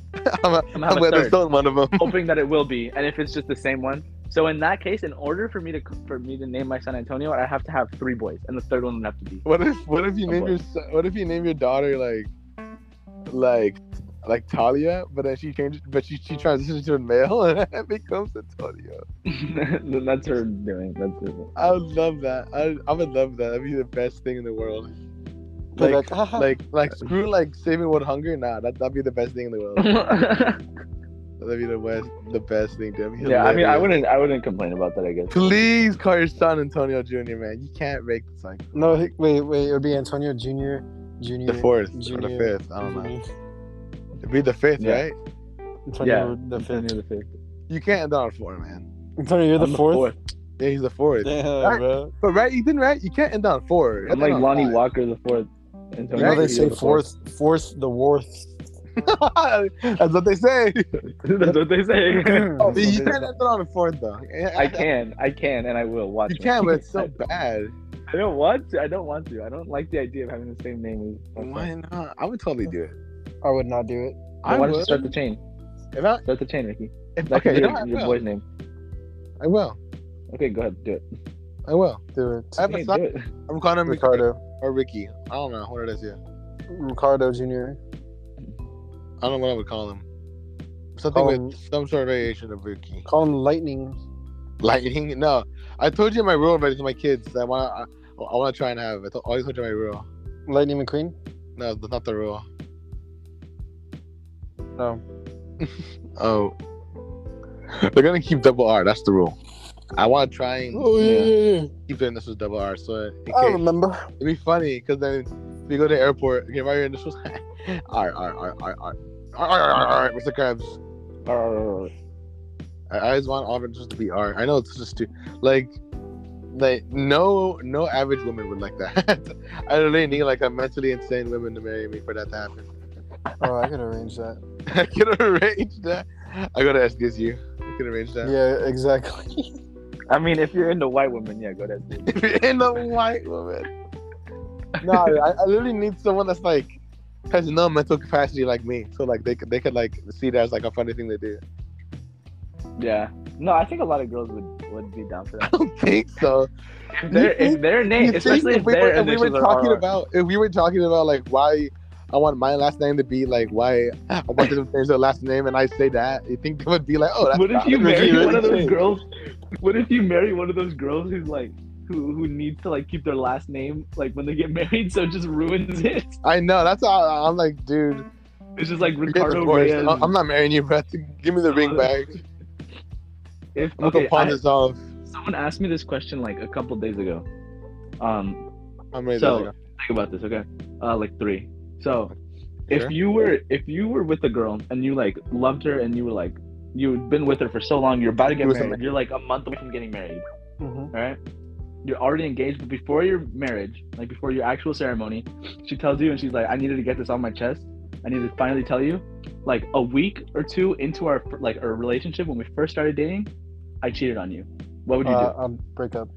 [SPEAKER 1] I'm, a,
[SPEAKER 3] I'm gonna have
[SPEAKER 1] I'm
[SPEAKER 3] a
[SPEAKER 1] gonna
[SPEAKER 3] third.
[SPEAKER 1] stone one of them.
[SPEAKER 3] hoping that it will be. And if it's just the same one, so in that case, in order for me to for me to name my son Antonio, I have to have three boys, and the third one would have
[SPEAKER 1] [LAUGHS]
[SPEAKER 3] to be.
[SPEAKER 1] What if what if you
[SPEAKER 3] A
[SPEAKER 1] name
[SPEAKER 3] boy.
[SPEAKER 1] your son, what if you name your daughter like like like Talia, but then she changes, but she she transitions to a male [LAUGHS] and it becomes Antonio.
[SPEAKER 3] That's her doing. That's her. [LAUGHS]
[SPEAKER 1] I would love that. I, I would love that. That'd be the best thing in the world.
[SPEAKER 4] Like,
[SPEAKER 1] Like
[SPEAKER 4] haha.
[SPEAKER 1] like like screw like saving world hunger. Nah, that that'd be the best thing in the [LAUGHS] world.
[SPEAKER 3] yeah,
[SPEAKER 1] That'd be the best the best thing. That'd be
[SPEAKER 3] I mean, I
[SPEAKER 1] hilarious.
[SPEAKER 3] wouldn't, I wouldn't complain about that. I guess.
[SPEAKER 1] Please call your son Antonio Junior, man. You can't break the cycle.
[SPEAKER 4] no, he- wait, wait. It would be Antonio Junior, Junior.
[SPEAKER 1] The fourth or the
[SPEAKER 4] Junior.
[SPEAKER 1] fifth. I don't know.
[SPEAKER 4] Junior.
[SPEAKER 1] It'd be the fifth,
[SPEAKER 3] Yeah.
[SPEAKER 1] right?
[SPEAKER 4] Antonio, the fifth.
[SPEAKER 3] Antonio the fifth.
[SPEAKER 1] You can't end on a four, man.
[SPEAKER 4] Antonio, you're
[SPEAKER 3] I'm
[SPEAKER 4] the fourth.
[SPEAKER 1] Yeah, he's the fourth.
[SPEAKER 4] Damn, bro.
[SPEAKER 1] But right, you didn't right. You can't end on four. You
[SPEAKER 3] I'm
[SPEAKER 1] have to
[SPEAKER 3] like
[SPEAKER 1] end on
[SPEAKER 3] Lonnie
[SPEAKER 1] five.
[SPEAKER 3] Walker the fourth.
[SPEAKER 4] You
[SPEAKER 3] Antonio
[SPEAKER 4] know they say
[SPEAKER 3] Castillo the
[SPEAKER 4] fourth, fourth, the worth.
[SPEAKER 1] [LAUGHS] That's what they say.
[SPEAKER 3] [LAUGHS] [LAUGHS] That's what
[SPEAKER 4] [CLEARS THROAT]
[SPEAKER 1] [LAUGHS]
[SPEAKER 3] they say.
[SPEAKER 1] [CLEARS THROAT] Oh, but you can't end on a fourth though.
[SPEAKER 3] I can, I can, and I will watch.
[SPEAKER 1] You
[SPEAKER 3] it.
[SPEAKER 1] can, but it's so
[SPEAKER 3] [LAUGHS] I,
[SPEAKER 1] bad.
[SPEAKER 3] I don't want to. I don't want to. I don't like the idea of having the same name. As my
[SPEAKER 1] Why
[SPEAKER 3] son.
[SPEAKER 1] not? I would totally do it.
[SPEAKER 4] I would not do it.
[SPEAKER 1] I
[SPEAKER 3] Then Why don't you
[SPEAKER 1] would.
[SPEAKER 3] start the chain?
[SPEAKER 1] If I,
[SPEAKER 3] Start the chain, Ricky.
[SPEAKER 1] if,
[SPEAKER 3] That
[SPEAKER 1] okay,
[SPEAKER 3] could
[SPEAKER 1] you
[SPEAKER 3] be your,
[SPEAKER 1] know,
[SPEAKER 3] your
[SPEAKER 1] I, will.
[SPEAKER 3] boy's name.
[SPEAKER 1] I will.
[SPEAKER 3] Okay, go ahead, do it.
[SPEAKER 1] I will.
[SPEAKER 4] Do it.
[SPEAKER 1] I have
[SPEAKER 3] Okay,
[SPEAKER 1] a
[SPEAKER 3] [LAUGHS] do
[SPEAKER 1] son.
[SPEAKER 3] it.
[SPEAKER 1] I'm calling him Ricardo
[SPEAKER 4] Ricardo,
[SPEAKER 1] or Ricky. I don't know what it is yet.
[SPEAKER 4] Ricardo Junior.
[SPEAKER 1] I don't know what I would call him. Something
[SPEAKER 4] Call
[SPEAKER 1] with
[SPEAKER 3] Um,
[SPEAKER 4] him-
[SPEAKER 1] some sort of variation of Ricky.
[SPEAKER 4] Call him Lightning.
[SPEAKER 1] Lightning? No, I told you my rule already to my kids. that I want to. I, I want to try and have. I to- always told you my rule.
[SPEAKER 4] Lightning McQueen.
[SPEAKER 1] No, that's not the rule.
[SPEAKER 4] No.
[SPEAKER 1] [LAUGHS] Oh, they're gonna keep double R. That's the rule. I want to try and
[SPEAKER 4] Oh yeah, yeah, yeah.
[SPEAKER 1] keep their initials double R. So it, it
[SPEAKER 4] I
[SPEAKER 2] Oh.
[SPEAKER 1] can-
[SPEAKER 4] remember.
[SPEAKER 1] it'd be funny because then if you go to the airport, you can write your initials. [LAUGHS] R R R R R R R R R. Mr. Krabs.
[SPEAKER 3] Arr.
[SPEAKER 1] I I always want all of it just to be R. I know it's just too like like no no average woman would like that. [LAUGHS] I really need like a mentally insane woman to marry me for that to happen.
[SPEAKER 4] [LAUGHS] Oh, I could arrange that.
[SPEAKER 1] [LAUGHS] I can arrange that. I gotta ask this you. I can arrange that.
[SPEAKER 4] Yeah, exactly.
[SPEAKER 3] I mean, if you're into white women, yeah, go ahead.
[SPEAKER 1] [LAUGHS] If you're in a white woman. No, I, I literally need someone that's like has no mental capacity like me. So like they could they could like see that as like a funny thing to do. [LAUGHS]
[SPEAKER 3] Yeah. No, I think a lot of girls would would be
[SPEAKER 1] [LAUGHS]
[SPEAKER 3] down for that.
[SPEAKER 1] I don't think so.
[SPEAKER 3] If their, if their
[SPEAKER 1] You
[SPEAKER 3] name,
[SPEAKER 1] think
[SPEAKER 3] especially if
[SPEAKER 1] we were,
[SPEAKER 3] their
[SPEAKER 1] if we were
[SPEAKER 3] initials are
[SPEAKER 1] talking
[SPEAKER 3] RR.
[SPEAKER 1] about if we were talking about like why I want my last name to be like why I want them to change their last name and I say that you think they would be like oh that's
[SPEAKER 3] what if you
[SPEAKER 1] valid. [LAUGHS]
[SPEAKER 3] marry
[SPEAKER 4] really
[SPEAKER 3] one of those
[SPEAKER 4] changed.
[SPEAKER 3] girls? What if you marry one of those girls who's like who who needs to like keep their last name like when they get [LAUGHS] married, so it just ruins it.
[SPEAKER 1] I know that's all I'm like dude
[SPEAKER 3] It's just like
[SPEAKER 1] get
[SPEAKER 3] Ricardo
[SPEAKER 1] divorced.
[SPEAKER 3] Reyes.
[SPEAKER 1] I- I'm not marrying you but give me the ring back
[SPEAKER 3] If
[SPEAKER 1] I'm gonna
[SPEAKER 3] okay,
[SPEAKER 1] go pawn
[SPEAKER 3] Uh, I-
[SPEAKER 1] this off
[SPEAKER 3] someone asked me this question like a couple days ago. Um,
[SPEAKER 1] I'm ready
[SPEAKER 3] So-
[SPEAKER 1] to go.
[SPEAKER 3] think about this, okay? Uh, like three. So,
[SPEAKER 1] Sure.
[SPEAKER 3] if you were if you were with a girl and you like loved her and you were like you've been with her for so long, you're about to get
[SPEAKER 1] Do
[SPEAKER 3] married.
[SPEAKER 1] something.
[SPEAKER 3] You're like a month away from getting married.
[SPEAKER 4] Mhm.
[SPEAKER 3] All right, you're already engaged, but before your marriage, like before your actual ceremony, she tells you and she's like, "I needed to get this on my chest. I needed to finally tell you." Like a week or two into our like our relationship when we first started dating, I cheated on you. What would you
[SPEAKER 4] Uh,
[SPEAKER 3] do?
[SPEAKER 4] um, break up.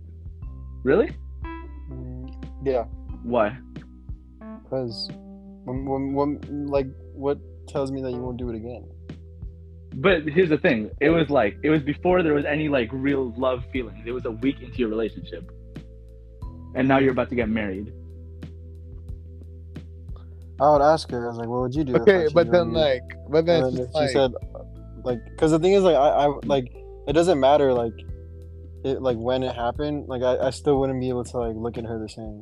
[SPEAKER 3] Really?
[SPEAKER 4] Mm, Yeah,
[SPEAKER 3] Why?
[SPEAKER 4] because when, when, when, like, what tells me that you won't do it again?
[SPEAKER 3] But here's the thing. It was like it was before there was any like real love feelings. It was a week into your relationship. And now you're about to get married.
[SPEAKER 4] I would ask her. I was like, "What would you do?" if I
[SPEAKER 1] okay
[SPEAKER 4] cheated
[SPEAKER 1] but
[SPEAKER 4] on
[SPEAKER 1] then
[SPEAKER 4] you?"
[SPEAKER 1] like but then
[SPEAKER 4] And
[SPEAKER 1] it's
[SPEAKER 4] then
[SPEAKER 1] just
[SPEAKER 4] she
[SPEAKER 1] like
[SPEAKER 4] said, like, because the thing is, like, I, I, like, it doesn't matter, like,
[SPEAKER 2] it like when it happened, like I, I still wouldn't be able to like look at her the same.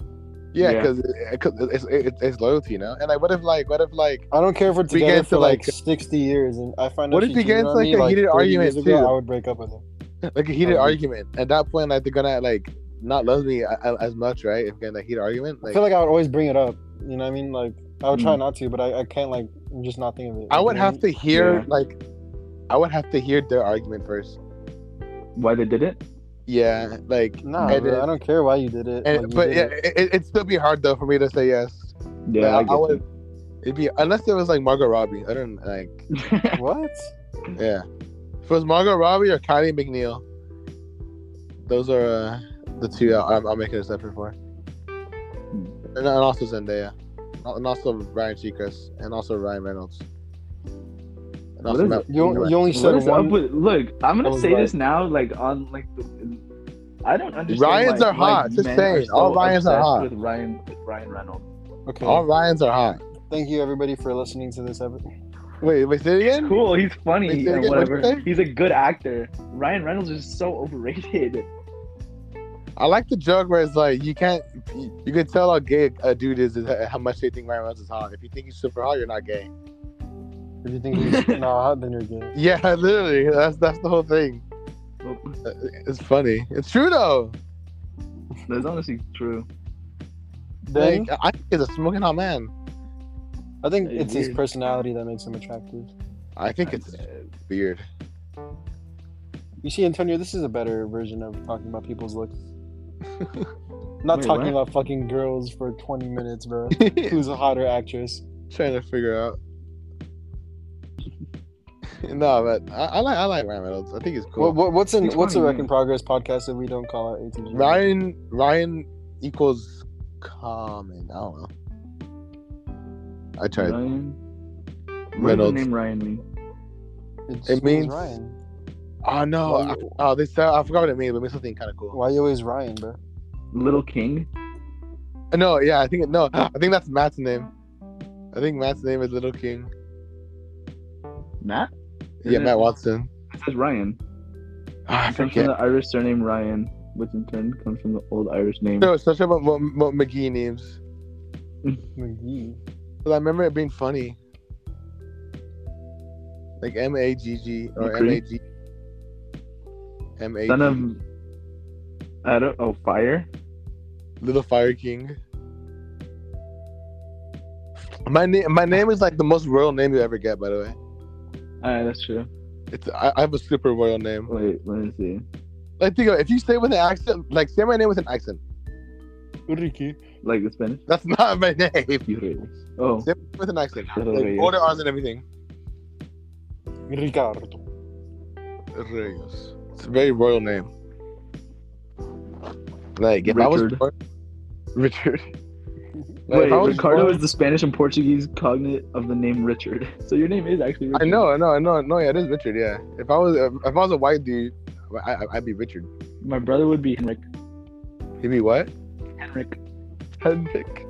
[SPEAKER 1] Yeah,
[SPEAKER 3] Yeah.
[SPEAKER 1] because it's, it's it's loyalty, you know. And like, what if like what if like
[SPEAKER 2] I don't care if we're
[SPEAKER 1] We
[SPEAKER 2] together
[SPEAKER 1] get
[SPEAKER 2] for
[SPEAKER 1] to,
[SPEAKER 2] like,
[SPEAKER 1] like-
[SPEAKER 2] sixty years, and I find out
[SPEAKER 1] What if
[SPEAKER 2] she
[SPEAKER 1] we
[SPEAKER 2] cheated
[SPEAKER 1] get to,
[SPEAKER 2] on
[SPEAKER 1] like,
[SPEAKER 2] me,
[SPEAKER 1] a heated
[SPEAKER 2] 30
[SPEAKER 1] argument,
[SPEAKER 2] years ago,
[SPEAKER 1] too?
[SPEAKER 2] I would break up with her.
[SPEAKER 1] like a heated
[SPEAKER 2] Um,
[SPEAKER 1] argument? At that point, like they're gonna like not love me a- a- as much, right? If gonna heated argument,
[SPEAKER 2] I
[SPEAKER 1] like
[SPEAKER 2] feel like I would always bring it up. You know what I mean? Like I would try not to, but I, I can't like just not think of it.
[SPEAKER 1] Mm. I would have to hear
[SPEAKER 3] Yeah.
[SPEAKER 1] like I would have to hear their argument first.
[SPEAKER 3] Why they did it?
[SPEAKER 1] Yeah, like
[SPEAKER 2] Nah,
[SPEAKER 1] and
[SPEAKER 2] bro,
[SPEAKER 1] then-
[SPEAKER 2] I don't care why you did it.
[SPEAKER 1] and
[SPEAKER 2] like, you
[SPEAKER 1] but
[SPEAKER 2] did
[SPEAKER 1] yeah,
[SPEAKER 2] it.
[SPEAKER 1] it, it, it'd still be hard though for me to say yes. Like,
[SPEAKER 3] Yeah, I,
[SPEAKER 1] I,
[SPEAKER 3] get
[SPEAKER 1] I
[SPEAKER 3] you.
[SPEAKER 1] would. It'd be unless it was like Margot Robbie. I don't like. [LAUGHS]
[SPEAKER 2] what?
[SPEAKER 1] Yeah, if it was Margot Robbie or Kylie McNeil, those are uh, the two I, I'm, I'm making an exception for. And, and also Zendaya, and also Ryan Seacrest, and also Ryan Reynolds. And also
[SPEAKER 3] is
[SPEAKER 1] Matt-
[SPEAKER 2] You, on- you only
[SPEAKER 3] What
[SPEAKER 2] said
[SPEAKER 3] is up
[SPEAKER 2] one.
[SPEAKER 3] with, look, I'm
[SPEAKER 2] that
[SPEAKER 3] gonna
[SPEAKER 2] was
[SPEAKER 3] say
[SPEAKER 2] right.
[SPEAKER 3] this now, like on like the, I don't understand.
[SPEAKER 1] Ryans
[SPEAKER 3] why-
[SPEAKER 1] are
[SPEAKER 3] why
[SPEAKER 1] hot, just
[SPEAKER 3] men are
[SPEAKER 1] saying. All
[SPEAKER 3] so
[SPEAKER 1] Ryans are
[SPEAKER 3] obsessed
[SPEAKER 1] hot.
[SPEAKER 3] With Ryan, with Ryan Reynolds.
[SPEAKER 2] Okay.
[SPEAKER 1] All Ryans are hot.
[SPEAKER 2] Thank you everybody for listening to this episode.
[SPEAKER 1] Wait, wait, say it again.
[SPEAKER 3] Cool, he's
[SPEAKER 1] Wait,
[SPEAKER 3] funny
[SPEAKER 1] say it
[SPEAKER 3] and
[SPEAKER 1] again, what'd you
[SPEAKER 3] whatever.
[SPEAKER 1] say?
[SPEAKER 3] He's a good actor. Ryan Reynolds is so overrated. [LAUGHS]
[SPEAKER 1] I like the joke where it's like you can't, you can tell how gay a dude is, is how much they think Ryan Reynolds is hot. If you think he's super hot, you're not gay. [LAUGHS]
[SPEAKER 2] If you think he's nah, then you're gay.
[SPEAKER 1] Yeah, literally, that's that's the whole thing. It's funny. It's true though.
[SPEAKER 3] That's honestly true.
[SPEAKER 2] Then
[SPEAKER 1] Like, I think he's a smoking hot man.
[SPEAKER 2] I think
[SPEAKER 3] Hey,
[SPEAKER 2] it's his
[SPEAKER 3] dude.
[SPEAKER 2] personality that makes him attractive.
[SPEAKER 1] I think it's
[SPEAKER 3] Uh,
[SPEAKER 1] weird.
[SPEAKER 2] You see, Antonio, this is a better version of talking about people's looks. Not
[SPEAKER 3] Wait,
[SPEAKER 2] talking about fucking girls for 20 minutes, bro. Who's a hotter actress?
[SPEAKER 1] Trying to figure out. [LAUGHS] no, but I, I like I like Ryan Reynolds. I think he's cool.
[SPEAKER 2] What, what, what's in
[SPEAKER 3] He's
[SPEAKER 2] what's a
[SPEAKER 3] funny,
[SPEAKER 2] Wreck
[SPEAKER 3] man.
[SPEAKER 2] in Progress podcast if we don't call it ATG?
[SPEAKER 1] Ryan Ryan equals common. I don't know. I tried.
[SPEAKER 3] Ryan. What does the
[SPEAKER 1] Reynolds.
[SPEAKER 3] name Ryan mean?
[SPEAKER 2] It's-
[SPEAKER 1] It
[SPEAKER 2] it's
[SPEAKER 1] means-
[SPEAKER 2] Ryan.
[SPEAKER 1] Oh no!
[SPEAKER 2] Why
[SPEAKER 1] I,
[SPEAKER 2] you-
[SPEAKER 1] oh, they sound, I forgot what it means, but it means something kind of cool.
[SPEAKER 2] Why you always Ryan, bro?
[SPEAKER 3] Little King.
[SPEAKER 1] No, yeah, I think no, I think that's Matt's name. I think Matt's name is Little King.
[SPEAKER 3] Matt.
[SPEAKER 1] Yeah,
[SPEAKER 3] Isn't it-
[SPEAKER 1] Matt Watson.
[SPEAKER 3] It says Ryan.
[SPEAKER 1] Ah, I
[SPEAKER 3] It comes from
[SPEAKER 1] forget.
[SPEAKER 3] the Irish surname Ryan, which in turn comes from the old Irish name.
[SPEAKER 1] So, such about what, what McGee names.
[SPEAKER 2] McGee.
[SPEAKER 1] But I remember it being funny. Like M A G G or M A
[SPEAKER 3] McCree?
[SPEAKER 1] G. M A
[SPEAKER 3] Son of.
[SPEAKER 1] G.
[SPEAKER 3] I don't. Oh, fire.
[SPEAKER 1] Little Fire King. My name, my name is like the most royal name you ever get. By the way,
[SPEAKER 3] Alright, Ah, that's true.
[SPEAKER 1] it's I, I have a super royal name.
[SPEAKER 3] Wait, let me see.
[SPEAKER 1] Like think of it, if you say with an accent, like say my name with an accent.
[SPEAKER 2] Ricky.
[SPEAKER 3] Like the Spanish.
[SPEAKER 1] That's [LAUGHS] not my name.
[SPEAKER 3] You hate us. Oh,
[SPEAKER 1] Say it with an accent.
[SPEAKER 3] Little
[SPEAKER 1] Like
[SPEAKER 3] Reyes.
[SPEAKER 1] order R's and everything.
[SPEAKER 2] Ricardo.
[SPEAKER 1] Reyes. It's a very royal name. Like if I was
[SPEAKER 3] Richard.
[SPEAKER 1] born, [LAUGHS] Richard. Like,
[SPEAKER 3] wait.
[SPEAKER 1] if I was
[SPEAKER 3] Ricardo
[SPEAKER 1] born-
[SPEAKER 3] is the Spanish and Portuguese cognate of the name Richard. [LAUGHS] So your name is actually. Richard.
[SPEAKER 1] I know, I know, I know, no, yeah, it is Richard. Yeah, if I was, if I was a white dude, I, I, I'd be Richard.
[SPEAKER 3] My brother would be Henrik.
[SPEAKER 1] He'd be what?
[SPEAKER 3] Henrik.
[SPEAKER 1] Henrik.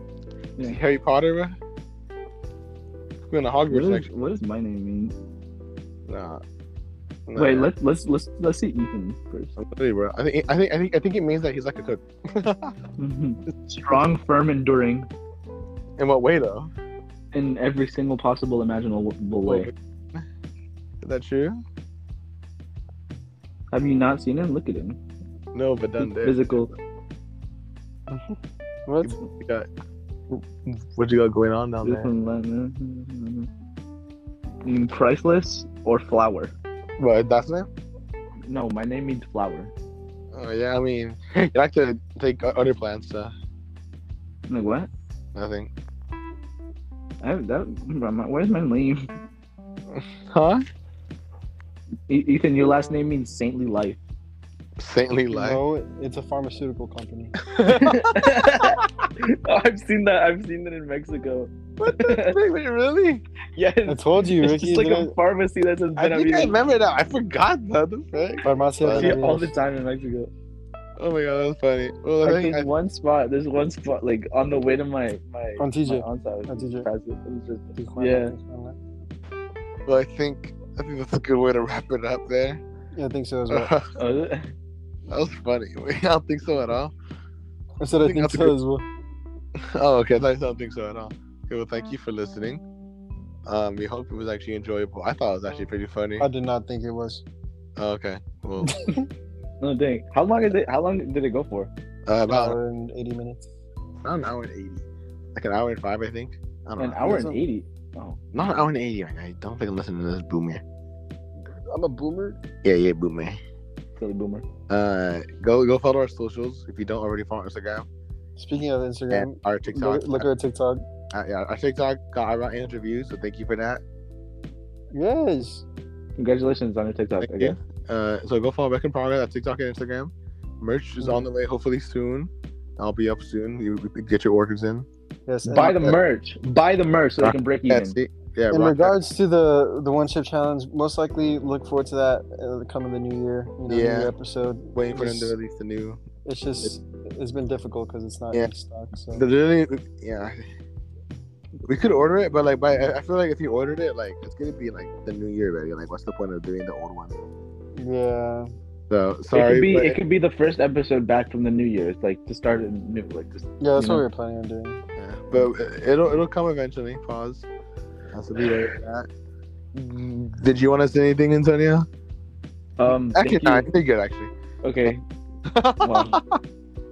[SPEAKER 1] Is
[SPEAKER 3] Yeah.
[SPEAKER 1] he Harry Potter, bro? We're in a
[SPEAKER 3] What
[SPEAKER 1] Hogwarts
[SPEAKER 3] is,
[SPEAKER 1] section.
[SPEAKER 3] what does my name mean?
[SPEAKER 1] Nah. Nah.
[SPEAKER 3] Wait, let's let's let's let's see Ethan first. [LAUGHS]
[SPEAKER 1] I'm sorry, bro. I think, I think, I think, I think it means that he's like a cook.
[SPEAKER 3] Strong, firm, enduring
[SPEAKER 1] In what way, though?
[SPEAKER 3] in every single possible imaginable way.
[SPEAKER 1] Is that true?
[SPEAKER 3] Have you not seen him? Look at him.
[SPEAKER 1] No, but done there.
[SPEAKER 3] Physical.
[SPEAKER 2] What?
[SPEAKER 1] You got- What you got going on
[SPEAKER 3] Oh,
[SPEAKER 1] down there?
[SPEAKER 3] Mm, Priceless or flower?
[SPEAKER 1] Mm-hmm. What? That's name?
[SPEAKER 3] No, my name means flower.
[SPEAKER 1] Oh yeah, I mean, [LAUGHS] you like to take o- other plants, uh,
[SPEAKER 3] I'm like what?
[SPEAKER 1] I think.
[SPEAKER 3] I Oh, that. my- Where's my name?
[SPEAKER 1] Huh?
[SPEAKER 3] E- Ethan, your last name means saintly
[SPEAKER 1] [LAUGHS]
[SPEAKER 3] life.
[SPEAKER 1] Saintly life.
[SPEAKER 2] No, it's a pharmaceutical company.
[SPEAKER 3] [LAUGHS] I've seen that. I've seen that in Mexico.
[SPEAKER 1] [LAUGHS] What the? Wait, wait, really?
[SPEAKER 3] Yes.
[SPEAKER 2] I told you,
[SPEAKER 3] [LAUGHS] It's
[SPEAKER 2] Ricky.
[SPEAKER 3] just like a
[SPEAKER 2] didn't-
[SPEAKER 3] pharmacy that says
[SPEAKER 1] I think I
[SPEAKER 3] Benavides.
[SPEAKER 1] remember that. I forgot that. The frick?
[SPEAKER 2] Farmacia
[SPEAKER 1] I
[SPEAKER 3] I see it all
[SPEAKER 2] Benavides.
[SPEAKER 3] the time in Mexico.
[SPEAKER 1] Oh my god, that's funny. Well, I
[SPEAKER 3] Like,
[SPEAKER 1] think
[SPEAKER 3] there's
[SPEAKER 1] I,
[SPEAKER 3] one spot. There's one spot like on the way to my my,
[SPEAKER 2] On TJ.
[SPEAKER 3] my aunt's house.
[SPEAKER 2] On TJ.
[SPEAKER 3] Pass it. It was just- Yeah.
[SPEAKER 2] Yeah.
[SPEAKER 1] well, I think I think that's a good way to wrap it up there. [LAUGHS]
[SPEAKER 2] yeah, I think so as well.
[SPEAKER 1] Uh,
[SPEAKER 3] Oh, is it? [LAUGHS]
[SPEAKER 1] That was funny. [LAUGHS] I don't think so at all. [LAUGHS]
[SPEAKER 2] I said I
[SPEAKER 1] think
[SPEAKER 2] think
[SPEAKER 1] that's a
[SPEAKER 2] so
[SPEAKER 1] good-
[SPEAKER 2] as well.
[SPEAKER 1] Oh, okay. I thought- I don't think so at all. Okay, well, thank you for listening. Um, we hope it was actually enjoyable. I thought it was actually pretty funny.
[SPEAKER 2] I did not think it was.
[SPEAKER 1] Oh, okay, well,
[SPEAKER 3] No dang. How long is it? How long did it go for?
[SPEAKER 1] uh, [LAUGHS]
[SPEAKER 2] An
[SPEAKER 1] about
[SPEAKER 2] hour and 80 minutes.
[SPEAKER 1] about an hour and eighty, like an hour and five, I think. I don't
[SPEAKER 3] An
[SPEAKER 1] know.
[SPEAKER 3] hour
[SPEAKER 2] That's
[SPEAKER 3] and
[SPEAKER 2] not-
[SPEAKER 3] eighty. Oh,
[SPEAKER 1] Not an hour and eighty. Right? I don't think I'm listening to this boomer.
[SPEAKER 2] I'm a boomer.
[SPEAKER 1] Yeah, yeah, boomer.
[SPEAKER 3] Silly boomer.
[SPEAKER 1] Uh, go go follow our socials if you don't already follow Instagram
[SPEAKER 2] Speaking of Instagram,
[SPEAKER 1] and our
[SPEAKER 2] look,
[SPEAKER 1] TikTok.
[SPEAKER 2] look at our TikTok.
[SPEAKER 1] uh, yeah, our TikTok got around 800 views, so thank you for that.
[SPEAKER 2] Yes.
[SPEAKER 3] Congratulations on your TikTok.
[SPEAKER 1] Thank
[SPEAKER 3] Okay.
[SPEAKER 1] you. Uh, so go follow Back in Progress at TikTok and Instagram. Merch
[SPEAKER 2] Mm-hmm.
[SPEAKER 1] is on the way, hopefully soon. I'll be up soon. You you can get your orders in.
[SPEAKER 2] Yes. and-
[SPEAKER 3] Buy the merch. Buy the merch so they can break even.
[SPEAKER 1] Etsy. Yeah,
[SPEAKER 2] in
[SPEAKER 1] rock
[SPEAKER 2] regards to the the one chip challenge, most likely look forward to that uh, the come of the new year. You know,
[SPEAKER 1] Yeah.
[SPEAKER 2] new episode.
[SPEAKER 1] that. Waiting for them to
[SPEAKER 2] Just-
[SPEAKER 1] release the new.
[SPEAKER 2] It's just it's been difficult because it's not
[SPEAKER 1] Yeah.
[SPEAKER 2] in stock. So
[SPEAKER 1] The really, yeah. We could order it, but like, by I I feel like if you ordered it, like it's gonna be like the new year already. Like, what's the point of doing the old one?
[SPEAKER 2] yeah,
[SPEAKER 1] So
[SPEAKER 3] it
[SPEAKER 1] sorry.
[SPEAKER 3] could be
[SPEAKER 1] but-
[SPEAKER 3] it could be the first episode back from the new year. It's like to start a new like just
[SPEAKER 2] yeah, that's
[SPEAKER 3] You
[SPEAKER 2] what
[SPEAKER 3] know.
[SPEAKER 2] we were planning on doing.
[SPEAKER 1] Yeah, but it'll it'll come eventually. Pause. That's a
[SPEAKER 3] [SIGHS]
[SPEAKER 1] be ready for that. Did you want to say anything, Antonio?
[SPEAKER 3] um thank
[SPEAKER 1] Actually,
[SPEAKER 3] you.
[SPEAKER 1] no, I think good. Actually, [LAUGHS]
[SPEAKER 3] okay. well,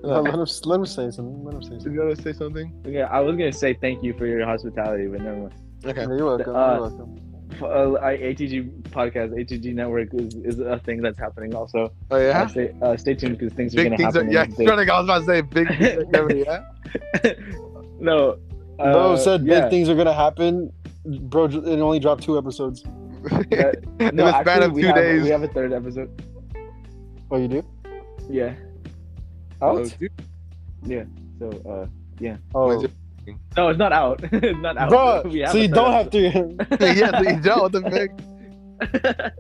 [SPEAKER 2] Yeah, Uh, let him let him say something. Let him say something.
[SPEAKER 1] Did you want to say something?
[SPEAKER 3] okay, I was gonna say thank you for your hospitality, but never mind.
[SPEAKER 1] Okay.
[SPEAKER 2] Yeah, you're welcome.
[SPEAKER 3] Uh,
[SPEAKER 2] you're welcome.
[SPEAKER 3] F- Uh, I, ATG podcast, ATG network is, is a thing that's happening also.
[SPEAKER 1] Oh
[SPEAKER 3] Uh,
[SPEAKER 1] yeah.
[SPEAKER 3] stay, uh, stay tuned because things are
[SPEAKER 1] Big
[SPEAKER 3] gonna
[SPEAKER 1] things. Are,
[SPEAKER 3] happen.
[SPEAKER 1] yeah,
[SPEAKER 3] and
[SPEAKER 1] I was about to say big things. are coming,
[SPEAKER 3] [LAUGHS]
[SPEAKER 1] yeah.
[SPEAKER 3] no. Uh,
[SPEAKER 2] Bro said
[SPEAKER 3] yeah,
[SPEAKER 2] big things are gonna happen. Bro, j- it only dropped two episodes.
[SPEAKER 1] [LAUGHS] In
[SPEAKER 3] no,
[SPEAKER 1] the span
[SPEAKER 3] actually,
[SPEAKER 1] of
[SPEAKER 3] we
[SPEAKER 1] two
[SPEAKER 3] have-
[SPEAKER 1] days.
[SPEAKER 3] We have a third episode.
[SPEAKER 2] Oh, you do?
[SPEAKER 3] Yeah.
[SPEAKER 1] Oh,
[SPEAKER 2] Out?
[SPEAKER 1] dude,
[SPEAKER 3] Yeah. So uh
[SPEAKER 2] Oh,
[SPEAKER 1] when's
[SPEAKER 3] no, it's not out. [LAUGHS] it's not out. [LAUGHS] We
[SPEAKER 2] bro.
[SPEAKER 3] have
[SPEAKER 2] So
[SPEAKER 3] a
[SPEAKER 2] you
[SPEAKER 3] third
[SPEAKER 2] don't have to. [LAUGHS]
[SPEAKER 1] it- [LAUGHS] yeah, so you don't. What the
[SPEAKER 3] [LAUGHS]
[SPEAKER 1] heck?
[SPEAKER 3] episode.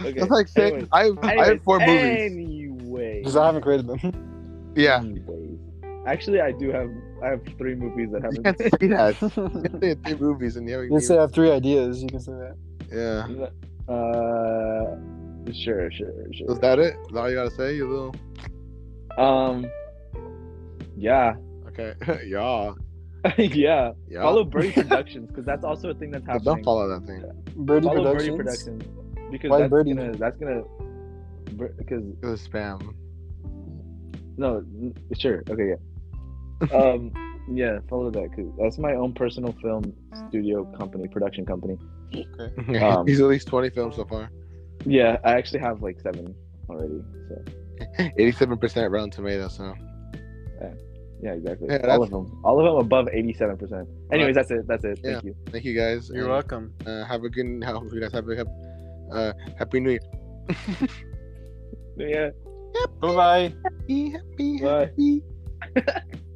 [SPEAKER 3] okay.
[SPEAKER 1] That's like six.
[SPEAKER 3] Anyways.
[SPEAKER 1] I I have four movies.
[SPEAKER 3] Anyway.
[SPEAKER 2] Because I haven't created them.
[SPEAKER 1] Yeah. [LAUGHS]
[SPEAKER 3] Anyways. Actually, I do have I have three movies that
[SPEAKER 1] You
[SPEAKER 3] haven't.
[SPEAKER 1] can't say that. You [LAUGHS]
[SPEAKER 2] you
[SPEAKER 1] can't say three movies and you haven't
[SPEAKER 2] can say I
[SPEAKER 1] even-
[SPEAKER 2] have three ideas. You can say that.
[SPEAKER 1] Yeah.
[SPEAKER 3] Uh, sure, sure, sure.
[SPEAKER 1] Is that it? Is that all you gotta say? You little.
[SPEAKER 3] Um, yeah, [LAUGHS]
[SPEAKER 1] Okay. [LAUGHS] yeah.
[SPEAKER 3] yeah.
[SPEAKER 1] Yeah.
[SPEAKER 3] Follow Birdie Productions because that's also a thing that's
[SPEAKER 1] But
[SPEAKER 3] happening.
[SPEAKER 1] Don't follow that thing.
[SPEAKER 2] Birdie
[SPEAKER 3] Follow
[SPEAKER 2] Productions.
[SPEAKER 3] Birdie Productions because
[SPEAKER 2] Why
[SPEAKER 3] that's
[SPEAKER 2] Birdie?
[SPEAKER 3] gonna that's gonna because
[SPEAKER 1] It was spam.
[SPEAKER 3] no n- sure okay
[SPEAKER 1] [LAUGHS]
[SPEAKER 3] yeah um yeah follow that because that's my own personal film studio company production company
[SPEAKER 1] [LAUGHS]
[SPEAKER 3] Um,
[SPEAKER 1] He's released 20 films so far.
[SPEAKER 3] yeah I actually have like seven already so
[SPEAKER 1] 87% Rotten Tomatoes. So.
[SPEAKER 3] yeah exactly
[SPEAKER 1] Yeah, that's-
[SPEAKER 3] all of them all of them above eighty seven percent anyways that's it that's it thank you
[SPEAKER 1] Thank you guys.
[SPEAKER 2] You're
[SPEAKER 1] and,
[SPEAKER 2] welcome.
[SPEAKER 1] Uh, have a good. Have you guys have a hap- uh, happy New Year.
[SPEAKER 3] yeah
[SPEAKER 2] Bye bye.
[SPEAKER 1] Happy, happy,
[SPEAKER 3] Bye.
[SPEAKER 1] happy.